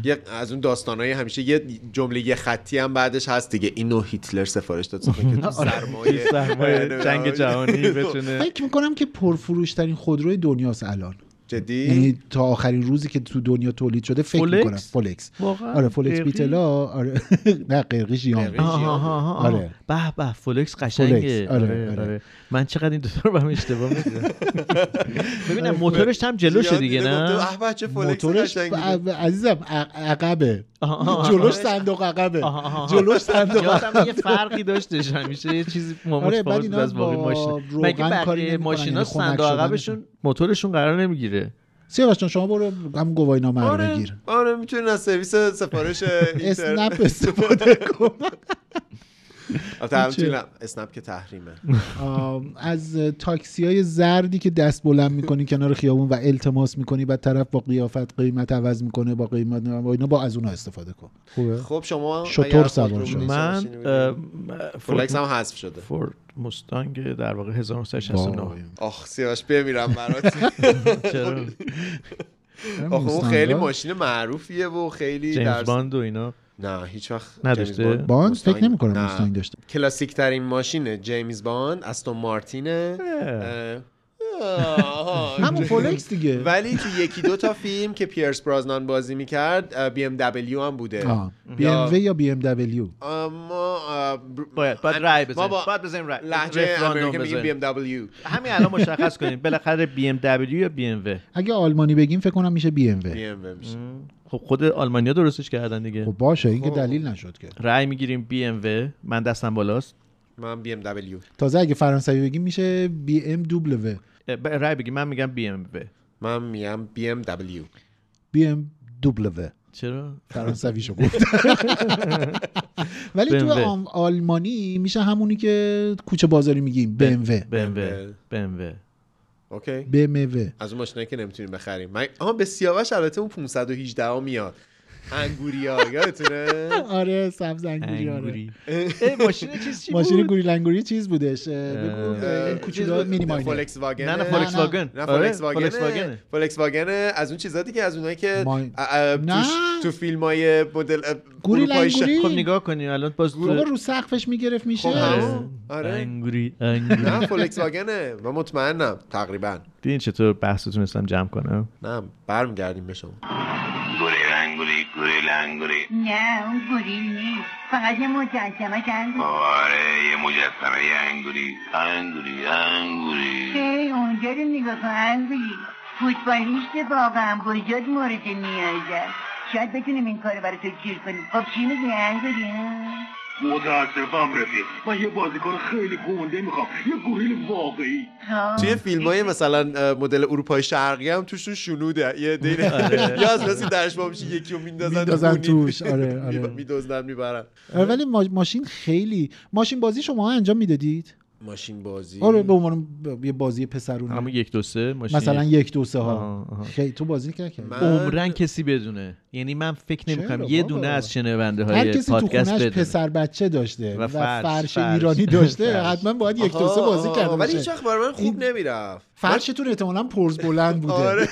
S1: یه از اون داستانای همیشه یه جمله یه خطی هم بعدش هست دیگه اینو هیتلر سفارش داد سخن که تو سرمایه
S2: سرمایه جنگ جهانی
S1: خب.
S2: بتونه
S3: فکر میکنم که پرفروشترین خودروی دنیاست الان
S1: جدی
S3: یعنی تا آخرین روزی که تو دنیا تولید شده فکر
S2: فولکس؟
S3: میکنم فولکس
S2: واقعا؟
S3: آره فولکس
S2: قرقی؟
S3: بیتلا آره نه قرقیش
S1: قرقیش.
S3: یام
S2: آها، آها، آها، آها.
S3: آره.
S2: به به فولکس قشنگه
S3: فولکس، آره،
S2: آره
S3: آره.
S2: آره من چقدر این دوتا رو به هم اشتباه میگم
S3: آره،
S2: ببینم موتورش هم جلوشه
S1: زیاد
S2: دیگه
S1: دیده
S2: نه
S1: گفته، اه بچه فلکس
S3: موتورش
S1: قشنگی بود.
S3: ع- عزیزم ع- عقبه
S2: آها، آها، آها.
S3: جلوش صندوق عقبه
S2: آها، آها، آها.
S3: جلوش صندوق
S2: یادم یه
S3: عقبه
S2: فرقی داشتش همیشه یه چیزی
S3: آره،
S2: ماموت
S3: بعد
S2: فاول بود
S3: اینا
S2: از باقی
S3: با
S2: ماشین
S3: روغن
S2: مگه
S3: کاری
S2: بقیه
S3: نمی‌کنن،
S2: ماشینا
S3: یعنی خنک
S2: صندوق
S3: شدنشون.
S2: عقبشون موتورشون قرار نمیگیره
S3: سیاوش جان شما برو هم گواهی نامه رو
S1: آره
S3: بگیر
S1: آره میتونین از سرویس سفارش اینتر
S3: اسنپ استفاده کن
S1: البته الان توی لم- اسنپ که تحریمه
S3: آم، از تاکسی های زردی که دست بلند میکنی کنار خیابون و التماس میکنی و طرف با قیافت قیمت عوض میکنه با قیمت با اینا با از اونها استفاده کن خوبه
S1: خب شما
S3: شطور
S1: اگر خودرو
S3: سوار
S1: بودی،
S3: شدی.
S1: چه
S2: من
S1: ماشینی
S2: اه،
S1: بودی؟
S2: م-
S1: فولکس هم حذف شده.
S2: فورد مستانگ در واقع 1969
S1: آخ سیاوش بمیرم برات
S2: چرا؟
S1: آخه اون خیلی
S2: مستانگا؟
S1: ماشین معروفیه و خیلی
S2: جیمز
S1: درس-
S2: باند و اینا
S1: نه هیچ وقت
S2: نداشته؟
S1: جیمز
S3: باند؟ فکر
S1: مستانگ-
S3: نمی‌کنم
S1: نه.
S3: مستانگ داشته.
S1: کلاسیک ترین ماشین جیمز باند استون مارتینه اه. آه.
S3: همون فولکس دیگه.
S1: ولی تو یکی دو تا فیلم که پیرس برازنان بازی میکرد بی ام دبلیو هم بوده
S3: بی ام یا بی ام دبلیو
S1: آه، ما آه، بر-
S2: باید باید رای بزنیم
S1: ما با
S2: باید بزنیم رای
S1: لحجه
S2: رفراندوم
S1: امریکا میگیم بی
S2: بزنیم.
S1: ام دبلیو
S2: همین الان مشخص کنیم بالاخره بی ام دبلیو یا بی ام و
S3: اگه آلمانی بگیم فکر کنم میشه بی ام و
S2: خب خود آلمانیا درستش کردن دیگه
S3: خب باشه این که دلیل نشد که
S2: رای میگیریم بی ام و من دستم بالاست
S1: من بی ام دبلیو
S3: تازه اگه فرانسوی بگیم میشه بی ام دبلیو
S2: اه، ب- رای بگی من میگم بی ام و
S1: من میگم بی ام دبلیو
S3: بی ام دبلیو
S2: چرا
S3: فرانسویشو گفت ولی تو
S2: BMW.
S3: آم- آلمانی میشه همونی که کوچه بازاری میگیم بی ام و
S2: بی ام و بی ام و
S1: اوکی
S3: بی ام و
S1: از اون ماشینایی که نمیتونیم بخریم من آها به سیاوش البته اون 518 ها میاد انگوریا یادتونه
S3: آره سبز انگوری آره
S2: انگوری اه، ماشین چیز چی
S3: ماشین
S2: بود
S3: گوری لنگوری چیز بودش اه، بگو اه، کوچولو مینی ماینر
S1: فولکس واگن
S2: نه نه فولکس
S3: نه.
S2: واگن
S1: نه
S2: آره،
S1: فولکس
S2: فولکس
S1: واگن
S2: واگنه.
S1: فولکس واگن از اون چیزاتی که از اونایی که
S3: ماین-
S1: ا- ا-
S3: نه.
S1: توش- تو فیلم های مدل ا-
S3: گوری
S1: اروپایی شه-
S3: لنگوری
S2: خب نگاه کنی الان باز تو-
S3: بابا رو سقفش میگرفت
S1: خب،
S3: میشه
S1: همون.
S2: آره.
S1: آره.
S2: انگوری انگوری
S1: نه فولکس واگنه من مطمئنم تقریبا
S2: دیدین چطور بحث رو تونستم جمع کنم
S1: نه برمیگردیم به شما
S11: گوریل انگوری گوریل انگوری
S6: نه اون گوریل نیست فقط یه مجسمه چند
S11: آره یه مجسمه یه انگوری انگوری انگوری
S6: ای اونجا رو نگاه کن انگوری فوتبالیست واقعا بزرگ مورد نیازه شاید بتونیم این کار رو برای تو گیر کنیم خب چی میگی انگوری ها؟
S11: متاسفم رفیق من یه بازیکن خیلی گنده میخوام یه گوریل واقعی
S6: خب.
S1: توی فیلم های مثلا اه، مدل اروپای شرقی هم توشون شنوده یه دین یا از راستی درش با میشه یکی رو میندازن
S3: آره. میندازن
S1: تو گونی.
S3: توش. آره، آره.
S1: می- میدزدن میبرن
S3: آره، ولی ما- ماشین خیلی ماشین بازی شما انجام میدادید
S1: ماشین بازی
S3: آره به عنوان ب- یه بازی پسرونه
S2: همون یک دو سه ماشین
S3: مثلا یک دو سه
S2: آها،
S3: ها
S2: آها.
S3: خیلی تو بازی نکردی
S1: من-
S2: عمرن کسی بدونه یعنی من فکر نمیکنم
S3: چرا
S2: یه
S3: بابا؟
S2: دونه از شنونده
S3: هر
S2: های
S3: کسی تو
S2: پادکست
S3: خونش
S2: بدونه
S3: پسر بچه داشته
S2: و
S3: و
S2: فرش،
S3: فرش,
S2: فرش.
S3: ایرانی داشته
S2: فرش.
S3: حتما باید یک دو سه
S1: آها،
S3: بازی
S1: آها،
S3: کرده
S1: ولی هیچ
S3: باشه
S1: وقت برای من خوب
S3: این-
S1: نمیرفت
S3: فرشتون احتمالا پرز بلند بوده
S1: آره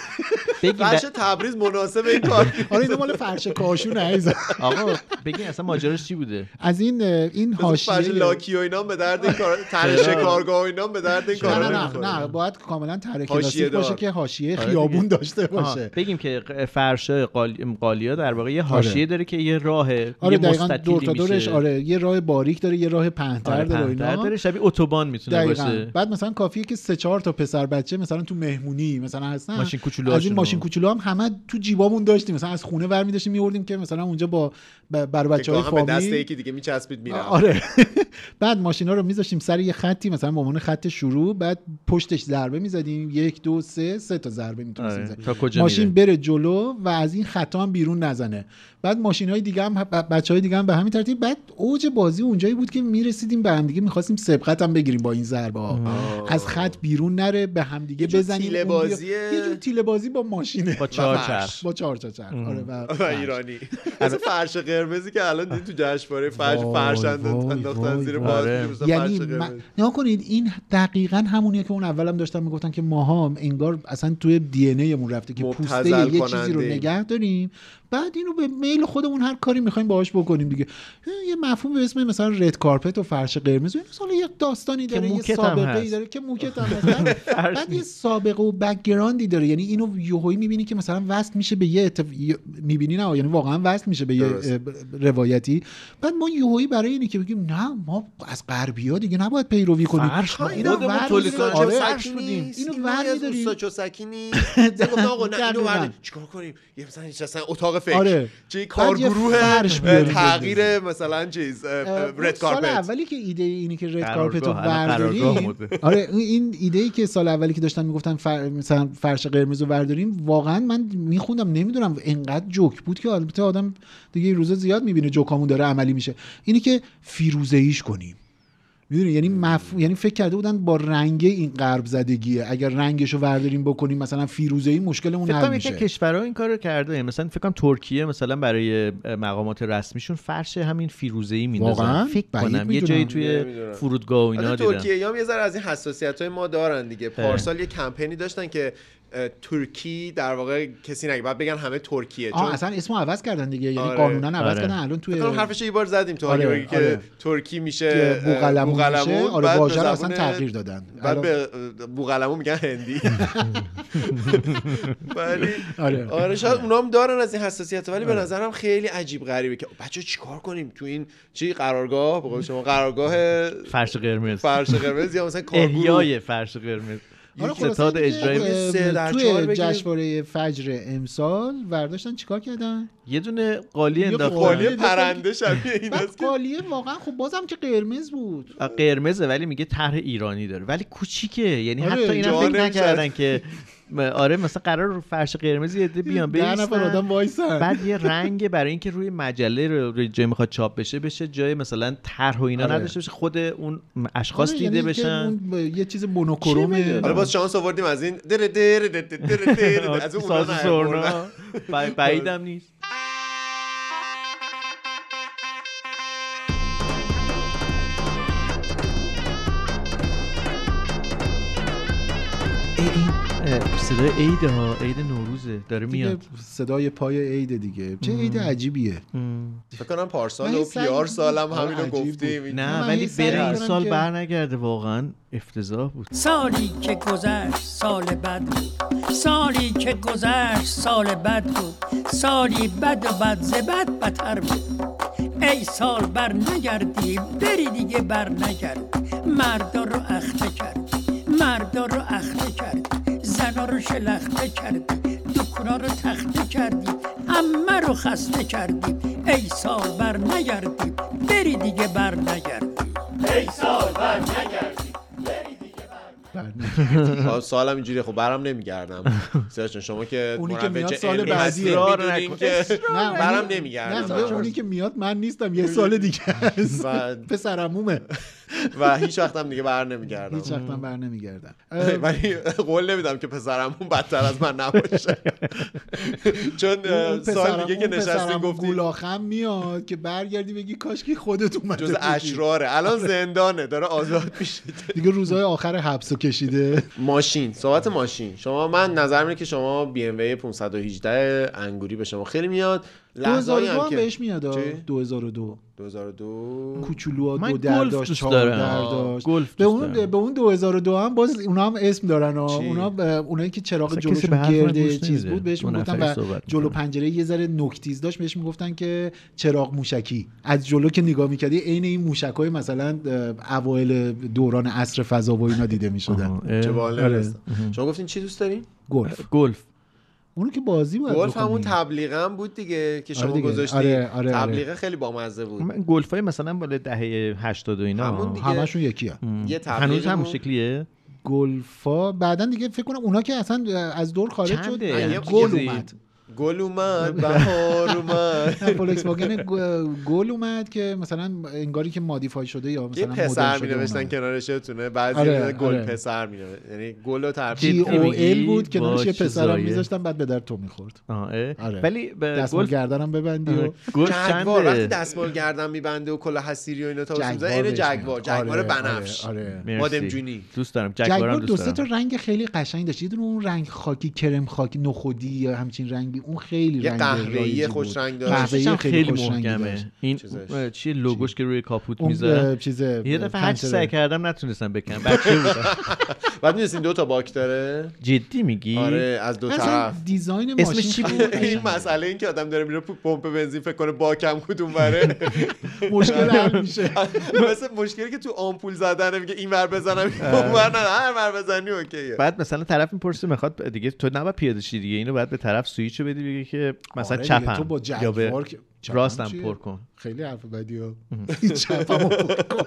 S2: بگی
S1: فرش
S2: ب-
S1: تبریز مناسب این کار
S3: آره اینا مال فرش کاشون عزیزم
S2: آقا بگی اصلا ماجراش چی بوده
S3: از این این
S1: فرش
S3: حاشیه
S1: لاکی و اینا هم به درد این کار ترش
S2: چرا؟
S1: کارگاه و اینا هم به درد این
S3: نه
S1: کار
S3: نه نه نه باید کاملا تره
S1: حاشیه
S3: کلاسیک
S1: دار.
S3: باشه که حاشیه
S2: آره
S3: خیابون
S2: دیگه.
S3: داشته
S2: آها،
S3: باشه
S2: بگیم که ق- فرش قال... قالیا در واقع یه حاشیه
S3: آره.
S2: داره که یه راه یه
S3: آره دقیقا
S2: مستطیلی
S3: دور تا دورش
S2: میشه.
S3: آره یه راه باریک داره یه راه پهنتر
S2: آره،
S3: داره و
S2: پهن
S3: اینا
S2: داره شبیه اتوبان میتونه
S3: دقیقا
S2: باشه
S3: بعد مثلا کافیه که سه چهار تا پسر بچه مثلا تو مهمونی مثلا هستن
S2: ماشین
S3: از
S2: کوچولوهاشونو.
S3: این ماشین کوچولو هم همه تو جیبامون داشتیم مثلا از خونه ور می‌داشتیم میوردیم که مثلا اونجا با ب- بر بچه های
S1: هم به دست
S3: فامیل
S1: یکی دیگه میچسبید میرفت
S3: آره بعد ماشینا رو میذاشتیم سر یه خطی مثلا به عنوان خط شروع بعد پشتش ضربه میزدیم یک دو سه سه تا ضربه میتونستیم
S2: آره، تا کجا
S3: ماشین
S2: میره؟
S3: بره جلو و از این خطا هم بیرون نزنه بعد ماشین های دیگه هم بچه های دیگه هم به همین ترتیب بعد اوج بازی اونجایی بود که میرسیدیم به همدیگه میخواستیم سبقت هم بگیریم با این ضربه ها از خط بیرون نره به همدیگه
S1: جور
S3: بزنیم
S1: تیله
S3: اون بیا-
S1: بازیه.
S3: یه جور تیله بازی با ماشینه
S2: با چهار چرخ
S3: با چهار تا چرخ آره و
S1: و ایرانی از فرش قرمزی که الان دیدی تو جشنواره فرش
S3: وای،
S1: فرش
S3: وای،
S1: انداختن
S3: وای،
S1: زیر
S3: وای.
S1: باز
S2: آره.
S1: می‌گفتن
S3: یعنی
S1: فرش
S3: من-
S1: قرمز
S3: نگاه کنید این دقیقا همونیه که اون اولم داشتن میگفتن که ماها هم انگار اصلا توی دی ان ایمون رفته که
S1: مبتذل
S3: پوسته یه
S1: کننده
S3: چیزی رو
S1: ایم.
S3: نگه داریم بعد اینو به میل خودمون هر کاری میخوایم باهاش بکنیم دیگه یه مفهوم به اسم مثلا رد کارپت و فرش قرمز و این مثلا یه داستانی داره یه
S2: موکت هم
S3: سابقه ای
S2: هست.
S3: داره که موکت هم هست بعد- بعد یه سابقه و بک‌گراندی داره یعنی اینو یوهویی میبینی که مثلا وصل میشه به یه اتف... میبینی نه یعنی واقعا وصل میشه به یه
S1: درست.
S3: اه، روایتی بعد ما یوهویی برای اینه که بگیم نه ما از غربی ها دیگه نباید پیروی کنیم
S2: فرش ما
S3: اینا
S2: خودمون
S3: ور
S2: تولید
S3: می‌داریم.
S2: کنیم.
S3: آره،
S2: فرش
S3: فرش
S1: بودیم.
S3: نیست. اینو
S1: ور
S3: ور
S1: از
S3: می‌داریم.
S1: اوستا چوسکی نیست. مثلا گفتم آقا نه اینو
S3: دقیقاً.
S1: ور چیکار کنیم یه مثلا هیچ اصلا اتاق فکر
S3: آره.
S1: چه یه
S3: باید یه
S1: کارگروه
S3: فرش بیاریم
S1: تغییر مثلا چیز
S3: اون
S1: رد
S3: سال
S1: کارپت
S3: اولی که ایده اینی که رد
S1: قرارگاه،
S3: کارپت رو
S1: الان قرارگاه
S3: برداریم
S1: مونده.
S3: آره این- این ایده ای که سال اولی که داشتن میگفتن فر... مثلا فرش قرمز رو برداریم واقعا من میخوندم نمیدونم انقدر جوک بود که البته آدم دیگه این روزا زیاد میبینه جوکامون داره عملی میشه اینی که فیروزه ایش کنیم میدونی یعنی مف... یعنی فکر کرده بودن با رنگ این غرب زدگیه اگر رنگش رو برداریم بکنیم مثلا فیروزه ای مشکلمون
S2: فکر
S3: حل
S2: کنم یکی
S3: میشه
S2: از کشورها این کارو کرده یعنی مثلا فکر کنم ترکیه مثلا برای مقامات رسمیشون فرش همین فیروزه‌ای میندازن
S1: واقعاً؟
S2: فکر
S1: بعید
S2: کنم یه جایی
S1: میدونم.
S2: توی
S1: نمیدونم.
S2: فرودگاه و اینا
S1: البته
S2: دیدم
S1: آره، ترکیه هم یه ذره از این حساسیت های ما دارن دیگه
S2: اه.
S1: پارسال یه کمپینی داشتن که اه، ترکی در واقع کسی نگه بعد بگن همه ترکیه
S3: آه اصلا اسمو عوض کردن دیگه یعنی
S1: آره.
S3: قانونا عوض
S1: آره.
S3: کردن الان توی
S1: فکر کنم حرفش یه بار زدیم تو
S3: آره،
S1: آره، که
S3: آره.
S1: ترکی میشه
S3: که بوقلمون
S1: اه،
S3: میشه.
S1: بوقلمون،
S3: آره،
S1: بعد به
S3: واژه رو
S1: زبون-
S3: اصلا تغییر دادن.
S1: بعد به اه، بوقلمون میگن هندی ولی
S3: آره.
S1: آره شاید اونا هم دارن از این حساسیت ولی به نظرم خیلی عجیب غریبه که بچه چیکار کنیم تو این چی قرارگاه به قول شما قرارگاه
S2: فرش قرمز
S1: فرش قرمز یا مثلا کارگروه.
S2: احیای فرش قرمز
S3: آره،
S2: یک
S3: خلاصه
S2: ستاد
S3: اینکه، خب-
S2: اجرایی
S3: اه،
S1: سه در چهار
S3: توی
S1: بگیریم.
S3: جشنواره فجر امسال ورداشتن چیکار کردن
S2: یه دونه قالی انداختن
S1: قالی پرنده شبیه این
S3: بعد قالیه واقعا خب بازم که قرمز بود
S2: آه، قرمزه ولی میگه طرح ایرانی داره ولی کوچیکه یعنی
S3: آره،
S2: حتی اینا
S3: جا
S2: فکر
S3: نمی‌شه.
S2: نکردن که م- آره مثلا قرار رو فرش قرمزی یه عده بیان
S3: ده
S2: بیان
S3: نفر آدم وایسن.
S2: بعد یه رنگ برای اینکه روی مجله رو روی جای میخواد چاپ بشه بشه جای مثلا طرح و اینا
S3: آره.
S2: نداشته بشه خود اون اشخاص
S3: آره،
S2: دیده
S3: یعنی که
S2: بشن
S3: اون ب- یه چیز
S1: حالا
S3: مونوکروم
S1: باز شانس آوردیم از این در در در در در از اون اونا
S2: ساز سرنا
S1: نیاوردن.
S2: آره، ب- بعیدم نیست ای این اه، صدای عیده ها عید نوروزه داره
S3: دیگه
S2: میاد
S3: صدای پای عید دیگه چه عید
S2: مم.
S1: یعنی
S3: عجیبیه
S1: فکر کنم پارسال
S3: من یه
S1: و
S3: سعی
S1: پیار سالم
S3: می‌کنم.
S1: همینو
S3: آره، عجیب
S1: گفتیم
S3: بود.
S2: نه
S3: من
S2: ولی
S3: یه سعی
S2: بره این
S3: می‌کنم
S2: سال
S3: که-
S2: بر نگرده واقعا افتضاح بود
S12: سالی که گذشت سال بد بود سالی که گذشت سال بد بود سالی بد و بد ز بد بتر بود ای سال بر نگردی بری دیگه بر نگرد مردا رو اخته کرد مردا رو اخته کرد زنا رو شلخته کردی دکونا رو تخته کردی امه رو خسته کردی ای سال بر نگردی بری دیگه بر نگردی ای سال بر نگردی
S3: بله.
S1: آه، سالم اینجوریه خب برم نمیگردم سیاوش جان، شما که
S3: اونی که
S1: مروج
S3: میاد سال
S1: علمی
S3: بعدیه.
S1: هستی،
S3: اصرار
S1: می‌دونین
S3: نکن.
S1: که
S3: نه،
S1: برم
S3: اونی-
S1: نمیگردم
S3: نه اونی که میاد من نیستم یه سال دیگه است
S1: و-
S3: پسرمومه
S1: و هیچ وقتم دیگه بر نمیگردم
S3: هیچ وقتم بر نمیگردم
S1: ولی قول نمیدم که پسرمون بدتر از من نباشه چون اه، سال دیگه که نشستیم گفت
S3: گولاخم میاد که برگردی بگی کاش که خودت اومده
S1: جز
S3: بودی.
S1: اشراره الان زندانه داره آزاد میشه
S3: دیگه روزهای آخر حبسو کشیده
S1: ماشین صحبت ماشین شما من نظر میده که شما بی ام 518 انگوری به شما خیلی میاد لحظه
S3: 2002
S1: هم
S3: هم
S1: که
S3: بهش میاد آه.
S1: چی؟
S3: 2002
S1: 2002
S3: کوچولو
S1: من
S3: دو در
S1: گلف
S3: داشت
S1: دوست
S3: چهار
S1: دارم.
S3: در
S1: آه،
S3: داشت
S1: گلف
S3: به
S1: دوست
S3: اون
S1: دارم.
S3: به اون 2002 هم باز اونا هم اسم دارن آه.
S1: چی؟
S3: اونا ب- اونایی که چراغ
S2: اصلا کسی به
S3: جلوشون
S2: حرف من
S3: گرده
S2: گوش
S3: چیز
S2: نمیده.
S3: بود بهش
S2: دو
S3: میگفتن
S2: نفری
S3: و
S2: صحبت
S3: جلو پنجره یه ذره نکتیز داشت بهش میگفتن که چراغ موشکی از جلو که نگاه میکردی عین این موشکای مثلا اه، اوایل دوران عصر فضا و اینا دیده میشدن
S1: چه باحال
S2: آره.
S1: نمی‌رسیدم. شما گفتین چی دوست دارین
S3: گلف
S2: گلف
S3: اونو که بازی بود
S1: گلف همون تبلیغ هم بود دیگه که شما
S2: آره دیگه.
S1: گذاشتی
S2: آره، آره، آره.
S1: تبلیغ خیلی بامزه بود
S2: من گلف های مثلا بالا دهه 80 و اینا
S1: همون دیگه. همشون
S3: یکی
S1: یه تبلیغ
S2: هنوز هم
S1: بود.
S2: شکلیه
S3: گلفا بعدا دیگه فکر کنم اونا که اصلا از دور خارج شد
S2: چنده؟ یه
S3: گل
S2: چیزی؟
S3: اومد
S1: گل اومد بهار اومد
S3: نه، خب، فولکس واگن گ- گل اومد که مثلا انگاری که مادیفای شده یا
S1: یه
S3: مثلا
S1: پسر
S3: مدل
S1: می
S3: شده
S1: نوشتن
S3: اومده.
S1: کنارش یادتونه بعضی
S3: آره،
S1: آره، گل
S3: آره.
S1: پسر می نوشتن یعنی گل رو
S3: جی
S1: ترجیح
S3: او ال بود
S2: با
S3: کنارش یه پسرم
S2: چیزایه.
S3: میذاشتن بعد به در تو میخورد
S2: آه، اه.
S3: آره.
S2: ولی به
S3: دستمال
S2: گلف-
S3: گردنم ببندی و
S2: آره. گلف
S1: جگوار وقتی
S2: چنده؟
S1: دستمال گردن میبنده و کلا حسیری و اینا تا
S3: جگوار
S1: واسه این
S3: بهش
S1: جگوار
S3: میاد.
S1: جگوار
S3: آره،
S1: بنفش
S3: آره،
S2: مرسی.
S1: مادم جونی
S2: دوست دارم
S3: جگوار
S2: جگوارم
S3: دو
S2: دوست
S3: سه تا
S2: دارم
S3: رنگ خیلی قشنگ داشت یه دونه اون رنگ خاکی کرم خاکی نخودی یا همچین رنگی اون خیلی
S1: یه
S3: رنگ
S1: قهوه‌ای
S3: رایجی
S1: خوش
S3: بود.
S1: رنگ داشت.
S3: قهوه‌ای
S2: هم
S3: خیلی
S2: خیلی
S3: خوش رنگی داشت.
S2: محکمه این اه، چیه لوگوش که روی کاپوت
S3: اون،
S2: میذاره
S3: اه، چیزه،
S2: یه دفعه هر چی
S3: پنجره.
S2: سعی کردم نتونستم بکنم بچه بودم
S3: آره.
S1: بعد میدونستین دو تا باک داره
S2: جدی میگی
S1: آره از دو
S3: اصلا
S1: طرف
S3: دیزاین
S2: اسمش ماشین چی خیلی بود؟ قشنگه.
S1: این مسئله این که آدم داره میره پو- پمپ بنزین فکر کنه باکم کدوم بره
S3: مشکل حل میشه
S1: مثل مشکلی که تو آمپول زدن میگه این ور بزنم اون ور نه هر ور بزنی اوکیه
S2: بعد مثلا طرف میپرسه میخواد دیگه تو نباید پیاده شی دیگه اینو باید به طرف سویچ رو بدی بگی که مثلا
S3: آره دیگه،
S2: چپم
S3: تو با
S2: یا به
S3: جدوار که- چپم
S2: راستم
S3: چیه؟
S2: پر کن
S3: خیلی حرف بدی ها
S2: ام.
S3: چپم پر کن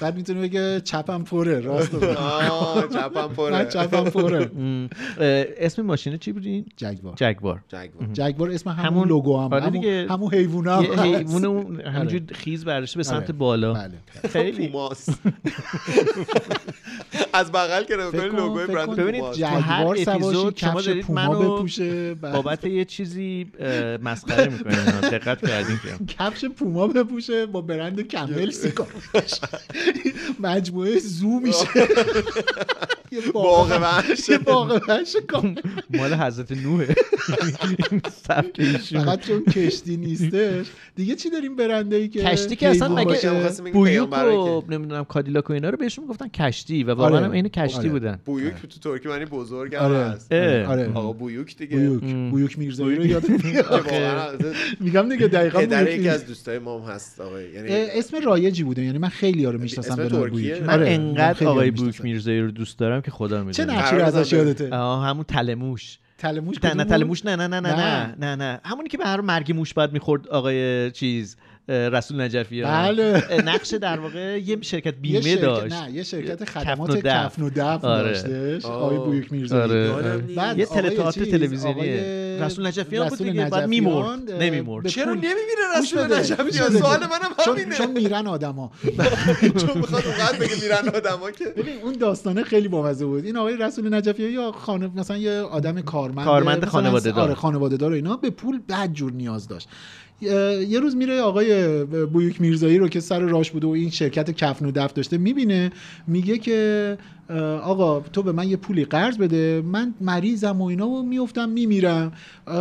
S3: بعد میتونی بگه چپم پره راست رو بگو.
S1: آه، چپم پره.
S3: من چپم پره
S2: ام. اه، اسم ماشینه چی بودین
S3: جگوار
S2: جگوار ام.
S3: جگوار اسم همون,
S2: همون-
S3: لوگو هم
S2: آره
S3: همون,
S2: دیگه.
S3: همون حیوونه هم
S2: یه حیوان اون همینجور خیز برداشته به
S3: آره.
S2: سمت بالا
S3: بله.
S2: خیلی
S1: پوماست از بغل که نگاه کنی
S3: فکر کن-
S1: لوگوی
S3: فکر
S1: برند
S3: کن
S2: ببینید
S1: پوماست.
S2: تو هر
S3: جگوار سواشی
S2: اپیزود شما
S3: کفش
S2: دارید
S3: پوما
S2: منو
S3: بپوشه، بعد-
S2: بابت یه چیزی اه، مسخره میکنید دقت کردین که
S3: کفش پوما بپوشه با برند کمل سیگار بکشه. مجموعه زو میشه یه
S1: باغ
S3: باغ-
S1: وحش.
S3: یه باغ وحش کامل
S2: مال حضرت نوحه یعنی این سبک ایشون.
S3: فقط چون کشتی نیستش دیگه چی داریم برندایی که
S2: کشتی که اصلا
S3: حیوان
S2: مگه
S3: باشه؟
S1: می‌خواستیم بگیم
S2: بویوک
S1: پیامبرایی
S2: و
S1: که-
S2: نمیدونم کادیلاک و اینا رو بهشون میگفتن کشتی و واقعا
S3: آره.
S2: هم عین کشتی
S3: آره.
S2: بودن
S1: بویوک تو ترکی معنی بزرگ هم
S3: آره.
S1: هست
S2: اه.
S3: آره
S1: آقا بویوک دیگه
S3: بویوک بویوک میرزایی رو یاد
S1: که واقعا
S3: میگم دیگه دقیقا
S1: پدر
S3: بویوک
S1: یکی از
S3: میرزایی.
S1: دوستای مام هست آقای
S3: اه،
S1: یعنی
S3: اسم رایجی بوده یعنی من خیلی ها رو میشناسم
S1: اسم
S3: به نام
S1: ترکیه.
S3: بویوک
S1: من
S2: من
S3: آره،
S2: انقدر
S3: خیلی ها رو
S2: آقای
S3: می‌شناسم.
S2: بویوک میرزایی رو دوست دارم که خدا
S3: چه
S2: میدونه
S3: نقشی رو
S1: قرار
S3: ازش
S1: بزن به-
S3: یادته
S2: آه همون تلموش
S3: تلموش
S2: نه
S3: کدوم
S2: نه
S3: بود؟
S2: تلموش نه نه نه نه
S3: نه.
S2: نه نه نه همونی که به هر مرگ موش بعد میخورد آقای چیز اه، رسول نجفی ها.
S3: بله.
S2: اه، نقش در واقع یه شرکت
S3: یه
S2: بیمه
S3: شرکت
S2: داشت
S3: نه یه
S2: کفن
S3: شرکت
S2: و
S3: خدمات
S2: دفع.
S3: کفن و دفن
S2: آره.
S3: داشتش
S1: آه.
S3: آقای بویوک
S2: آره،
S3: میرزایی
S1: یادم نیست.
S3: بعد
S2: یه
S3: آقای
S2: تلتئاتر
S3: چیز،
S2: تلویزیونیه
S3: آقای
S2: رسول نجفیان بود
S3: رسول
S2: دیگه بعد
S3: نجفیان،
S2: میمرد
S3: اه،
S2: نمیمرد
S3: به
S1: چرا
S3: پول-
S1: نمیبینه
S3: گوش
S1: رسول
S3: بده. گوش
S1: نجفی
S3: بده.
S1: سوال منم
S3: چون چون
S1: همینه
S3: میرن آدما
S1: چون میخواد اونقدر بگه میرن آدما که
S3: ببین اون داستانه خیلی بامزه بود این آقای رسول نجفی یا خانم مثلا یه آدم کارمند
S2: کارمند
S3: مثلا
S2: خانواده‌دار.
S3: آره خانواده دار اینا به پول بد جور نیاز داشت یه یه روز میره آقای بویوک میرزایی رو که سر راش بوده و این شرکت کفن و دف داشته میبینه میگه که اه، آقا تو به من یه پولی قرض بده من مریضم و اینا و میفتم میمیرم اه،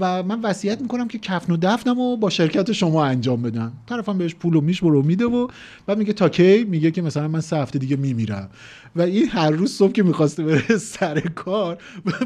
S3: و من وصیت میکنم که کفن و دفنم و با شرکت شما انجام بدم طرفم بهش پول و میشمره و میده و بعد میگه تا کی میگه که مثلا من سه هفته دیگه میمیرم و این هر روز صبح که میخواسته بره سر کار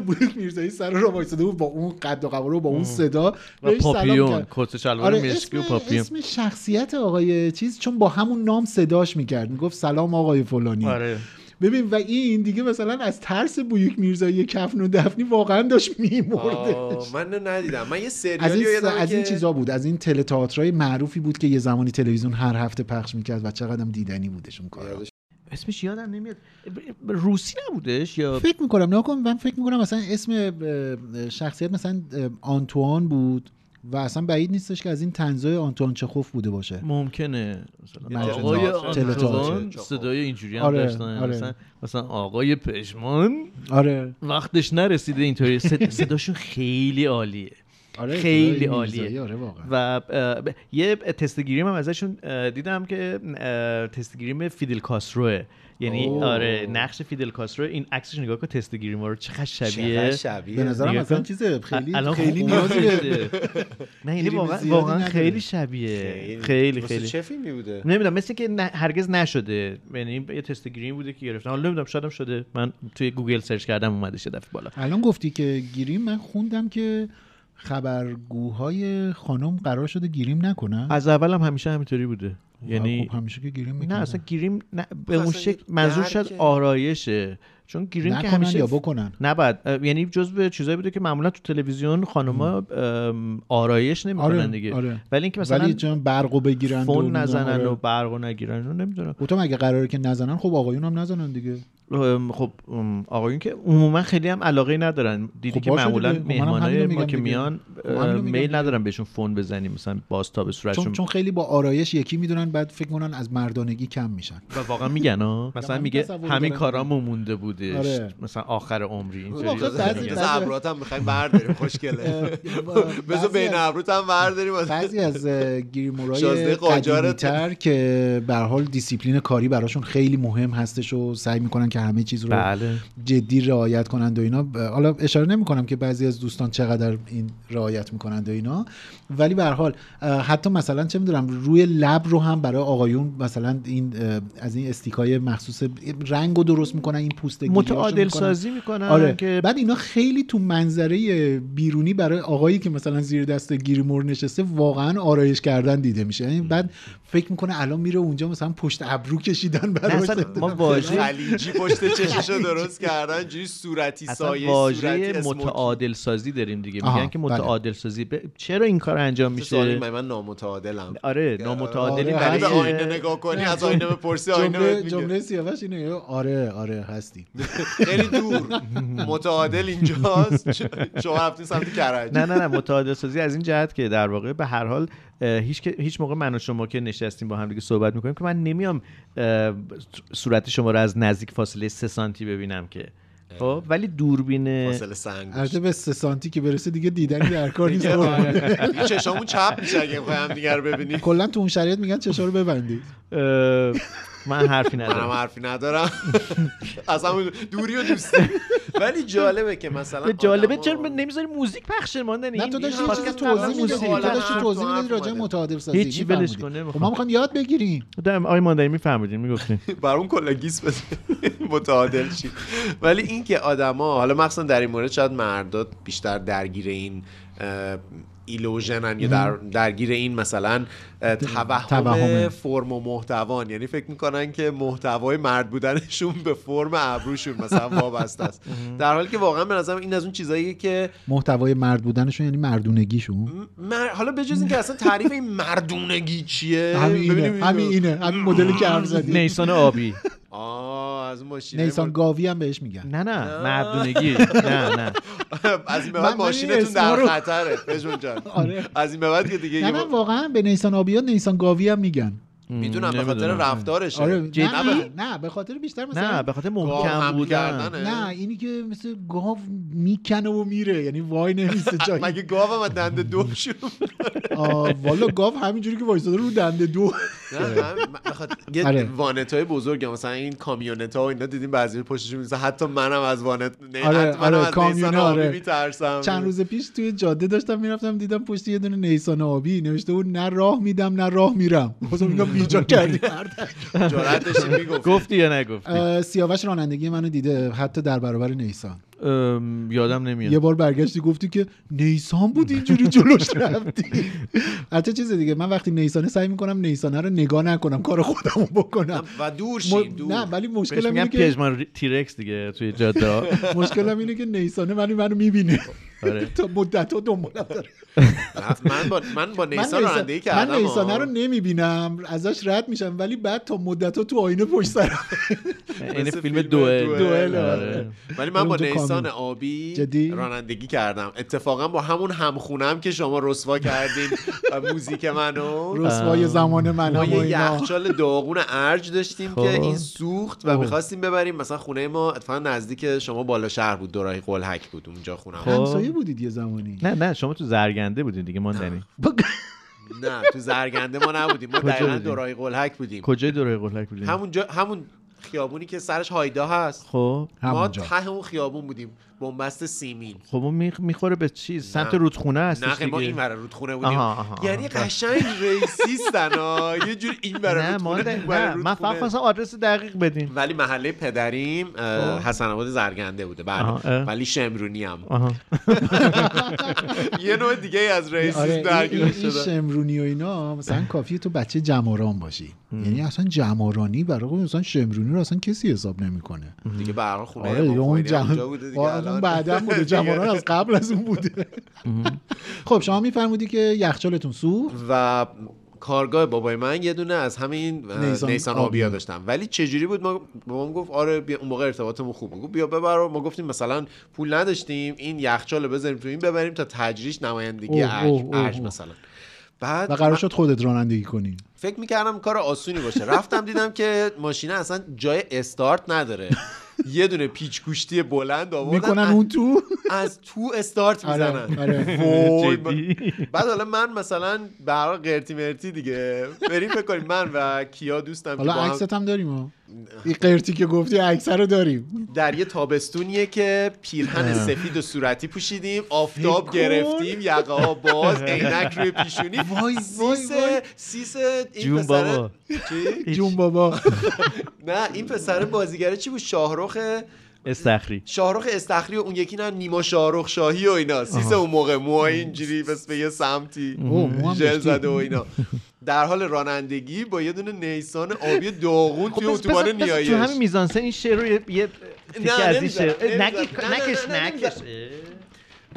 S3: بویوک میرزایی سر رو وایساده بود با اون قد و قواره و با اون صدا
S2: و
S3: بهش سلام
S2: پاپیون
S3: کرد.
S2: کت و شلوار
S3: آره
S2: مشکی
S3: اسم,
S2: و پاپیون
S3: اسم شخصیت آقای چیز چون با همون نام صداش میکرد میگفت سلام آقای فلانی
S2: آره
S3: ببین و این دیگه مثلا از ترس بویوک میرزایی کفن و دفنی واقعا داشت میمرده
S1: آه، من رو ندیدم من یه
S3: از
S1: سریالی
S3: این,
S1: رو یادمه
S3: از این
S1: که-
S3: چیزا بود از این تئاترای معروفی بود که یه زمانی تلویزیون هر هفته پخش میکرد و چقدرم دیدنی بودش اون کارا
S2: اسمش یادم نمیاد ب- ب- روسی نبودش یا
S3: فکر میکنم نه کن من فکر میکنم مثلا اسم اه، شخصیت مثلا اه، آنتوان بود و اصلا بعید نیستش که از این تنزای آنتوان چخوف بوده باشه
S2: ممکنه مثلا
S3: مجله
S2: آقای
S3: تئاتر.
S2: آنتوان
S1: تئاتر.
S2: صدای اینجوری هم
S3: آره،
S2: داشتن
S3: آره.
S2: مثلا مثلا آقای پشمان
S3: آره
S2: وقتش نرسیده اینطوری صد- صداشون خیلی عالیه
S3: آره
S2: خیلی
S3: صدای میرزایی،
S2: عالیه.
S3: آره واقعا
S2: و اه، ب- یه تست گیریم هم ازشون اه، دیدم که اه، تست گیریم فیدل کاستروه یعنی
S1: اوه.
S2: آره نقش فیدل کاسترو این عکسش نگاه کن تست گیریم ها رو چقدر
S1: چقدر
S2: شبیه
S3: به
S1: شبیه
S3: نظرم
S2: نگاه
S3: اصلا
S2: کن.
S3: چیز خیلی
S2: الان
S3: خیلی
S2: خوب
S3: نیازی به
S2: شده. نه یعنی
S3: گیریم
S2: واقعا
S3: زیادی
S2: واقعا
S3: نداره.
S2: خیلی شبیه خیلی
S1: واسه
S2: خیلی
S1: چه فیلمی بوده
S2: نمیدونم مثل که نه- هرگز نشده یعنی یه تست گیریم بوده که گرفتن حالا نمیدونم شادم شده من توی گوگل سرچ کردم اومدش یه دفعه بالا
S3: الان گفتی که گیریم من خوندم که خبرگوهای خانم قرار شده گیریم نکنن
S2: از اول هم همیشه همینطوری بوده یعنی
S3: خب همیشه که گیریم
S2: نه
S3: میکنن
S2: اصلا گیریم نه به اون
S1: اصلا یه
S2: شکل منظور
S1: درک-
S2: شد آرایشه چون گیریم که
S3: نکنن
S2: همیشه
S3: یا بکنن
S2: نباید اه، یعنی جزو چیزایی بوده که معمولا تو تلویزیون خانوما ام، آرایش نمیکنن
S3: آره،
S2: دیگه
S3: آره.
S2: ولی اینکه مثلا
S3: ولی چون برقو بگیرن و
S2: فون
S3: نمی‌دونم
S2: نزنن
S3: آره.
S2: و برق و نگیرن و نمیدونم
S3: گفتم اگه قراره که نزنن خب آقایون هم نزنن دیگه
S2: ام، خب ام، آقایون که عموما خیلی هم علاقه ندارن دیدی
S3: خب
S2: که
S3: باشه
S2: معمولا
S3: دیگه. خب منم همینو
S2: مهمانای
S3: میگم
S2: ما که
S3: دیگه.
S2: میان
S3: خب همینو
S2: اه،
S3: میگم
S2: میل
S3: دیگه.
S2: ندارن بهشون فون بزنیم مثلا باز تا به
S3: چون
S2: صورتشون
S3: چون خیلی با آرایش یکی میدونن بعد فکر کنن از مردانگی کم میشن
S2: و واقعا میگن ها مثلا
S3: من
S2: میگه
S3: تصور
S2: همین
S3: دارم.
S2: کارامو مونده بودش
S3: آره.
S2: مثلا آخر عمری آره. اینجوری
S3: واقعا
S2: مثلا
S3: بعضی-
S2: میگن.
S1: مثل ابرات هم میخوایم برداریم خوشگله
S3: بعضی
S1: بذار بین
S3: از-
S1: ابروت هم برداریم
S3: بعضی از اه، گیریمورای
S1: شازده قاجارت.
S3: قدیمی‌تر که به هر حال دیسیپلین کاری براشون خیلی مهم هستش و سعی میکنن که همه چیز رو
S2: بله
S3: جدی رعایت کنند و اینا ب- حالا اشاره نمیکنم که بعضی از دوستان چقدر این رعایت میکنند و اینا ولی به هر حال اه، حتی مثلا چه میدونم روی لب رو هم برای آقایون مثلا این اه، از این استیکای مخصوص رنگ رو درست میکنن این پوست زندگیشون
S2: متعادل سازی میکنن
S3: آره.
S2: که-
S3: بعد اینا خیلی تو منظره بیرونی برای آقایی که مثلا زیر دست گیریمور نشسته واقعا آرایش کردن دیده میشه یعنی بعد فکر میکنه الان میره اونجا مثلا پشت ابرو کشیدن برای
S2: بله، اصلا ما واژه-
S1: خلیجی پشت چششو درست کردن جوری صورتی
S2: اصلا
S1: سایه صورتی
S2: واژه
S1: اسموکی.
S2: متعادل سازی داریم دیگه
S1: آها،
S2: میگن که
S1: بله.
S2: متعادل سازی ب- چرا این کار انجام
S1: چه سوالی
S2: میشه
S1: من من نامتعادلم
S2: آره نامتعادلی
S1: آره،
S2: برای
S1: به آینه نگاه کنی از آینه بپرسی آینه بهت
S3: جمله
S1: میگه.
S3: جمله سیاوش اینه آره آره هستی
S1: خیلی دور متعادل اینجاست چ- شما رفتین سمت کرج
S2: نه نه نه متعادل سازی از این جهت که در واقع به هر حال اه، هیچ که- هیچ موقع من و شما که نشستیم با هم دیگه صحبت میکنیم که من نمیام اه، صورت شما رو از نزدیک فاصله 3 سانتی ببینم که خب ولی دوربین
S1: فاصله سنگ
S3: البته به سه سانتی که برسه دیگه دیدنی در کار نیست
S1: دیگه چشامون چپ میشه اگه بخوای هم دیگه رو ببینی
S2: خب.
S3: کلا تو اون شرایط میگن چشا رو ببندید
S2: من حرفی ندارم.
S1: منم حرفی ندارم از همون دوری و دوستی ولی جالبه که مثلا
S2: جالبه چرا نمیذاری موزیک پخش شه ماندنی
S3: نه
S2: این-
S3: تو داشتی
S2: این
S3: یه
S2: پادکست کلا
S3: چیزی توضیح میدادی
S2: موسیقی.
S3: تو داشتی
S2: حرف
S3: توضیح
S2: تو
S3: میدادی
S2: حرف
S3: راجع به متعادل سازی
S2: هیچی ولش
S3: می‌فهمیدی.
S2: کن
S3: خب ما میخوایم یاد بگیریم
S2: دم آی ماندنی میفهمیدیم میگفتیم
S1: بر اون کلا گیس بده متعادل شی ولی این که آدما حالا مخصوصا در این مورد شاید مردا بیشتر درگیر این اه، ایلوژنن یا در درگیر این مثلا اه، توهم
S3: توهمه.
S1: فرم و محتوان یعنی فکر میکنن که محتوای مرد بودنشون به فرم ابروشون مثلا وابسته است در حالی که واقعا به نظرم این از اون چیزاییه که
S3: محتوای مرد بودنشون یعنی مردونگیشون
S1: مر- حالا بجز اینکه اصلا تعریف این مردونگی چیه
S3: همین
S1: ببینیم
S3: اینه همین اینه همین مدلی که حرف زدی
S2: نیسان آبی
S1: آه از اون ماشین
S3: نیسان گاوی هم بهش میگن
S2: نه نه مردونگی نه نه
S1: از این به
S3: من-
S1: بعد
S3: من
S1: ماشینتون
S3: این
S1: در
S3: اسما رو-
S1: خطره بجون جان
S3: آره.
S1: از این به بعد که دیگه
S3: نه نه واقعا به نیسان آبیا نیسان گاوی هم میگن
S1: میدونم به خاطر
S2: نمی‌دونم.
S1: رفتارشه
S3: آره
S1: نه،
S3: نه
S1: به-
S3: نه، نه به خاطر بیشتر مثلا
S2: نه به خاطر
S1: گاه
S2: محکم
S1: حمل
S2: خب، بودن
S1: کردنه.
S3: نه اینی که مثل گاو میکنه و میره یعنی وای نمیسته جایی
S1: مگه گاوم از دنده دو شروع
S3: آه، والا گاو همینجوری که وایساده رو دنده دو
S1: نه، نه، من- بخاطر- یه
S3: آره.
S1: وانت های بزرگ مثلا این کامیونت ها و اینا دیدیم بعضی پشتشون میزه حتی منم از وانت نه
S3: آره،
S1: حتی منم
S3: آره،
S1: از نیسان
S3: کامیونه،
S1: آبی
S3: آره.
S1: میترسم
S3: چند روز پیش توی جاده داشتم میرفتم دیدم پشت یه دونه نیسان آبی نوشته بود نه راه میدم نه راه میرم بازم میگم بیجا کردی
S1: جرأت داشتی میگفت
S2: گفتی یا نگفتی
S3: اه، سیاوش رانندگی منو دیده حتی در برابر نیسان
S2: ام، یادم نمیاد
S3: یه بار برگشتی گفتی که نیسان بود اینجوری جلوش رفتی حتی چیز دیگه من وقتی نیسانه سعی میکنم نیسانه رو نگاه نکنم کار خودمو بکنم
S1: و دور
S3: م-
S1: شین دور
S3: نه ولی
S2: بهش
S3: مشکلم
S2: میگن
S3: اینه که
S2: پژمان ری- تیرکس دیگه توی جاده یعنی ها.
S3: مشکلم اینه که نیسانه منو منو میبینه
S2: آره.
S3: تا مدت ها دنبالم داره
S1: نه، من با من با
S3: من
S1: نیسان
S3: نیسان-
S1: رانندگی کردم
S3: من نیسانه
S1: آه.
S3: رو نمیبینم ازش رد میشم ولی بعد تا مدت ها تو آینه پشت سرم
S2: این
S1: مثل
S2: یعنی فیلم دوئل
S3: دوئل،
S2: آره.
S1: ولی من با
S3: اونجا
S1: نیسان
S3: کامیون.
S1: آبی
S3: جدی؟
S1: رانندگی کردم اتفاقا با همون همخونم که شما رسوا کردین و موزیک منو
S3: رسوای زمان من
S1: ما
S3: هم
S1: یه
S3: اینا خب.
S1: یخچال داغون ارج داشتیم
S2: خب.
S1: که این سوخت و
S2: اوه.
S1: میخواستیم ببریم مثلا خونه ما اتفاقا نزدیک شما بالا شهر بود دورای قلحک بود اونجا خونم
S2: خب.
S3: همسایه بودید یه زمانی
S2: نه نه شما تو زرگنده بودین دیگه ماندنی
S1: نه تو زرگنده ما نبودیم ما
S2: کجا
S1: دقیقا
S2: بودیم؟
S1: دورای قلحک بودیم
S2: کجای دوره قلک بودین
S1: همونجا همون خیابونی که سرش هایدا هست
S2: خب
S1: ما
S3: همونجا
S1: ته اون خیابون بودیم بنبست سیمین
S2: خب اون میخ- میخوره به چیز سمت
S1: نه.
S2: رودخونه
S1: نه
S2: هستش
S1: خیلی، ما این
S2: دیگه
S1: ور رودخونه بودیم
S2: آها، آها، آها.
S1: یعنی قشنگ ریسیستن ها یه جور این ور
S2: نه ما
S1: رودخونه
S2: نه
S1: اون ور
S2: من فقط
S1: رودخونه.
S2: خواستم آدرس دقیق بدین
S1: ولی محله پدریم اه، حسن آباد زرگنده بوده
S2: خب. آها،
S1: بله
S2: اه.
S1: ولی شمرونی هم
S2: آها
S1: یه نوع دیگه از
S3: آره
S1: ریسیست
S3: این-
S1: درگیر
S3: این, این
S1: شده
S3: شمرونی و اینا مثلا کافیه تو بچه جماران باشی یعنی اصلا جمارانی برای خود مثلا شمرونی رو اصلا کسی حساب نمیکنه
S1: دیگه به هر حال خونه
S3: آره
S1: امام
S3: دیگه اون
S1: خمینی هم
S3: جم...
S1: اونجا بوده دیگه
S3: آه، اون
S1: الان.
S3: بعدا بوده
S1: دیگه.
S3: جماران از قبل از اون بوده خب شما میفرمودی که یخچالتون سوخت
S1: و کارگاه بابای من یه دونه از همین اه،
S3: نیسان
S1: نیسان آبیا
S3: آبیا.
S1: داشتم ولی چجوری بود ما بابام گفت آره بیا اون موقع ارتباطمون خوب بود گفت بیا ببر ما گفتیم مثلا پول نداشتیم این یخچال رو بذاریم تو این ببریم تا تجریش نمایندگی
S3: اوه،
S1: ارج
S3: اوه، اوه،
S1: ارج
S3: اوه.
S1: مثلا بعد
S3: و قرار
S1: من
S3: شد خودت رانندگی کنی
S1: فکر میکردم کار آسونی باشه رفتم دیدم که ماشینه اصلا جای استارت نداره یه دونه پیچ گوشتی بلند آوردن
S3: میکنن اون تو
S1: از تو استارت
S3: آره،
S1: میزنن
S3: آره.
S1: وای
S2: جدی؟
S1: من- بعد حالا من مثلا برای قرتی مرتی دیگه بریم فکر من و کیا دوستم که
S3: حالا
S1: با هم
S3: عکست هم داریم ها. این قرتی که گفتی عکس رو داریم
S1: در یه تابستونیه که پیرهن سفید و صورتی پوشیدیم آفتاب گرفتیم یقه ها باز عینک روی پیشونی وای سیس سیس این
S2: جون
S1: پسره-
S2: بابا.
S1: چی؟
S3: جون بابا
S1: نه این پسر بازیگره چی بود شاهرخ
S2: استخری
S1: شاهرخ استخری و اون یکی نه نیما شاهرخ شاهی و اینا سیس اون موقع موهای اینجوری بس به یه سمتی
S3: اوه، مو هم
S1: ژل
S3: داشتی.
S1: زده و اینا در حال رانندگی با یه دونه نیسان آبی
S3: خب
S1: داغون توی
S2: بس-
S1: اتوبان
S2: بس- بس
S1: نیایش
S2: تو همین میزانسن این شعر رو یه- یه تکه از این
S1: نمی‌ذارم،
S2: شعر اه،
S1: نمی‌ذارم.
S2: نکش
S1: نه، نه،
S2: نکش
S1: نه، نه،
S2: نکش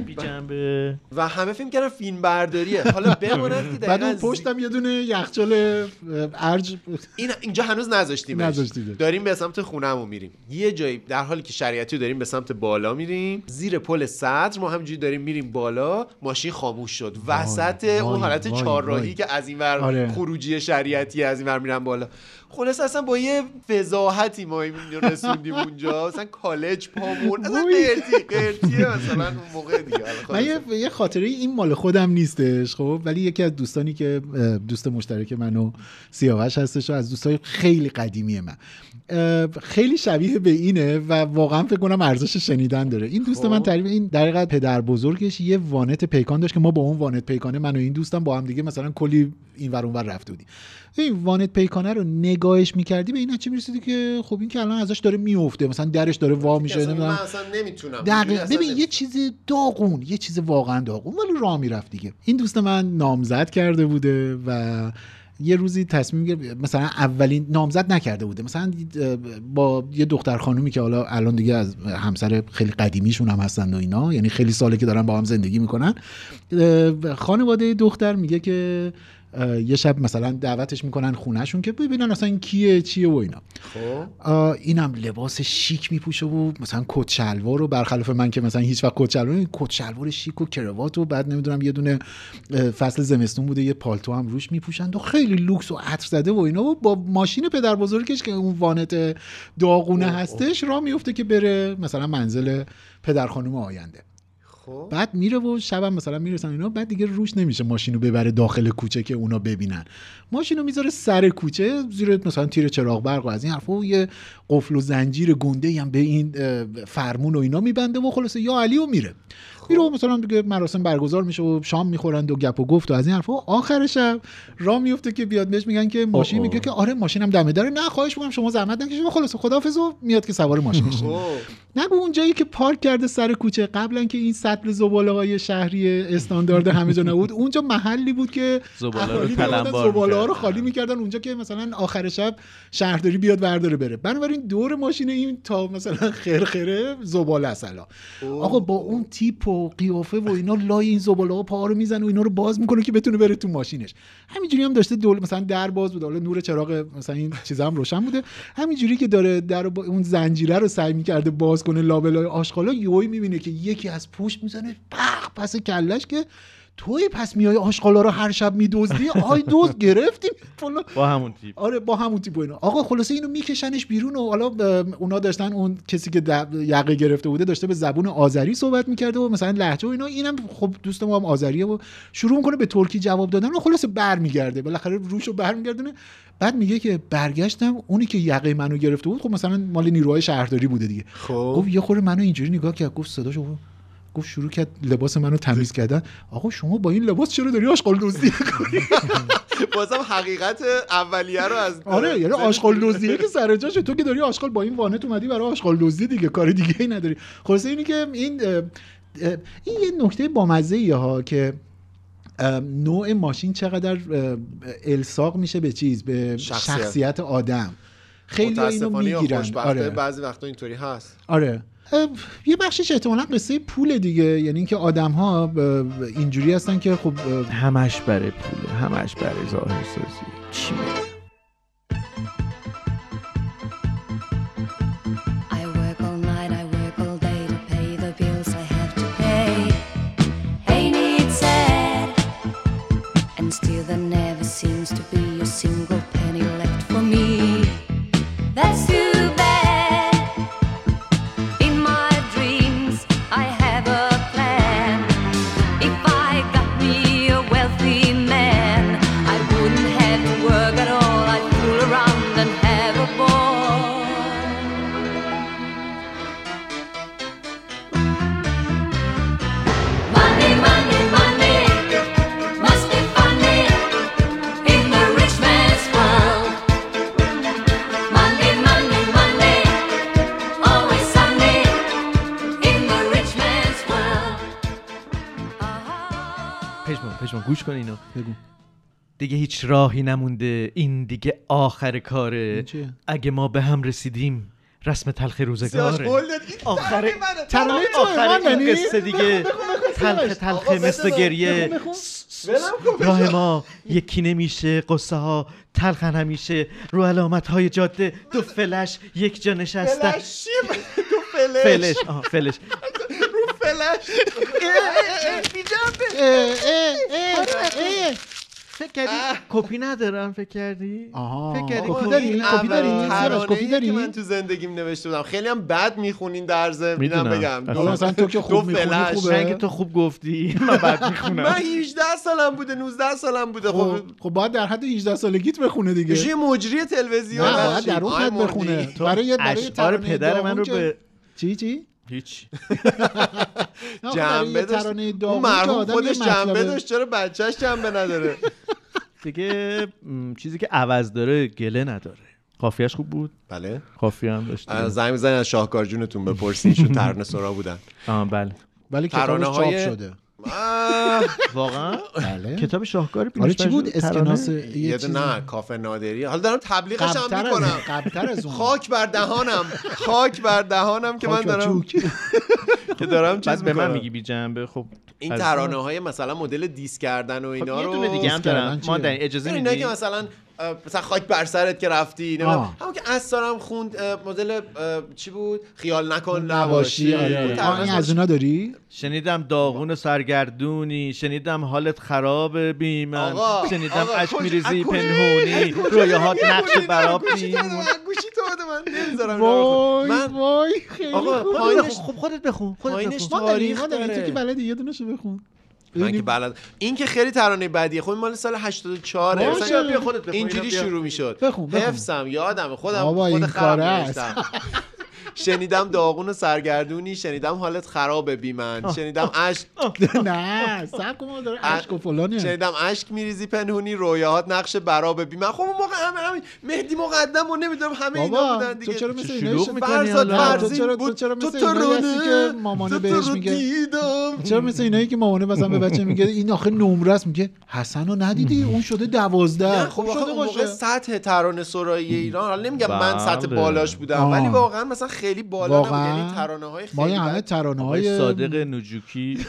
S2: بیجنبه
S1: و همه فیلم کردن فیلم برداریه حالا بماند که
S3: بعد اون
S1: دقیقاً
S3: پشتم یه دونه یخچال اه، ارج
S1: این اینجا هنوز نذاشتیم
S3: نذاشتیمش.
S1: داریم به سمت خونهمون میریم یه جایی در حالی که شریعتی رو داریم به سمت بالا میریم زیر پل صدر ما همینجوری داریم میریم بالا ماشین خاموش شد وسط
S3: وای،
S1: اون حالت
S3: وای،
S1: چهارراهی
S3: وای.
S1: که از این ور
S3: آره.
S1: خروجی شریعتی از این ور میرن بالا خلاص اصلا با یه فضاحتی ما این رسوندیم اونجا اصلا کالج پامون اصلا قرتی قرتیه مثلا اون موقع دیگه حالا
S3: من
S1: خلاص.
S3: یه, یه خاطره این مال خودم نیستش خب ولی یکی از دوستانی که اه، دوست مشترک من و سیاوش هستش و از دوستای خیلی قدیمی من اه، خیلی شبیه به اینه و واقعا فکر کنم ارزش شنیدن داره این دوست من تقریبا این در حقیقت پدر بزرگش یه وانت پیکان داشت که ما با اون وانت پیکانه من و این دوستم با هم دیگه مثلا کلی این ور اون ور رفته بودیم این وانت پیکانه رو نگاهش میکردی به این نتیجه میرسیدی که خب این که الان ازش داره میفته مثلا درش داره وا میشه
S1: اصلا من
S3: نمی‌دونم.
S1: اصلا نمیتونم
S3: دقیق ببین یه چیز داغون یه چیز واقعا داغون ولی راه میرفت دیگه این دوست من نامزد کرده بوده و یه روزی تصمیم گرفت مثلا اولین نامزد نکرده بوده مثلا با یه دختر خانومی که حالا الان دیگه از همسر خیلی قدیمیشون هم هستن و اینا یعنی خیلی ساله که دارن با هم زندگی میکنن خانواده دختر میگه که اه، یه شب مثلا دعوتش میکنن خونهشون که ببینن اصلا این کیه چیه و اینا
S1: خب
S3: آه، اینم لباس شیک میپوشه و مثلا کت شلوار و برخلاف من که مثلا هیچ وقت کت شلوار نمی- کت شلوار شیک و کراوات و بعد نمیدونم یه دونه اه، فصل زمستون بوده یه پالتو هم روش میپوشند و خیلی لوکس و عطر زده و اینا و با ماشین پدر بزرگش که اون وانت داغونه هستش راه میفته که بره مثلا منزل پدر خانم آینده بعد میره و شبم مثلا میرسن اینا بعد دیگه روش نمیشه ماشینو ببره داخل کوچه که اونا ببینن ماشینو میذاره سر کوچه زیر مثلا تیر چراغ برق و از این حرفا و یه قفل و زنجیر گنده هم به این اه، فرمون و اینا میبنده و خلاصه یا علی و میره میره و مثلا دیگه مراسم برگزار میشه و شام میخورند و گپ و گفت و از این حرفا و آخر شب راه میفته که بیاد بهش میگن که ماشین
S2: اوه.
S3: میگه که آره ماشینم دمه داره نه خواهش میکنم شما زحمت نکشید و خلاصه خداحافظ و میاد که سوار ماشین میشه
S1: خب.
S3: نگو اون جایی که پارک کرده سر کوچه قبلا که این سطل زباله های شهری استاندارد همه جا نبود اونجا محلی بود که
S2: زباله رو
S3: اهالی می‌آمدن،
S2: تلمبار
S3: زباله ها رو
S2: می‌کردن.
S3: خالی میکردن اونجا که مثلا آخر شب شهرداری بیاد ورداره بره بنابراین دور ماشین این تا مثلا خرخره زباله است الان آقا با اون تیپ و قیافه و اینا لای این زباله ها پا رو میزنه و اینا رو باز میکنه که بتونه بره تو ماشینش همینجوری هم داشته دول مثلا در باز بود حالا نور چراغ مثلا این چیزا هم روشن بوده همینجوری که داره در رو با اون زنجیره رو سعی میکرده باز کنه لابلای آشغالا یوی میبینه که یکی از پشت میزنه پخ پس کلش که توی پس میای آشغالا رو هر شب میدزدی آی دوز گرفتی فلان.
S2: با همون تیپ
S3: آره با همون تیپ و اینا آقا خلاصه اینو میکشنش بیرون و حالا ب- اونا داشتن اون کسی که دب- یقه گرفته بوده داشته به زبون آذری صحبت میکرده و مثلا لهجه و اینا اینم خب دوست ما هم آذریه و شروع میکنه به ترکی جواب دادن و خلاصه برمیگرده بالاخره روشو برمیگردونه بعد میگه که برگشتم اونی که یقه منو گرفته بود خب مثلا مال نیروهای شهرداری بوده دیگه گفت یه خورده منو اینجوری نگاه کرد گفت صداشو گفت- گفت شروع کرد لباس منو تمیز کردن آقا شما با این لباس چرا داری آشغال دزدی می‌کنی؟
S1: بازم حقیقت اولیه رو از
S3: آره یعنی آشغال دزدیه که سر جاشه تو که داری آشغال با این وانت اومدی برای آشغال دزدی دیگه کار دیگه ای نداری خلاصه اینی که این اه، اه، این یه نکته بامزه ها که اه، نوع ماشین چقدر اه، الساق میشه به چیز به
S1: شخصیت.
S3: شخصیت, آدم خیلی اینو
S1: متاسفانه یا
S3: میگیرن
S1: خوشبختانه
S3: آره.
S1: بعضی وقتا اینطوری هست
S3: آره اه، یه بخشش احتمالا قصه پول دیگه یعنی اینکه آدم ها اینجوری هستن که خب اه،
S2: همش برای پوله همش برای ظاهر سازی چی می‌گی؟
S13: I work all night, I work all day to pay the bills I have to pay. Ain't it sad? And still there never seems to be a single penny left for me. That's too bad. In my dreams, I have a plan. If I got me a wealthy man, I wouldn't have to work at all.
S2: چشم گوش کن اینو دیگه هیچ راهی نمونده این دیگه آخر کاره اگه ما به هم رسیدیم رسم تلخ
S3: آره.
S2: روزگاره آخر
S3: ترانه تو
S2: آخر
S3: ایمان
S2: این
S3: داری؟
S2: قصه دیگه تلخ تلخ مثل گریه راه ما یکی نمیشه قصه ها تلخن همیشه رو علامت های جاده دو فلش یک جا نشسته
S1: فلش تو فلش
S2: فلش آه فلش
S1: رو فلش
S2: فکر کردی کپی ندارم فکر کردی
S3: آها
S2: فکر کردی
S1: کپی
S2: کپی
S1: داری
S2: کپی داری؟
S3: سیاوش، کپی داری؟
S1: که من تو زندگیم نوشته بودم خیلی هم بد میخونین در ضمن اینم
S2: میدونم.
S1: بگم
S2: اصلا- اصلا تو
S3: که
S1: خوب
S2: فلش رنگ تو خوب گفتی من بعد
S1: من
S2: میخونم
S1: 18 سالم بوده 19 سالم بوده خب
S3: خب خب باید در حد 18 سالگیت بخونه دیگه
S1: یه مجری تلویزیون
S3: نه باید
S1: باشی.
S3: در اون
S1: آی
S3: حد
S1: مردی.
S3: بخونه برای برای
S2: اشعار
S3: ترانه
S2: پدر من
S3: داغون
S2: رو
S3: که-
S2: به
S3: چی چی
S2: هیچ
S3: نه، آخه برای یه
S1: جنبه داشت
S3: ترانه داغون
S1: اون
S3: که
S1: مرحوم
S3: آدم یه
S1: خودش جنبه
S3: مطلبه.
S1: داشت چرا بچهش جنبه نداره
S2: دیگه م، چیزی که عوض داره گله نداره قافیهش خوب بود
S1: بله
S2: قافیه هم داشت
S1: از زنگ بزنین از شاهکار جونتون بپرسین چون ترانه سرا بودن
S2: آه بله
S3: ولی
S1: ترانه
S3: کتابش چاپ
S1: های-
S3: شده
S2: واقعا
S3: بله
S2: کتاب شاهکاری
S3: آره چی بود اسکناس
S1: یه
S3: یه
S1: دو-
S3: چیز
S1: نه کافه نادری حالا دارم تبلیغش هم
S3: قبل‌تر از-
S1: میکنم
S3: قبل‌تر از اون.
S1: خاک بر دهانم خاک بر دهانم که من
S3: خاک و
S1: دارم
S3: چوک.
S1: که دارم چیز
S2: بعد به من
S1: میکنم
S2: میگی بی جنبه خب
S1: این
S2: از-
S1: ترانه های مثلا مدل دیس کردن و اینا
S2: خب، یه
S1: رو
S2: دونه دیگه هم دارم
S3: کردن چیه؟
S2: ما در اجازه
S1: اینا
S2: میدی
S1: که مثلا اه، مثلا خاک بر سرت که رفتی نمیدونم
S3: آه.
S1: همون که از سارم خوند اه، مدل اه، چی بود خیال نکن
S3: نواشی
S1: نباشی
S3: آره
S1: اون
S3: آره.
S1: ترانه
S3: آه، این
S1: سرش-
S3: از اونا داری
S2: شنیدم داغون سرگردونی شنیدم حالت خرابه بی من
S1: آقا،
S2: شنیدم
S1: آقا،
S2: اشک
S1: کجا-
S2: میریزی
S1: از کجا-
S2: پنهونی
S1: از کجا
S2: رویاهات
S1: داری
S2: نقش
S1: می‌بینی؟
S2: براب
S1: گوشی تو بده
S2: میمون.
S1: من، گوشی تو بده من نمیذارم
S3: وای
S1: من
S3: وای خیلی
S1: آقا،
S3: خوب.
S1: پایینش-
S2: خب خودت بخون خودت
S1: پایینش
S2: بخون
S3: ما داریم،
S1: تاریخ
S3: ما داریم.
S1: داره.
S3: تو که بلدی یه دونه بخون
S1: من که
S3: یعنی-
S1: بلد این که خیلی ترانه بدیه خب این مال سال 84
S3: باشه،
S1: مثلا
S3: بیا
S2: خودت بخون،
S1: اینجوری
S2: اینو بیا.
S1: شروع میشد
S3: بخون، بخون.
S1: حفظم یادم خودم
S3: بابا،
S1: خود
S3: این
S1: خراب
S3: کاره
S1: نوشتم شنیدم داغون و سرگردونی شنیدم حالت خرابه بی من شنیدم اشک
S3: نه سب کن ما داره
S1: ا-
S3: عشق و فلانه
S1: شنیدم اشک میریزی پنهونی رویاهات نقش برابه بی من خب اون موقع همه همین مهدی مقدم و نمیدونم همه اینا
S3: بابا
S1: بودن
S3: تو
S1: دیگه
S3: چرا مثل
S2: چه
S3: اینا
S2: شلوغ
S3: شد؟
S2: می‌کنی
S1: فرزاد
S2: حالا؟
S3: فرزاد
S1: فرزین
S3: چرا-
S1: بود
S3: تو چرا مثل
S1: تو
S3: اینایی
S1: ترانه
S3: هستی که مامانه
S1: تو
S3: بهش
S1: رو
S3: میگه؟
S1: دیدم
S3: چرا مثل اینایی که مامانه مثلا به بچه میگه این آخه نمره است میگه حسن رو ندیدی اون شده
S1: نه
S3: دوازده
S1: خب
S3: خب
S1: آخه
S3: شده
S1: اون موقع
S3: باشه
S1: سطح ترانه سرایی ایران حالا نمیگم من سطح
S2: بله.
S1: بالاش بودم
S3: آه.
S1: ولی واقعا مثلا خیلی بالا
S3: واقعا؟
S1: نبود یعنی ترانه های
S3: ما
S1: خیلی
S3: یه همه
S1: بد.
S3: ترانه
S2: آقای
S3: های
S2: صادق نجوکی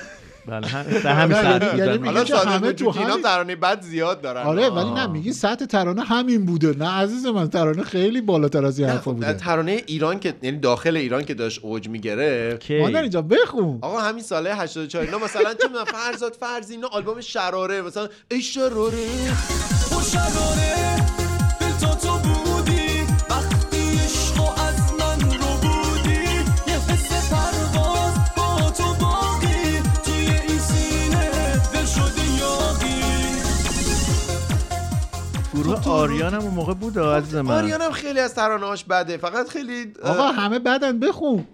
S2: بله هم در همین
S3: نه،
S2: ساعت
S3: یعنی-
S2: بودن.
S3: یعنی میگه
S1: حالا
S3: که
S1: صادق
S3: همه
S1: همه
S3: تو
S1: تو اینا
S3: همین-
S1: ترانه بد زیاد دارن
S3: آره
S1: آه.
S3: ولی نه میگی سطح ترانه همین بوده نه عزیز من ترانه خیلی بالاتر از این
S1: نه،
S3: حرفا
S1: خب،
S3: بوده
S1: ترانه ایران که یعنی داخل ایران که داشت اوج میگرفت
S2: اوکی.
S3: مادر اینجا بخون
S1: آقا همین ساله 84 اینا مثلا چه می‌دونم، فرزاد فرزین اینا آلبوم شراره مثلا ای شراره
S4: خوشراره به تا تو بودی وقتی عشق از من رو بودی یه حس پرواز با تو باقی توی این سینه دل شده یاقی
S2: گروه آریان هم اون موقع بود آه، عزیز من
S1: آریانم خیلی از ترانه هاش بده فقط خیلی اه،
S3: آقا همه بدن بخون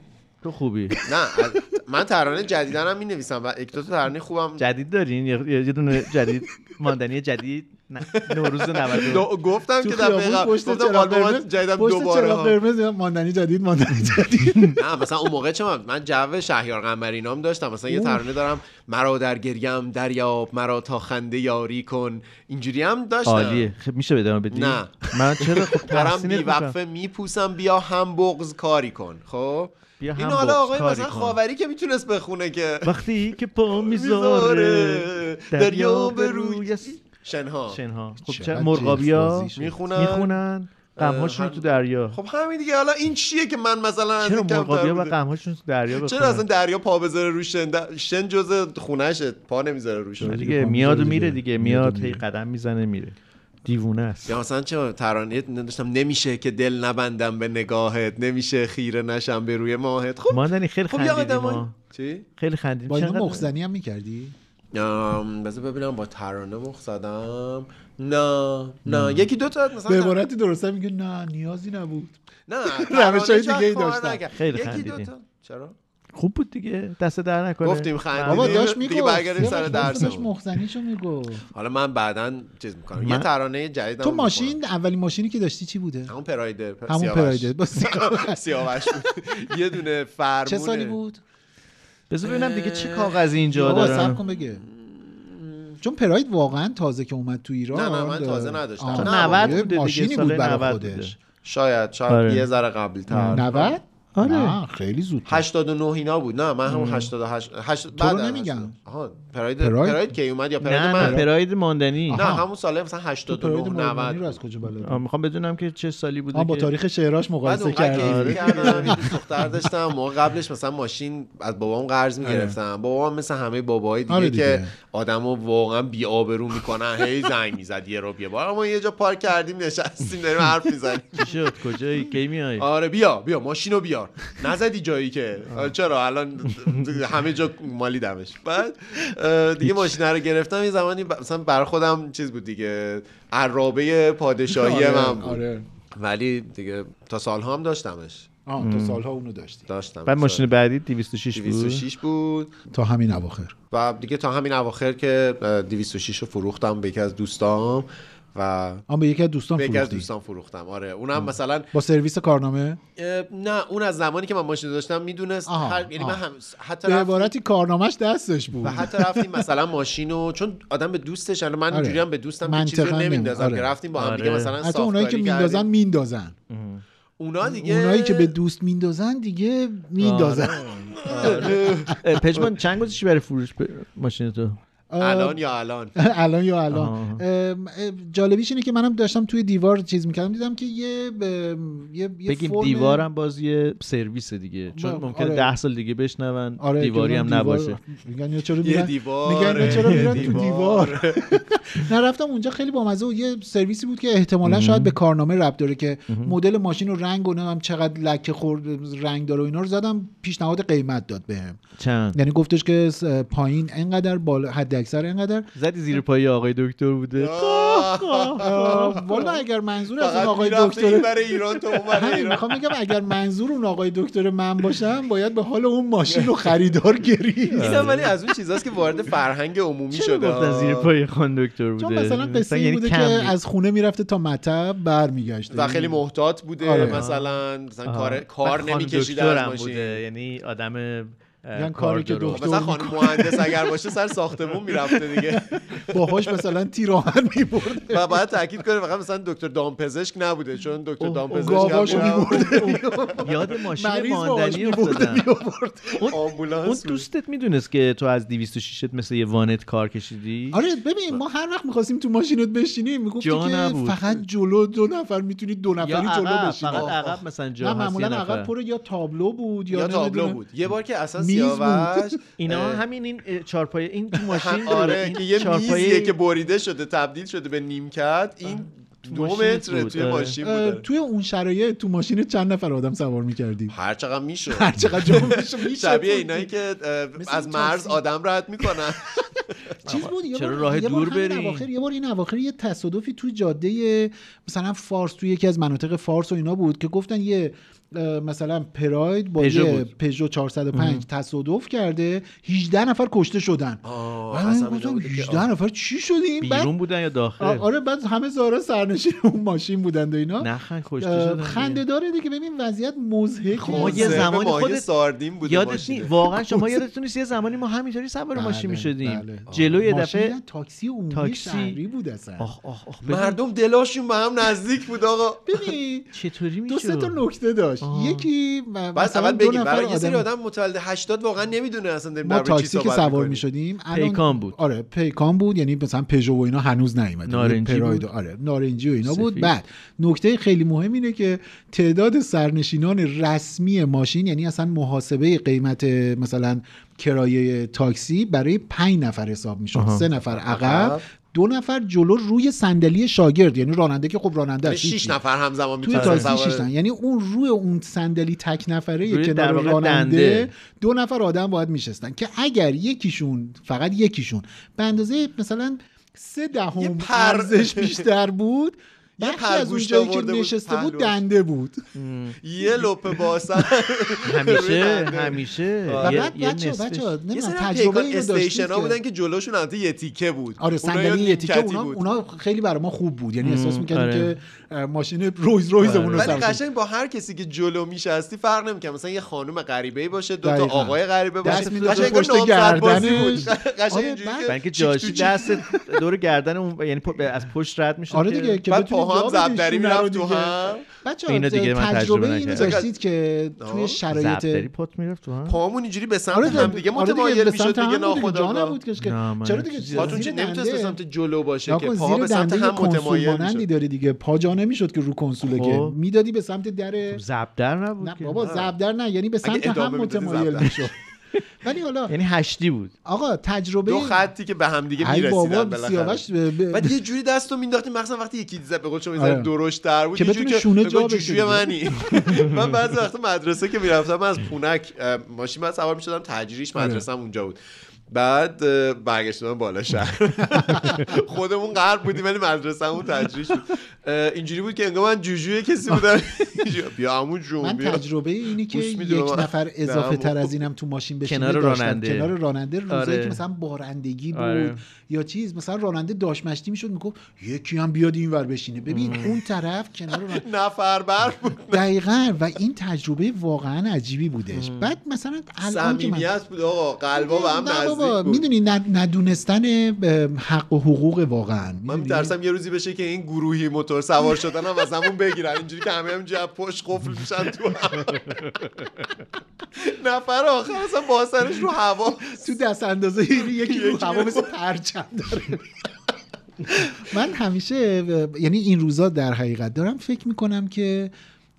S2: تو خوبی
S1: نه از- من ترانه جدیدن هم می نویسم و یک دو تا ترانه خوبم
S2: جدید دارین یه یه دونه جدید ماندنی جدید نه، نوروز 90
S1: دو- گفتم
S3: تو
S1: که دفعه
S3: خیابون
S1: قبل
S3: پشت
S1: گفتم
S3: چراغ
S1: آلبومات
S3: قرمز
S1: جدیدم
S3: پشت
S1: دوباره
S3: چراغ
S1: ها.
S3: قرمز ماندنی جدید ماندنی جدید
S1: نه مثلا اون موقع چه من, من جو شهریار قمری نام داشتم مثلا یه ترانه دارم مرا در گریم دریاب مرا تا خنده یاری کن اینجوری هم داشتم
S2: عالیه خب میشه به ادامه بدی
S1: نه.
S2: من چرا خب
S1: دارم
S2: تحسینت می‌کنم.
S1: بیوقفه میپوسم بیا هم بغز کاری کن خب
S2: بیا
S1: این
S2: هم
S1: حالا
S2: بغض
S1: آقای
S2: کاری
S1: مثلا
S2: کن.
S1: خاوری که میتونست بخونه که
S2: وقتی که پا میذاره
S1: می‌ذاره
S2: دریا
S1: دریا
S2: به
S1: به
S2: روی
S1: شنها
S2: شنها خب
S3: چقدر
S2: چرا مرغابیا
S3: جلف‌بازی شد.
S1: میخونن
S2: میخونن غمهاشون
S1: اه،
S2: تو دریا
S1: خب همین دیگه حالا این چیه که من مثلا از
S2: چرا
S1: این کمتر
S2: مرغابیا و
S1: بوده؟
S2: غمهاشون تو دریا
S1: چرا اصلا
S2: بخونن
S1: دریا پا بذاره روش شن در- شن جز خونشه پا نمیذاره روش
S2: نه
S3: دیگه
S2: دیگه میاد و
S3: دیگه.
S2: میره دیگه
S3: میاد و
S2: میاد هی
S3: میره.
S2: قدم میزنه میره دیوونه است
S1: یا مثلا چه ترانه نداشتم نمیشه که دل نبندم به نگاهت نمیشه خیره نشم به روی ماهت خب
S2: ماندنی خیلی
S1: خب یه
S2: خندیدیم
S1: آدمایی
S2: ما.
S1: چی
S2: خیلی خندیدیم
S3: با اینا
S2: چقدر-
S3: مخزنی هم میکردی
S1: آم، بذار ببینم با ترانه مخ زدم نه نه یکی دو تا
S3: به
S1: مثلا
S3: عبارتی درسته میگه نه نیازی نبود
S1: نه
S3: روش‌های
S1: ترانه
S3: دیگه‌ای
S1: چند کار
S3: داشتن.
S1: نکرد.
S2: خیلی
S1: یکی دو
S2: خندیدیم.
S1: تا چرا
S2: خوب بود دیگه دست در نکنه
S1: گفتیم خندیدیم
S3: بابا داشت
S1: دیگه
S3: میگفت
S1: برگردیم
S3: یه
S1: سر
S3: وقت
S1: درسمون.
S3: داشت مخزنیشو میگفت
S1: حالا من بعدا چیز میکنم یه
S2: من-
S1: ترانه جدیدم
S3: تو
S1: می‌خونم.
S3: ماشین اولین ماشینی که داشتی چی بوده
S1: همون پرایدر
S3: همون
S1: خب، سیاوش.
S3: پرایدت با سیگار.
S1: سیاوش بود یه دونه فرمونه
S3: چه سالی بود
S2: بذار ببینم دیگه چه کاغذی اینجا
S3: بابا صبر
S2: دارم
S3: کن بگه چون پراید واقعا تازه که اومد تو ایران
S1: نه نه من تازه نداشتم
S3: آه،
S1: نه،
S3: یه
S1: بوده دیگه،
S3: ماشینی
S1: سال
S3: بود برای
S1: 90 بوده.
S3: خودش
S1: شاید شاید
S3: آره.
S1: یه ذره قبل تر
S3: 90
S1: آره.
S3: نه خیلی زود
S1: 89 اینا بود نه من همون 88 هشت...
S3: تو رو
S1: بعد از
S3: نمیگم
S1: 80. آها پراید
S3: پراید؟
S1: پراید, کی اومد یا پراید
S2: نه
S1: من
S2: نه پراید ماندنی
S1: نه همون سال مثلا 89 90
S3: رو از کجا بلدی
S2: میخوام بدونم که چه سالی بوده
S3: آه، با
S2: که-
S3: تاریخ شعراش مقایسه
S1: بعد
S3: کرد
S1: اونقدر
S3: آره.
S1: کیف کردم یه دوست دختر داشتم موقع قبلش مثلا ماشین از بابام قرض میگرفتم بابام مثل همه باباهای دیگه,
S3: آره دیگه.
S1: که آدمو واقعا بی آبرو میکنن هی زنگ میزد یه رو یه بار اما یه جا پارک کردیم نشستیم داریم حرف میزنیم
S2: شد کجایی کی میای
S1: آره بیا بیا ماشینو بیار نزدی جایی که آره، چرا الان همه جا مالی دمش بعد اه، دیگه ماشین رو گرفتم یه زمانی ب- مثلا بر خودم چیز بود دیگه عرابه پادشاهی
S3: آره،
S1: من بود
S3: آره.
S1: ولی دیگه تا سالها هم داشتمش
S3: آه، تا سالها اونو داشتی
S1: داشتم
S2: بعد ماشین بعدی 206 بود
S1: 206 بود
S3: تا همین اواخر
S1: و دیگه تا همین اواخر که اه، 206 رو فروختم به یکی از دوستام و
S3: آن به یکی از دوستان
S1: به یکی از
S3: فروختی
S1: دوستان فروختم آره اونم مثلا
S3: با سرویس کارنامه
S1: اه، نه اون از زمانی که من ماشین داشتم میدونست
S3: آها،
S1: هر... یعنی من
S3: آها.
S1: هم... حتی
S3: به
S1: رفتیم
S3: عبارتی کارنامهش دستش بود
S1: و حتی رفتیم مثلا ماشینو چون آدم به دوستش الان من
S3: آره.
S1: اینجوری هم به دوستم که چیزی رو
S3: منطقاً
S1: نمیندازم
S3: نمی-
S1: که
S3: آره.
S1: رفتیم با هم دیگه
S3: آره.
S1: مثلا
S3: حتی اونایی که
S1: ساختاری
S3: میندازن
S1: کردیم.
S3: میندازن
S1: اونا دیگه
S3: اونایی که به دوست میندازن دیگه
S1: آره.
S3: میندازن
S2: اه، پژمان چند گذاشتی برای فروش پ- ماشین تو
S1: الان یا الان
S3: الان یا
S2: آه.
S3: الان ام، اه، جالبیش اینه که منم داشتم توی دیوار چیز میکردم دیدم که یه ام، یه, یه
S2: بگیم
S3: فرم-
S2: دیوارم باز یه سرویس دیگه چون
S3: آره.
S2: ممکنه ده سال دیگه بشنون
S3: آره، که
S2: دیواری
S3: بگم
S2: هم
S3: دیوار-
S2: نباشه
S3: میگن اینا چرا
S1: یه
S3: میرن
S1: دیواره،
S3: میگن اینا چرا
S1: یه
S3: میرن تو
S1: دیوار.
S3: دیوار نه رفتم اونجا خیلی بامزه و یه سرویسی بود که احتمالا شاید به کارنامه رب داره که مدل ماشین و رنگ و هم چقدر لکه خورد رنگ داره و اینا رو زدم پیشنهاد قیمت داد بهم
S2: چند
S3: یعنی گفتش که س- پایین انقدر بالا حد اکثر انقدر
S2: زدی زیر پای آقای دکتر بوده
S3: والا اگر منظور از
S1: فقط
S3: اون آقای
S1: میرفته این
S3: دکتر
S1: برای ایران تو اون برای
S3: همین خب.
S1: ایران
S3: میخوام بگم اگر منظور اون آقای دکتر من باشم باید به حال اون ماشین رو خریدار گریز
S1: این ولی از اون چیزاست که وارد فرهنگ عمومی
S2: چرا
S1: شده
S2: گفتن زیر پای خان دکتر بوده
S3: چون مثلا قصه این
S2: یعنی
S3: بوده که
S2: کم نیست.
S3: از خونه میرفته تا مطب برمیگشته
S1: و خیلی محتاط بوده
S3: آره.
S1: مثلا مثلا
S2: آه.
S1: کار
S2: و
S1: کار
S2: خانم
S1: نمیکشید
S2: دکترم
S1: از ماشین خب،
S2: بوده یعنی آدم اه،
S3: یعنی
S2: کار
S3: کاری که
S2: درست.
S3: دکتر
S1: مثلا خانم مهندس اگر باشه سر ساختمون میرفته دیگه
S3: یعنی باهاش مثلا تیراهن میبرد
S1: و باید تاکید کنه فقط مثلا دکتر دامپزشک نبوده چون دکتر دامپزشک
S3: گاواشو
S1: هم میرفت.
S3: میبرده
S2: یاد ماشین
S3: مریض باهاش
S2: ماندنی
S3: می‌برده،
S2: افتادم اون
S1: آمبولانس بود.
S2: دوستت میدونست که تو از 206 ت مثل یه وانت کار کشیدی
S3: آره ببین ما هر وقت میخواستیم تو ماشینت بشینیم میگفتی
S2: جا
S3: که
S2: نبود.
S3: فقط جلو دو نفر میتونی دو
S2: یا
S3: نفری جلو
S2: عقب
S3: بشینی
S2: فقط عقب مثلا جا
S3: نه
S2: هست یه
S3: معمولا
S2: نفر
S3: عقب پر یا تابلو بود یا,
S1: یا تابلو
S3: نمی‌دونم.
S1: بود یه بار که اصلا
S3: میز
S1: سیاوش
S3: بود.
S2: اینا
S1: اه،
S2: همین این اه، چارپایه این تو ماشین
S1: هم-
S2: بود.
S1: آره
S2: این
S1: که یه
S2: چارپایه
S1: میزیه که بریده شده تبدیل شده به نیم کرد این دو
S2: ماشینت
S1: متر
S2: بود،
S1: توی
S2: آره.
S1: ماشین
S3: اه،
S1: بوده
S3: توی اون شرایط تو ماشین چند نفر آدم سوار میکردی
S1: هر چقدر میشد
S3: هر چقدر جا میشه
S1: شبیه اینایی که اه، از
S3: تاکسی.
S1: مرز آدم رد میکنن
S3: چیز بود یه
S2: چرا
S3: بار
S2: راه
S3: یه بار
S2: دور
S3: همین
S2: بریم؟
S3: اواخر یه بار این اواخر یه تصادفی تو جاده مثلا فارس تو یکی از مناطق فارس و اینا بود که گفتن یه اه، مثلا پراید با
S2: پژو
S3: یه
S2: بود.
S3: پژو 405 تصادف کرده 18 نفر کشته شدن
S1: آه،
S3: بعد من
S1: اصلا اینا
S3: گفتم
S1: بوده که
S3: 18 نفر چی شد این بعد
S2: بیرون بودن یا
S3: آ-
S2: داخل
S3: آره بعد همه زارا سرنشین اون ماشین بودن و اینا
S2: نخن کشته شدن
S3: اه، خنده داره دیگه ببین وضعیت مضحکه
S2: ما یه
S1: سرو
S2: زمانی
S1: ماهی
S2: خودت-
S1: ساردین بود
S2: یادت نی... واقعا شما یادتون نیست یه زمانی ما همینطوری سوار
S3: بله،
S2: ماشین میشدیم
S3: بله.
S2: جلو یه
S3: ماشین
S2: دفعه
S3: نه، تاکسی عمومی
S2: تاکسی.
S3: شهری بود اصلا
S2: آخ آخ آخ ببین
S1: مردم دلاشون به هم نزدیک بود آقا
S3: ببین
S2: چطوری میشد
S3: دو سه تا نکته داشت یکی م-
S1: بس
S3: مثلا
S1: اول
S3: دو
S1: بگیم
S3: نفر
S1: برای یه سری
S3: آدم
S1: آدم متولد 80 واقعا نمیدونه اصلا داریم
S3: ما
S1: درباره چی
S3: تاکسی که
S1: صحبت
S3: سوار
S1: می‌کنیم.
S3: می شدیم
S2: پیکان بود.
S3: آره پیکان بود یعنی مثلا پژو و اینا هنوز نیومد
S2: نارنجی
S3: پراید
S2: بود.
S3: آره نارنجی و اینا بود
S2: سفید.
S3: بعد نکته خیلی مهم اینه که تعداد سرنشینان رسمی ماشین یعنی اصلا محاسبه قیمت مثلا کرایه تاکسی برای پنج نفر حساب میشد
S2: آها.
S3: سه نفر عقب
S1: عقب.
S3: دو نفر جلو روی صندلی شاگرد یعنی راننده که خب راننده
S1: یعنی
S3: است،
S1: شیش
S3: هیچی.
S1: نفر همزمان
S3: توی
S1: میتونن
S3: تاکسی
S1: سوار-
S3: شیشتن یعنی اون روی اون صندلی تک نفره
S2: روی در
S3: کنار
S2: واقع
S3: راننده
S2: دنده.
S3: دو نفر آدم باید میشستن که اگر یکیشون فقط یکیشون به اندازه مثلا سه دهم
S1: یه پر-
S3: ارزش بیشتر بود
S1: یه
S3: بخشی از
S1: پرگوشت
S3: اونجایی که
S1: آورده بود،
S3: نشسته بود
S1: پرگوشت.
S3: دنده بود
S1: یه لپه باسن
S2: همیشه همیشه
S3: و
S2: یه-
S3: بعد
S2: یه
S3: بچه
S2: نصفش.
S3: بچه
S1: یه
S3: نمیدونم
S1: سری هم
S3: تجربه
S1: پیکان
S3: اینو
S1: استیشن
S3: داشتید
S1: ها بودن
S3: که
S1: که جلوشون البته یه تیکه بود
S3: آره
S1: اونا یا
S3: صندلی یه تیکه
S1: نیمکتی
S3: اونا,
S1: بود.
S3: اونا خیلی برای ما خوب بود یعنی
S2: مم،
S3: احساس میکردیم
S2: آره.
S3: که اه، ماشین رویز رویز اون رو
S1: ولی
S3: سوار کنیم.
S1: قشنگ با هر کسی که جلو میشستی فرق نمیکنه مثلا یه خانم غریبه باشه دو تا
S3: دقیقاً.
S1: آقای غریبه باشه
S3: دست می‌داد
S1: قشنگ انگار
S3: پشت
S1: نامزد بازی
S3: گردنش.
S1: بود. قشنگ
S3: آره،
S1: اینجوری
S3: بعد-
S1: که
S2: برای اینکه
S1: چیک تو
S2: جاشی
S1: چیک.
S2: دست دور گردن اون یعنی پ- از پشت رد میشد
S3: آره دیگه که
S1: بعد
S3: بتونیم
S1: پاها هم
S3: جا بدیم
S1: زبدری
S3: شونه رو
S1: می‌رفت تو
S3: دیگه.
S1: هم.
S3: بچه
S2: اینو دیگه من تجربه
S3: تجربه اینو
S2: نکردم.
S3: داشتید که
S1: آه،
S3: توی شرایط
S2: پات میرفت تو هم
S1: پامون اینجوری به سمت
S3: آره،
S1: هم دیگه
S3: آره دیگه،
S1: متمایل
S3: به سمت
S1: میشد
S3: هم
S1: دیگه
S3: بود دیگه، جا
S1: ناخودآگاه
S3: نبود که- که-
S2: نه، من
S3: چرا دیگه
S2: چیزی
S1: پاتون چه
S3: زیر
S1: نمیتونست به
S3: دنده-
S1: سمت جلو باشه که
S3: ناکن
S1: پاها
S3: زیر
S1: به سمت
S3: دنده یه
S1: هم
S3: کنسول
S1: متمایل
S3: مانندی
S1: میشد
S3: داره دیگه پا جا نمیشد که رو کنسوله که
S2: خب.
S3: میدادی به سمت در
S2: زبدر نبود
S3: نه
S2: که.
S3: بابا
S2: نه.
S3: زبدر نه یعنی به
S1: اگه
S3: سمت
S1: ادامه
S3: هم
S1: میدادی
S3: متمایل
S1: زبدر.
S3: میشد ولی حالا
S2: یعنی هشتی بود
S3: آقا تجربه
S1: دو خطی که به هم دیگه
S3: ای
S1: میرسیدن
S3: بابا
S1: بالاخره
S3: سیاوش به- به-
S1: بعد یه جوری دستو مینداختیم مثلا وقتی یکی زد به قول شما
S3: آره.
S1: میزد درشت در بود
S3: که
S1: یه جوری
S3: بتونه شونه
S1: بگو
S3: جا بشه
S1: جوجوی
S3: دیگه.
S1: منی من بعضی وقتا مدرسه که میرفتم من از پونک اه، ماشین من سوار میشدم تجریش
S3: آره.
S1: مدرسه اونجا بود بعد اه، برگشتم بالا شهر خودمون غرب بودیم ولی مدرسه اون تجریش بود اه، اینجوری بود که انگار من جوجوی کسی بودم بیا عمو جون
S3: من
S1: بیا
S3: تجربه اینی که
S1: گوش
S3: یک
S1: میدی به من.
S3: نفر اضافه تر از اینم تو ماشین بشینه
S2: کنار
S3: داشتم.
S2: راننده.
S3: کنار راننده روزایی
S2: آره.
S3: که مثلا بارندگی بود
S2: آره.
S3: یا چیز مثلا راننده داشت مشتی میشد میگفت یکی هم بیاد اینور بشینه ببین اون طرف کنار راننده
S1: نفر بر بود
S3: دقیقا و این تجربه واقعا عجیبی بودش بعد مثلا الان که من
S1: صمیمیت بود آقا قلبا به هم
S3: نه بابا
S1: نزدیک بود
S3: میدونی ند- ندونستن ب- حق و حقوق واقعا
S1: من
S3: می‌دونی؟
S1: میترسم یه روزی بشه که این گروهی موتور سوار شدن هم از همون بگیرن اینجوری که همه همینجوری از پشت قفل میشن تو هم. نفر آخر اصلا با سرش رو هوا
S3: تو دست اندازه یکی رو
S1: یکی
S3: هوا
S1: رو-
S3: مثل پرچم داره من همیشه اه، یعنی این روزا در حقیقت دارم فکر میکنم که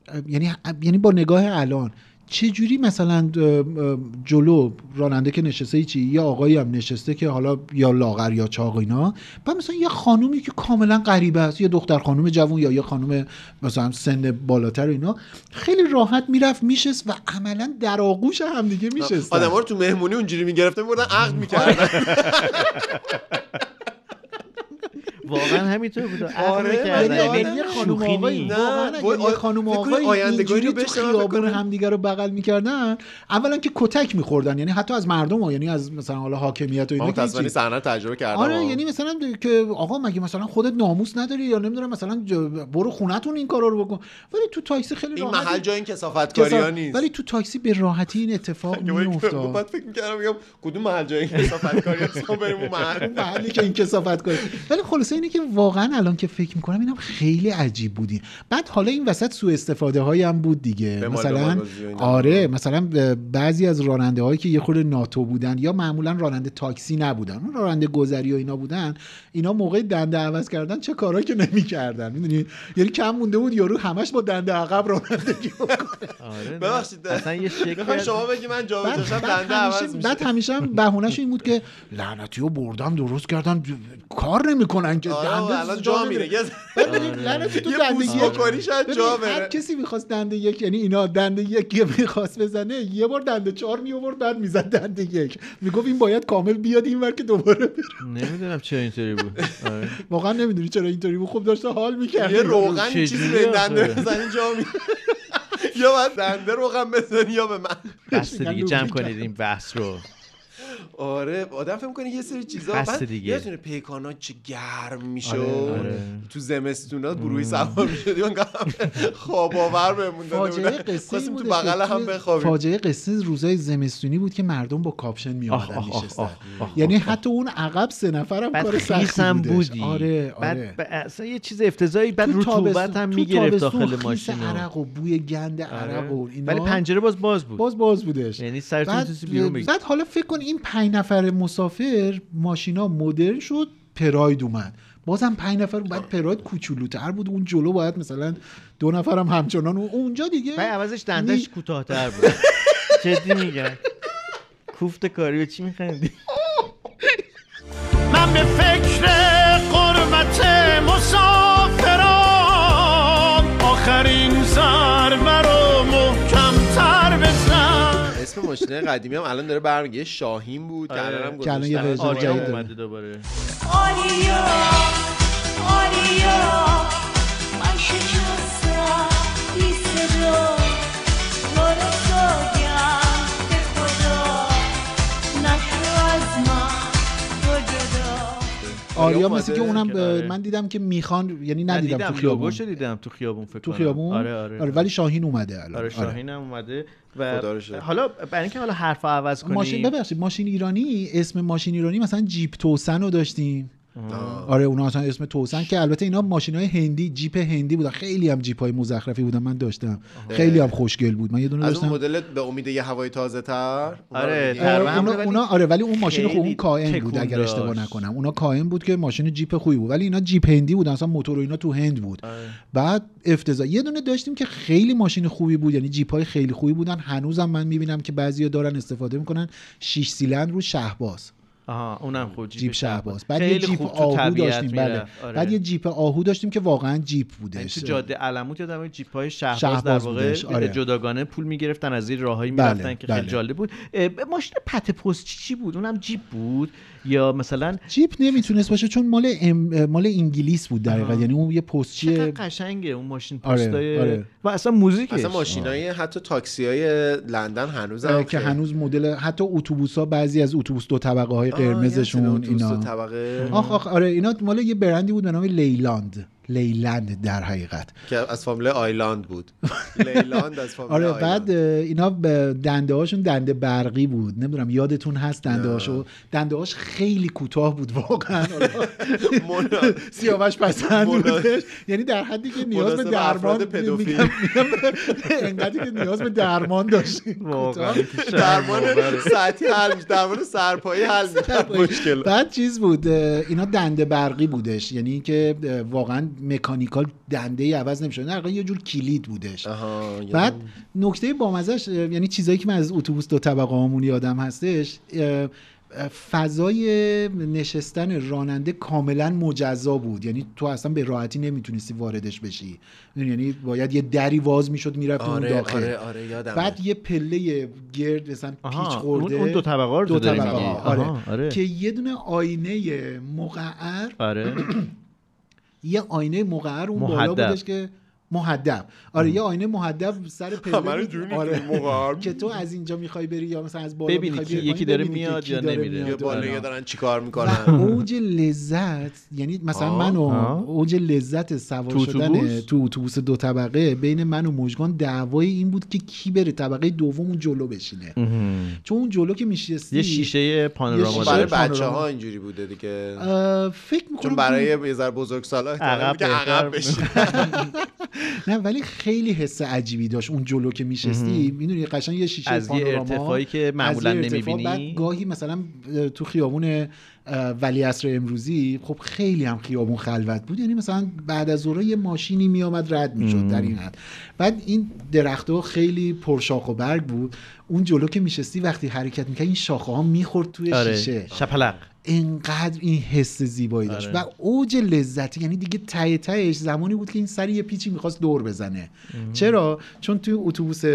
S3: اه، یعنی اه، یعنی با نگاه الان چه جوری مثلا اه، اه، جلو راننده که نشسته هیچی یا آقایی هم نشسته که حالا یا لاغر یا چاق اینا بعد مثلا یه خانومی که کاملا غریبه است یه دختر خانم جوون یا یه خانم مثلا سن بالاتر اینا خیلی راحت میرفت میشست و عملا در آغوش همدیگه میشست
S1: آدم رو تو مهمونی اونجوری میگرفتن میبردن
S3: آره.
S1: عقد میکردن
S3: یعنی
S2: واقعا همینطور بود
S1: آره،
S2: آره
S1: ولی آره،
S2: یعنی
S3: یه خانم
S2: شوخی
S3: آقایی،
S2: نیست.
S1: نه،
S3: واقعا اگه
S1: وای،
S3: یه
S1: آ-
S3: خانم
S1: فکر کنی
S3: آقایی
S1: آیندگان
S3: اینجوری
S1: رو
S3: تو
S1: بشنون
S3: خیابون
S1: بکنن؟
S3: همدیگه رو بغل میکردن اولا که کتک میخوردن یعنی حتی از مردم ها یعنی از مثلا حالا حاکمیت و
S1: ما
S3: اینا که
S1: تصمیم
S3: هیچی.
S1: صحنه رو تجربه کردم
S3: آره
S1: آه.
S3: یعنی مثلا د- که آقا مگه مثلا خودت ناموس نداری یا نمیدونم مثلا ج- برو خونتون این کارا رو بکن ولی تو تاکسی خیلی
S1: این
S3: راحت
S1: محل جای این کسافت
S3: کسا-
S1: کاریا نیست
S3: ولی تو تاکسی به راحتی این اتفاق
S1: یه باری که-
S3: میافتاد
S1: بعد فکر میکردم میگم کدوم محل جای این کسافت کاریا است ما بریم اون محل
S3: اون محلی که این کسافت کنه ولی خلاصه اینه که واقعا الان که فکر میکنم اینم خیلی عجیب بودی بعد حالا این وسط سوء استفاده هایی هم بود دیگه
S1: به مال به
S3: مثلا
S1: مال بازی و اینا.
S3: آره مثلا بعضی از راننده هایی که یه خورده ناتو بودن یا معمولا راننده تاکسی نبودن اون راننده گذری و اینا بودن اینا موقع دنده عوض کردن چه کارا که نمیکردن میدونی یعنی کم مونده بود یارو همش با دنده عقب رانندگی
S2: آره، نه.
S1: ببخشید
S2: اصلا یه شکل
S1: میخوام
S2: از-
S1: شما بگی من جا به
S3: بعد,
S1: جاشم
S3: بعد
S1: دنده عوض
S3: همیشه
S1: میشه
S3: بعد همیشه هم بهونه‌ش این بود که لعنتی رو بردم درست کردم کار نمیکنن که
S1: آره،
S3: دنده جا
S1: الان جا
S3: میره.
S1: میره یه-
S3: بعد ببین، لعنتی تو
S1: یه
S3: دنده
S1: بوس
S3: یک
S1: بکنی شاید
S3: ببین،
S1: جا
S3: هر
S1: بره.
S3: کسی میخواست دنده یک یعنی اینا دنده یک یه میخواست بزنه یه بار دنده چهار می آورد بعد میزد دنده یک میگفت این باید کامل بیاد اینور که دوباره بره.
S2: نمیدونم چرا اینطوری بود آره.
S3: واقعا نمیدونی چرا اینطوری بود خب داشته حال میکرد
S1: یه روغن
S2: چه
S1: چیزی
S2: جوری
S1: به دنده
S2: آخه؟
S1: بزنی جا می- یا باید دنده روغن بزنی یا به من
S2: بس دیگه جمع
S3: لوبی
S2: کنید این بحث رو
S1: آره آدم فکر میکنه یه سری چیزا
S2: بس
S1: بعد
S2: دیگه.
S1: یادتونه پیکانا چه گرم
S3: آره،
S1: میشد
S2: آره.
S1: تو زمستونا گروهی سوار میشدیم انقدر خواب آور بهمون داده
S3: فاجعه
S1: بودن
S3: قصه این
S1: خواستیم تو
S3: بودش که
S1: بغل هم
S3: توی-
S1: بخوابیم
S3: فاجعه قصه روزای زمستونی بود که مردم با کاپشن می
S2: آه،
S3: آمدن
S2: آه، آه، آه، آه،
S3: یعنی
S2: آه.
S3: حتی اون عقب سه نفرم
S2: خب، بعد
S3: کار سختی
S2: خیسم
S3: بودش.
S2: بودی
S3: آره آره
S2: بعد ب- اصلا یه چیز افتضایی بعد
S3: تو
S2: رطوبت
S3: تابستون-
S2: هم
S3: تو
S2: میگرفت
S3: تابستون
S2: داخل
S3: خیس
S2: ماشین رو.
S3: عرق و بوی گند عرق
S2: آره.
S3: و اینا
S2: ولی پنجره باز باز بود
S3: باز باز بودش
S2: یعنی سرتون
S3: بعد,
S2: می‌تونستی بیرون بگیری.
S3: بعد حالا فکر کن این پنج نفر مسافر ماشینا مدرن شد پراید اومد بازم پنج نفر بعد پراید کوچولوتر بود اون جلو باید مثلا دو نفرم همچنان و اونجا دیگه
S2: بعد عوضش دندش
S3: می-
S2: کوتاهتر بود جدی میگم کوفت کاری به چی میخندی
S4: من به فکر قربت مسافرم آخرین ضربه رو محکمتر بزن
S1: اسم ماشین قدیمی هم الان داره برمیگه یه شاهین بود که
S2: آره.
S1: الان هم
S3: که الان یه
S1: گذاشتن.
S3: ورژن
S1: آریا
S3: جدید
S1: اومد.
S2: اومده دوباره
S4: آریا آریا
S14: شکستم بی صدا ما رو سوگم به خدا نشو از من تو جدا
S3: آریا
S2: اومده
S3: مثل که اونم
S2: کناره.
S3: به- من دیدم که میخوان یعنی
S2: آره. من
S3: ندیدم تو
S2: دیدم،
S3: خیابون
S2: لوگوشو دیدم تو خیابون فکر
S3: تو
S2: کنم.
S3: خیابون
S2: آره آره,
S3: آره، ولی شاهین اومده الان
S2: آره
S3: آره.
S2: شاهین هم اومده و
S3: خدا رو شکر.
S2: حالا برای اینکه حالا حرف رو عوض کنیم
S3: ماشین ببخشید ماشین ایرانی اسم ماشین ایرانی مثلا جیپ توسن رو داشتیم
S2: آه.
S3: آره اونا اصلا اسم توسن که البته اینا ماشین های هندی جیپ هندی بودن خیلی هم جیپ های مزخرفی بودن من داشتم خیلی هم خوشگل بود من یه دونه
S1: از اون
S3: داشتم
S1: مدل به امید یه هوای تازه تر
S2: آره،
S3: آره، اونا, اونا آره ولی اون ماشین خوب
S1: خیلی
S3: اون کائن
S1: تکون
S3: بود اگر
S1: داشت.
S3: اشتباه نکنم اونا کائن بود که ماشین جیپ خوبی بود ولی اینا جیپ هندی بود اصلا موتور و اینا تو هند بود
S1: آره.
S3: بعد افتضاح یه دونه داشتیم که خیلی ماشین خوبی بود یعنی جیپ های خیلی خوبی بودن هنوزم من میبینم که بعضیا دارن استفاده میکنن شش سیلندر رو شهباز
S2: آها اونم خود
S3: جیپ شهباز بعد یه
S2: خیلی
S3: جیپ
S2: خوب تو
S3: آهو
S2: طبیعت
S3: داشتیم بله
S2: میرفت. آره.
S3: بعد یه جیپ آهو داشتیم که واقعا جیپ بودش
S2: تو جاده علموت یادم میاد جیپ های شهباز
S3: شهباز
S2: در واقع
S3: بودش، آره.
S2: جداگانه پول میگرفتن از این راههایی
S3: بله،
S2: میرفتن که خیلی
S3: بله.
S2: جالب بود اه، ماشین پته پست چی- چی بود اونم جیپ بود یا مثلا
S3: جیپ نمیتونست باشه چون مال ام- مال انگلیس بود در حقیقت. یعنی اون یه پستچی
S2: چقدر قشنگه اون ماشین
S3: آره،
S2: پستای
S3: آره.
S2: و اصلا موزیکش
S1: اصلا ماشینای حتی تاکسی های لندن هنوز هم
S3: آره، که
S1: خیلی-
S3: هنوز مدل حتی اتوبوس ها بعضی از اتوبوس دو طبقه های
S1: آه، یه همچین
S3: قرمزشون
S1: اتوبوس
S3: اینا
S1: دو طبقه.
S3: آخ آخ آره اینا مال یه برندی بود به نام لیلاند لیلند در حقیقت
S1: که از فامیل آیلاند بود لیلاند از فامیل
S3: آره
S1: آیلاند.
S3: بعد اه، اینا به دنده هاشون دنده برقی بود نمیدونم یادتون هست دنده هاشو دنده هاش خیلی کوتاه بود واقعا سیاوش پسند بودش یعنی در حدی که نیاز به
S1: مناسب افراد
S3: درمان
S1: پدوفیل.
S3: میگم- میگم انقدری که نیاز به درمان داشتیم خب،
S1: واقعا.
S3: کوتاه.
S1: درمان ساعتی حل میشه درمان سرپایی حل میشه مشکل
S3: بعد چیز بود اه، اینا دنده برقی بودش یعنی اینکه اه، واقعا مکانیکال دنده ای عوض نمیشه نه واقعا یه جور کلید بودش بعد نکته بامزش اه، یعنی چیزایی که من از اتوبوس دو طبقه همون یادم هستش اه، اه، فضای نشستن راننده کاملا مجزا بود یعنی تو اصلا به راحتی نمیتونستی واردش بشی یعنی باید یه دری واز میشد میرفت اون
S1: آره،
S3: داخل
S1: آره، آره، یادمه.
S3: بعد یه پله گرد مثلا پیچ
S2: آها، اون-
S3: خورده
S2: اون دو طبقه رو
S3: دو
S2: داری
S3: طبقه
S2: میگی.
S3: ها، آره.
S2: آها، آره.
S3: که یه دونه آینه مقعر
S2: آره
S3: یه آینه مقعر اون
S2: محدب.
S3: بالا بودش که محدب آره یه آینه محدب سر پله
S2: همه رو
S3: بود.
S2: جور می‌کنی،
S3: آره که تو از اینجا میخوای بری یا مثلا از بالا
S2: ببینی
S3: می‌خوای
S2: که
S3: بیای
S2: یکی
S3: پایین،
S2: داره
S3: ببینی که
S2: میاد
S3: کی
S2: یا
S3: داره
S2: نمیره.
S1: یه
S3: میاد.
S1: بالا
S3: آره.
S1: دارن چیکار
S3: و
S1: میکنن
S3: اوج لذت یعنی مثلا
S1: آه.
S3: من و
S1: آه.
S3: اوج لذت سوار
S1: تو
S3: شدن
S1: اتوبوس؟
S3: تو اتوبوس دو طبقه بین من و مژگان دعوای این بود که کی بره طبقه دوم اون جلو بشینه چون اون جلو که میشستی
S2: یه شیشه پانوراما
S1: برای
S2: داره.
S1: بچه ها اینجوری بوده دیگه
S3: اه، فکر میکنم
S1: چون برای یه ذره بزرگ سالا
S2: عقب
S1: که
S2: بهتر
S1: عقب بشین
S3: نه ولی خیلی حس عجیبی داشت اون جلو که میشستی
S2: مهم.
S3: میدونی قشنگ یه شیشه
S2: از یه
S3: پانوراما
S2: ارتفاعی که
S3: از یه
S2: معمولاً
S3: ارتفاع.
S2: نمی‌بینی.
S3: بعد گاهی مثلا اه، تو خیابون اه، ولیعصر امروزی خب خیلی هم خیابون خلوت بود یعنی مثلا بعد از ظهر یه ماشینی میامد رد میشد در این حد بعد این درختها خیلی پرشاخ و برگ بود اون جلو که میشستی وقتی حرکت میکرد این شاخه ها میخورد توی
S2: آره
S3: شیشه
S2: شپلق
S3: اینقدر این حس زیبایی داشت
S2: آره.
S3: و اوج لذتی یعنی دیگه ته تهش زمانی بود که این سری یه پیچی میخواست دور بزنه چرا چون توی اتوبوس اه،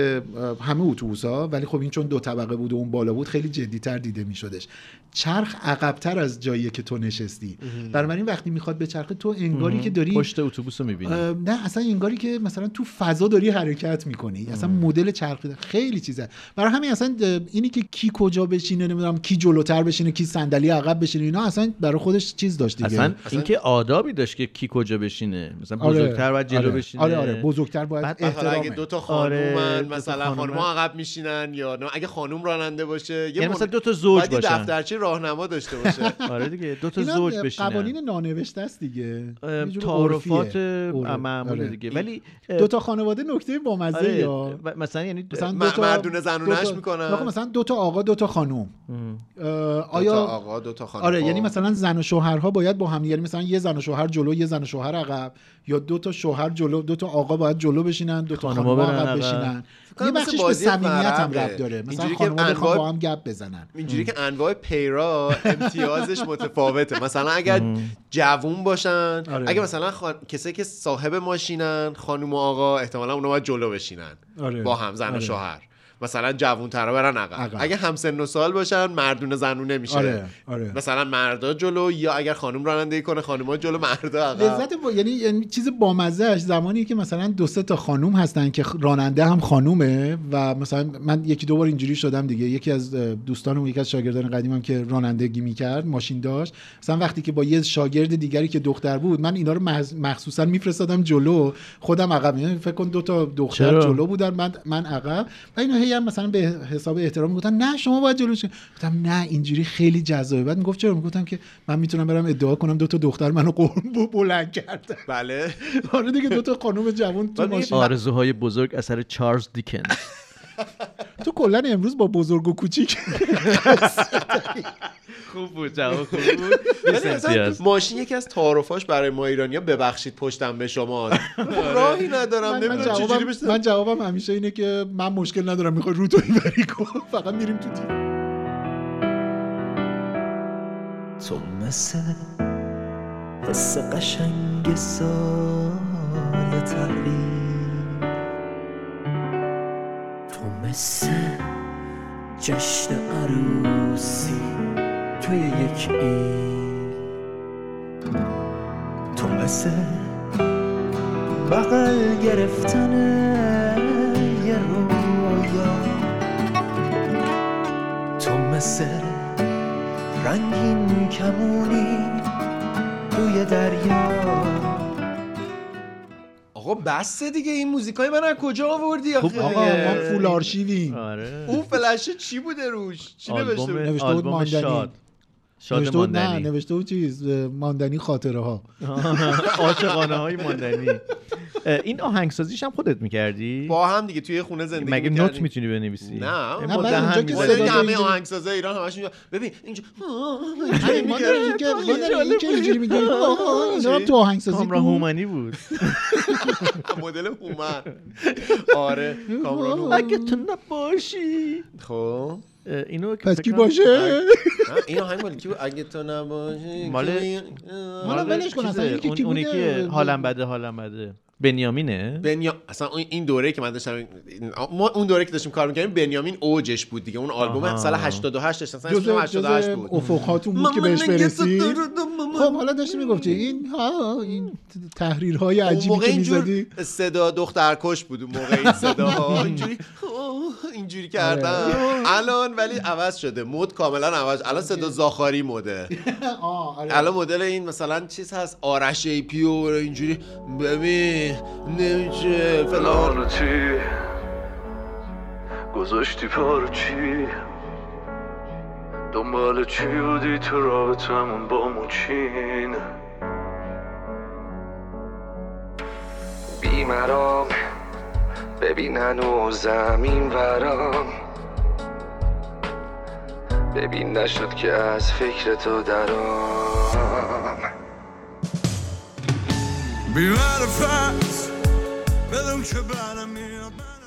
S3: همه اتوبوس ها ولی خب این چون دو طبقه بود و اون بالا بود خیلی جدیتر دیده میشدش چرخ عقبتر از جایی که تو نشستی
S2: مهم.
S3: بنابراین وقتی میخواد به چرخه تو انگاری
S2: مهم.
S3: که داری
S2: پشت اتوبوس رو میبینی
S3: اه، نه اصلا انگاری که مثلا تو فضا داری حرکت میکنی اصلا مدل چرخیده خیلی چیزه برای همین اصلا اه، اینی که کی کجا بشینه نمیدونم کی جلوتر بشینه کی صندلی عقب بشینه اینا اصلا برای خودش چیز داشت دیگه
S2: اصلا اینکه آدابی داشت که کی کجا بشینه مثلا
S3: آره،
S2: بزرگتر باید جلو
S3: آره،
S2: بشینه
S3: آره آره بزرگتر باید
S1: مثلا
S3: احترامه
S1: اگه دو تا
S2: آره،
S1: خانومن
S2: دو تا
S1: مثلا
S2: خانومن.
S1: خانم عقب میشینن یا نه اگه خانوم راننده باشه یه
S2: یعنی
S1: مون-
S2: مثلا دو تا زوج
S1: باید یه
S2: باشن.
S1: دفترچه راهنما داشته باشه
S2: آره دیگه دو تا
S3: اینا
S2: زوج
S3: اه،
S2: بشینن
S3: قوانین نانوشته است دیگه یه جور
S2: تعارفات
S3: عرفیه. عرف.
S2: معمول
S3: آره.
S2: دیگه ولی اه،
S3: دو تا خانواده نکته بامزه
S2: آره،
S3: یا
S2: و- مثلا یعنی
S3: مثلا
S2: م-
S3: دو تا
S2: مردونه زنونه‌اش
S3: دو تا-
S2: می‌کنن.
S3: آقا مثلا دو تا آقا دو تا خانم اه، آیا
S1: دو تا آقا دو تا خانم
S3: آره
S1: خب.
S3: یعنی مثلا زن و شوهرها باید با هم دیگه- یعنی مثلا یه زن و شوهر جلو یه زن و شوهر عقب یا دو تا شوهر جلو دو تا آقا باید جلو بشینن دو تا
S2: خانم‌ها
S3: خانم
S2: برن
S3: عقب
S2: عقب.
S3: بشینن
S1: فکر کنم
S3: یه
S1: مثل
S3: بخشش به
S1: بازی
S3: صمیمیت هم
S1: ورقه.
S3: ربط داره مثلا
S1: اینجوری که
S3: خانم‌ها بخوان
S1: انواع-
S3: با هم گپ بزنن
S1: اینجوری که انواع پیرا امتیازش متفاوته مثلا اگر جوون باشن
S3: آره.
S1: اگه مثلا خان... کسایی که صاحب ماشینن خانم و آقا احتمالا اونا باید جلو بشینن
S3: آره.
S1: با هم زن و
S3: آره.
S1: شوهر مثلا جوونترا برن عقب
S3: عقب.
S1: اگه همسن و سال باشن مردونه زنونه میشه
S3: آره، آره.
S1: مثلا مردا جلو یا اگر خانم رانندگی کنه خانوما جلو مردا عقب
S3: لذت با... یعنی یعنی چیز بامزهش زمانی که مثلا دو سه تا خانوم هستن که خ- راننده هم خانومه و مثلا من یکی دو بار اینجوری شدم دیگه یکی از اه، دوستانم یکی از شاگردان قدیمم که رانندگی میکرد ماشین داشت مثلا وقتی که با یه شاگرد دیگری که دختر بود من اینا رو مز- مخصوصا میفرستادم جلو خودم عقب یعنی فکر کن دو تا دختر
S2: چرا؟
S3: جلو بودن من من عقب و اینا هی هم مثلا به حساب احترام میگفتن نه شما باید جلو شید گفتم نه اینجوری خیلی جذابه بعد میگفت چرا میگفتم که من میتونم برم ادعا کنم دو تا دختر منو قربون بلند کردن
S1: بله
S3: آره دیگه دو تا خانم جوان تو ماشین
S2: آرزوهای بزرگ اثر چارلز دیکنز
S3: تو کلا امروز با بزرگ و کوچیک
S2: خوب بود جواب خوب بود
S1: ولی اصلا
S2: امتیاز.
S1: ماشین یکی از تعارفاش برای ما ایرانیا ببخشید پشتم به شما
S2: آره.
S1: راهی ندارم
S3: من, من
S1: نمیدونم چجوری
S3: جوابم
S1: بشه
S3: من جوابم همیشه اینه که من مشکل ندارم میخوای رو تو اینوری کن فقط میریم تو تیم
S15: تو مثل قصه قشنگ سال تحریم تو مثل جشن عروسی توی یک این تو مثل بغل گرفتن یه رویا تو مثل رنگین کمونی روی دریا
S1: آقا بسه دیگه این موزیکای من از کجا آوردی
S2: خب،
S1: آخه
S3: آقا ما فول آرشیویم
S2: آره.
S1: اون فلشه چی بوده روش چی نوشته بود؟
S3: نوشته بود ماندنی نوشته بود نه نوشته بود چیز اه، ماندنی خاطره ها
S2: عاشقانه های ماندنی اه، این آهنگسازیش هم خودت میکردی
S1: با هم دیگه توی خونه زندگی
S2: مگه
S1: می‌کردیم.
S2: نوت میتونی بنویسی
S1: نه
S2: ما دهن می‌زدیم.
S1: که همه آهنگسازه ایران همش اینجا ببین اینجا آره،
S3: همین مادر اینجا- مادر اینجا اینجوری میگه آها، اینا هم تو آهنگسازی
S2: کامرا
S3: بود.
S2: هومنی بود
S1: مدل هومن آره کامران هومن.
S2: اگه تو نباشی
S1: خب
S2: اینو
S3: پس کی باشه
S1: آره. نه، این آهنگ مال کی بود؟ اگه تو نباشی
S2: مال-
S1: کی-
S2: مال
S3: ولش کن، اصلا
S2: آره، چیزه،
S3: یکی
S2: اون-
S3: کی
S2: اونی
S3: بوده؟
S2: که حالم بده حالم بده بنیامینه
S1: بنیا... اصلا اون- این دوره که من داشتم این- ما اون دوره که داشتیم کار میکردیم بنیامین اوجش بود دیگه اون آلبوم
S2: آها.
S1: سال 88 داشت اصلا
S3: جزء
S1: اسم 88
S3: جزء
S1: بود
S3: افقهاتون بود که
S1: مامان
S3: بهش
S1: نگه
S3: برسی
S1: ستاره
S3: خب حالا داشتی میگفتی این ها این تحریرهای
S1: اون
S3: عجیبی
S1: موقع
S3: که
S1: اینجور
S3: میزدی
S1: صدا دخترکش بود اون موقع این صدا اینجوری آه، اینجوری کردن
S3: آره.
S1: الان ولی عوض شده مد کاملا عوض الان صدا زاخاری مده
S3: آره.
S1: الان مدل این مثلا چیز هست آرش ای پی و اینجوری ببین نمیشه فلان
S16: رو چی گذاشتی پارو چی دنبال چی بودی تو رابطمون با موچین
S17: بیمرام ببین هنوز زمین ورام ببین نشد که از فکر تو درام
S4: بیمار فقط بدون که برم میاد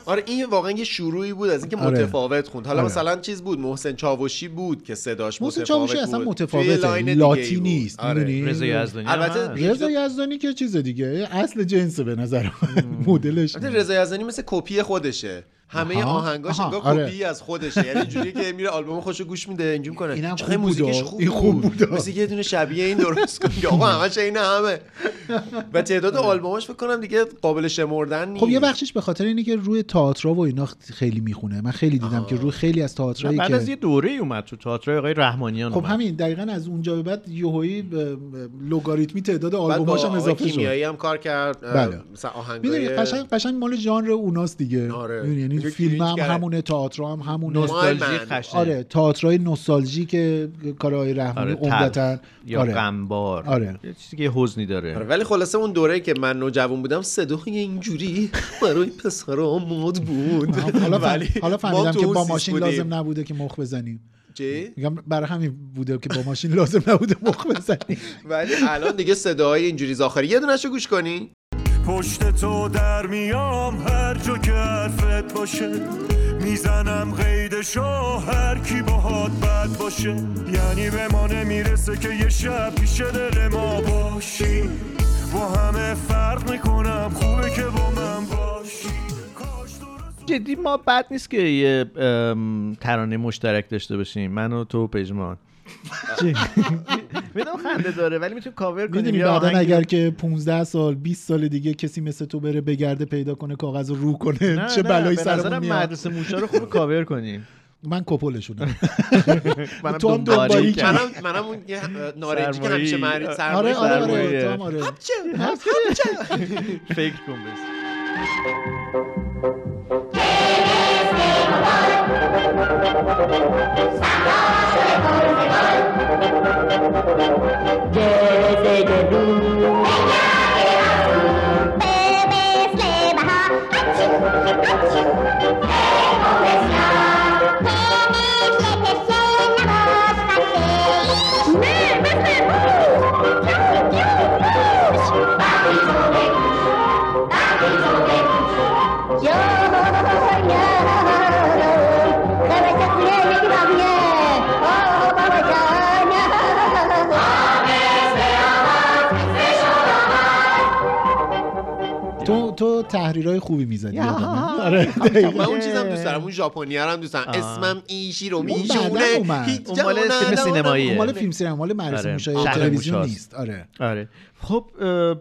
S1: آره این واقعا یه شروعی بود از اینکه
S3: آره.
S1: متفاوت خوند حالا
S3: آره.
S1: مثلا چیز بود محسن چاوشی بود که صداش
S3: محسن
S1: متفاوت
S3: چاوشی
S1: بود
S3: اصلا
S1: توی یه
S3: متفاوته.
S1: لاین دیگه
S3: لاتی
S1: بود. آره.
S3: نیست، می‌دونی؟ رضا یزدانی هم
S1: البته
S3: هست. رضا یزدانی که چیز دیگه اصل جنسه به نظر من مدلش
S1: البته آره، رضا یزدانی مثل کپی خودشه همه
S3: آها.
S1: آهنگاش
S3: آها.
S1: انگار
S3: آره.
S1: کپی از خودشه یعنی جوری که میره آلبوم خوشو گوش میده اینجوری میکنه اینم
S3: خوب بود
S1: موزیکش
S3: آه.
S1: خوب
S3: این خوب بود آه.
S1: مثل یه دونه شبیه این درست کن که آقا همش این همه و تعداد آلبوماش فکر کنم دیگه قابل شمردن نیست
S3: آره. خب یه بخشش به خاطر اینه که روی تئاترا و اینا خیلی میخونه من خیلی دیدم که روی خیلی از تئاترایی
S2: بعد از
S3: که
S2: یه دوره ای اومد تو تئاتر آقای رحمانیان
S3: خب
S2: اومد.
S3: همین دقیقا از اونجا به بعد یهویی به- به لوگاریتمی تعداد
S1: بعد با
S3: آلبوماش هم
S1: آقای
S3: اضافه شد
S1: کیمیایی هم کار کرد اه،
S3: بله.
S1: مثلا
S3: میدونی
S1: آهنگای
S3: قشنگ قشنگ مال ژانر اوناست دیگه
S1: آره.
S3: می‌دونی، یعنی
S1: اینجور
S3: فیلم
S1: کلینج
S3: هم
S1: کرد.
S3: همونه تئاتر هم همونه
S1: نوستالژی مال من. خشنه.
S3: آره تئاترای نوستالژی که کار آقای رحمانی
S2: آره، تلخ
S3: عمدتاً
S2: یا
S3: آره.
S2: غمبار
S3: آره.
S2: یه چیزی که یه حزنی داره
S1: آره، ولی خلاصه اون دوره که من نوجوان بودم صدای اینجوری برای پسرا مد بود
S3: حالا, فهم-
S1: ولی
S3: حالا
S1: ما
S3: فهمیدم
S1: تو
S3: که
S1: اون
S3: با
S1: سیس
S3: ماشین
S1: بودیم.
S3: لازم نبوده که مخ بزنیم
S1: چی؟
S3: میگم برای همین بوده که با ماشین لازم نبوده مخ بزنیم
S1: ولی الان دیگه صداهای اینجوری زاخری یه دونهشو گوش کنی
S4: پشت تو در میام هر جا که حرفت باشه میزنم قیدشو هر کی باهات بد باشه یعنی به ما نمیرسه که یه شب پیش دل ما باشی با همه فرق میکنم خوبه که با من باشی کاش درست
S2: جدی ما بد نیست که یه ام، ترانه مشترک داشته باشیم من و تو و پژمان میدونم خنده داره ولی میتونیم کاور کنیم
S3: میدونی
S2: یه
S3: بعدا
S2: آهنگ-
S3: اگر که 15 سال 20 سال دیگه کسی مثل تو بره بگرده پیدا کنه کاغذ رو رو کنه
S2: نه،
S3: چه
S2: نه،
S3: بلایی
S2: به
S3: سرمون
S2: نظرم
S3: میاد
S2: مدرسه موشا رو خوب کاور کنیم
S3: من کپولشونم
S2: منم
S3: تو هم
S2: دنبالی
S3: دنبالی
S2: کردم.
S3: کردم.
S1: منم منم اون یه اه، نارنجی که
S2: سرمایی.
S1: همیشه معروف
S3: آره آره آره
S2: سرمایه.
S3: تو هم آره
S2: فکر کن بس
S3: تو تو تحریرهای خوبی میزدی یادمه. آره
S1: من
S3: دقیقاً.
S1: اون چیزم دوست دارم اون ژاپنی هم دوست دارم
S3: آه.
S1: اسمم ایشیرو
S3: اون
S1: میشونه
S3: بعدا اومد.
S1: هیچ
S3: اون
S1: جا
S3: مال
S1: ندارم.
S3: فیلم
S2: سینماییه.
S3: خب، مال فیلم سینما مال مدرسه
S2: آره.
S3: موشای
S2: آره،
S3: تلویزیون
S2: موشاست.
S3: نیست آره
S2: آره خب اه،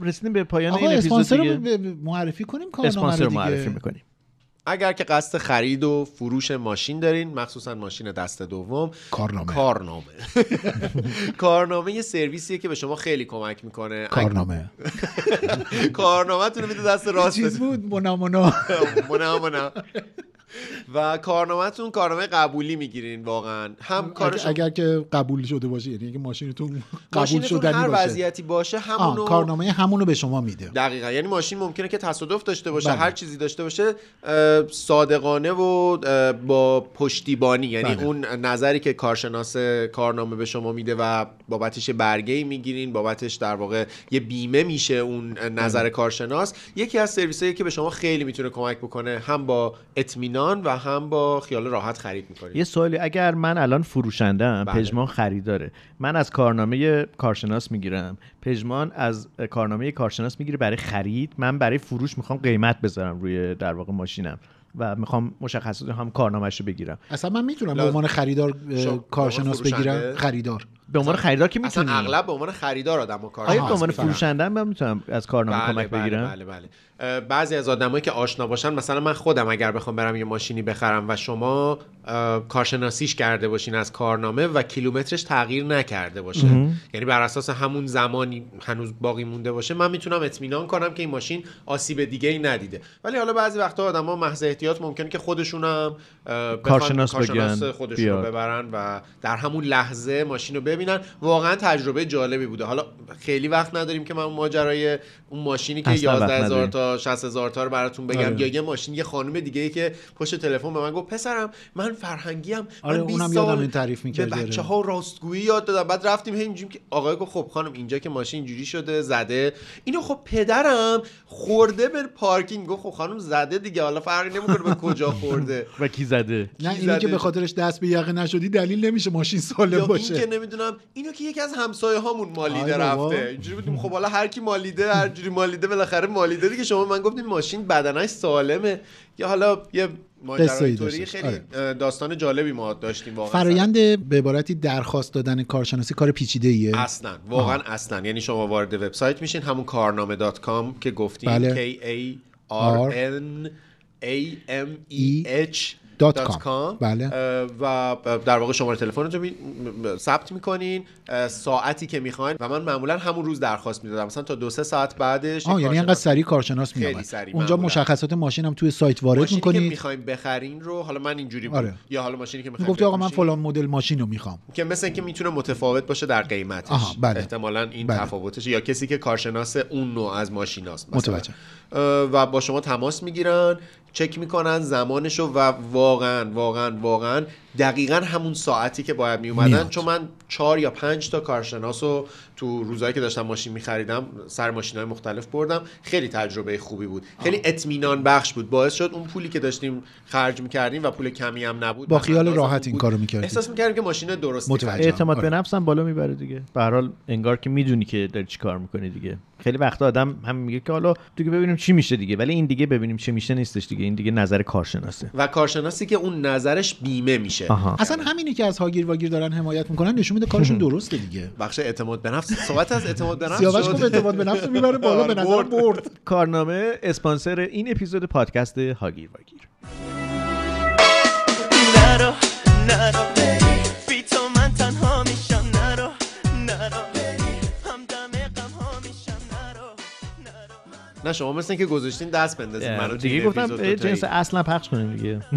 S2: رسیدیم به پایان
S3: آقا
S2: این اپیزود
S3: اسپانسر
S2: دیگه
S3: رو ب- ب- معرفی کنیم کارنامه
S2: اسپانسر
S3: رو
S2: رو معرفی
S3: دیگه
S2: میکنیم
S1: اگر که قصد خرید و فروش ماشین دارین مخصوصا ماشین دست دوم
S3: کارنامه
S1: کارنامه کارنامه یه سرویسیه که به شما خیلی کمک میکنه
S3: کارنامه
S1: کارنامه تونه میده دست راست
S3: چیز بود مونا مونا
S1: مونه مونه و کارنامهتون کارنامه قبولی میگیرین واقعا هم کار
S3: اگر,
S1: شما
S3: اگر که قبول شده باشه یعنی اگه ماشینتون قبول
S1: ماشینتون
S3: شدنی
S1: هر
S3: باشه
S1: وضعیتی باشه
S3: آه،
S1: همونو
S3: کارنامه همونو به شما میده
S1: دقیقا یعنی ماشین ممکنه که تصادف داشته باشه
S3: بله.
S1: هر چیزی داشته باشه اه، صادقانه و اه، با پشتیبانی یعنی
S3: بله.
S1: اون نظری که کارشناس کارنامه به شما میده و بابتش برگه ای میگیرین بابتش در واقع یه بیمه میشه اون نظر کارشناس یکی از سرویس که به شما خیلی میتونه کمک بکنه هم با اطمینان و هم با خیال راحت خرید میکنید
S2: یه سوالی اگر من الان فروشنده ام
S1: بله.
S2: پژمان خریداره من از کارنامه کارشناس میگیرم پژمان از کارنامه کارشناس میگیره برای خرید من برای فروش میخوام قیمت بذارم روی در واقع ماشینم و میخوام مشخصات هم کارنامهش رو بگیرم
S3: اصلا من میتونم به
S1: لاز-
S3: عنوان خریدار اه،
S1: شما-
S3: کارشناس
S1: به عنوان
S3: بگیرم
S1: فروشنده؟
S3: خریدار
S2: به عنوان خریدار که
S1: اصلا
S2: میتونی
S1: اغلب به عنوان خریدار آدم و
S2: آیا
S1: کارشناس
S2: به عنوان
S1: می‌گیرن.
S2: فروشنده هم من میتونم از کارنامه کمک
S1: بله،
S2: بگیرم
S1: بله بله اه، بعضی از آدمایی که آشنا باشن مثلا من خودم اگر بخوام برم یه ماشینی بخرم و شما اه، کارشناسیش کرده باشین از کارنامه و کیلومترش تغییر نکرده باشه
S2: مهم.
S1: یعنی بر اساس همون زمانی هنوز باقی مونده باشه من میتونم اطمینان کنم که این ماشین آسیب دیگه ای ندیده ولی حالا بعضی وقتا آدما محض احتیاط ممکنه که خودشونم اه، بخوان
S2: کارشناس بگن،
S1: کارشناس خودشون رو
S2: بیاد.
S1: ببرن و در همون لحظه ماشین رو ببینن واقعا تجربه جالبی بوده حالا خیلی وقت نداریم که من اون ماجرای اون ماشینی که
S2: اصلا وقت
S1: 11 هزار
S2: نداریم.
S1: تا 60 هزار تا رو براتون بگم
S3: آره.
S1: یا یه ماشین یه خانم دیگه ای که پشت تلفن به من گفت پسرم من فرهنگی ام
S3: آره،
S1: من 20
S3: اونم
S1: سال
S3: یادم این تعریف می‌کرد،
S1: به
S3: آره.
S1: بچه ها راستگویی یاد دادم بعد رفتیم هی اینجوریم که آقای گفت خب خانم اینجا که ماشین اینجوری شده زده اینو خب پدرم خورده به پارکینگ گفت خب خانم زده دیگه حالا فرقی نمیکنه به کجا خورده
S2: و کی زده
S3: نه
S1: کی
S3: اینی که
S1: زده؟
S3: به خاطرش دست به یقه نشدی دلیل نمیشه ماشین سالم
S1: یا این
S3: باشه
S1: که نمیدونم اینو که یکی از همسایه هامون مالیده
S3: آی بابا.
S1: رفته اینجوری بودیم خب حالا هر کی مالیده هر جوری مالیده بالاخره مالیده دیگه شما من گفتیم ماشین بدنش سالمه یا حالا یه
S3: قصه‌ای
S1: ماجرای طوری
S3: داشتش.
S1: خیلی
S3: آره.
S1: اه، داستان جالبی ما داشتیم واقعا
S3: فرایند به عبارتی درخواست دادن کارشناسی کار پیچیده ایه
S1: اصلا واقعا اصلا یعنی شما وارد وبسایت میشین همون کارنامه دات کام که گفتیم
S3: بله.
S1: K A R N A M E H
S3: دات
S1: دات
S3: کام.
S1: کام.
S3: بله.
S1: اه، و در واقع شماره تلفنتون رو می- م- ثبت میکنین ساعتی که میخواین و من معمولا همون روز درخواست میدادم مثلا تا دو سه ساعت بعدش
S3: آه
S1: یه
S3: یعنی انقدر
S1: کارشناس-
S3: سریع کارشناس
S1: خیلی
S3: میاد
S1: سریع
S3: اونجا
S1: معمولاً.
S3: مشخصات ماشین هم توی سایت وارد
S1: ماشینی که
S3: میکنی
S1: میخوایم بخرین رو حالا من اینجوری بود
S3: آره.
S1: یا حالا ماشینی که میخوایم
S3: گفتی آقا من فلان مدل ماشین رو میخوام
S1: که مثل اینکه میتونه متفاوت باشه در قیمتش
S3: آها، بله.
S1: احتمالا این
S3: بله.
S1: تفاوتش یا کسی که کارشناس اون نوع از ماشیناست مثلا.
S3: متوجه.
S1: اه، و با شما تماس میگیرن چک میکنن زمانشو و واقعا واقعا واقعا دقیقا همون ساعتی که باید می اومدن
S3: میاد.
S1: چون من چهار یا پنج تا کارشناس رو تو روزایی که داشتم ماشین میخریدم سر ماشین های مختلف بردم خیلی تجربه خوبی بود خیلی اطمینان بخش بود باعث شد اون پولی که داشتیم خرج میکردیم و پول کمی هم نبود
S3: با
S1: مثلا
S3: خیال
S1: لازم
S3: راحت این
S1: بود.
S3: کارو میکردی
S1: احساس میکردیم که ماشین درست
S2: اعتماد به نفسم بالا میبره دیگه آره. به هر حال انگار که میدونی که داری چی کار میکنی دیگه خیلی وقتا آدم هم میگه که حالا دیگه ببینیم چی میشه دیگه ولی این دیگه ببینیم چی میشه نیستش دیگه این دیگه نظر کارشناسه
S1: و کارشناسی که اون نظرش بیمه میشه
S2: آها.
S3: اصلا همینی که از هاگیر واگیر دارن حمایت میکنن نشون میده کارشون درسته دیگه
S1: بخش اعتماد به نفس صحبت از اعتماد به نفس
S3: سیاوش
S1: شد.
S3: گفت اعتماد به نفس رو میبره بالا به نظر برد
S2: کارنامه اسپانسر این اپیزود پادکست هاگیر واگیر
S15: نرو نرو بری بی تو من تنها میشم نرو نرو بری همدم غم ها میشم نرو
S1: نه شما مثل اینکه گذاشتین دست بندازین منو تو این
S2: دیگه گفتم
S1: اپیزود
S2: اه،
S1: دوتایی.
S2: جنس اصلا پخش کنیم دیگه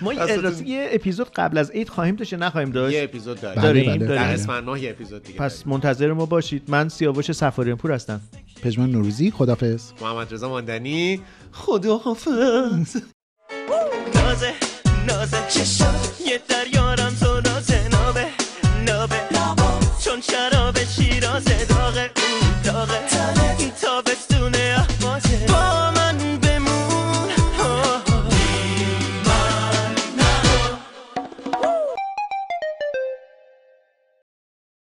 S2: ما یه-
S1: دستتون-
S2: راستی یه اپیزود قبل از عید خواهیم داشت یا نخواهیم داشت
S1: یه اپیزود داریم
S2: داریم
S3: بله، بله.
S1: در
S2: داریم.
S1: اسفند ماه یه اپیزود دیگه داریم.
S2: پس منتظر ما باشید من سیاوش سفاریان پور هستم
S3: پژمان نوروزی خدافظ
S1: محمد رضا ماندنی خداحافظ
S15: نازه نازه چشم یه دریا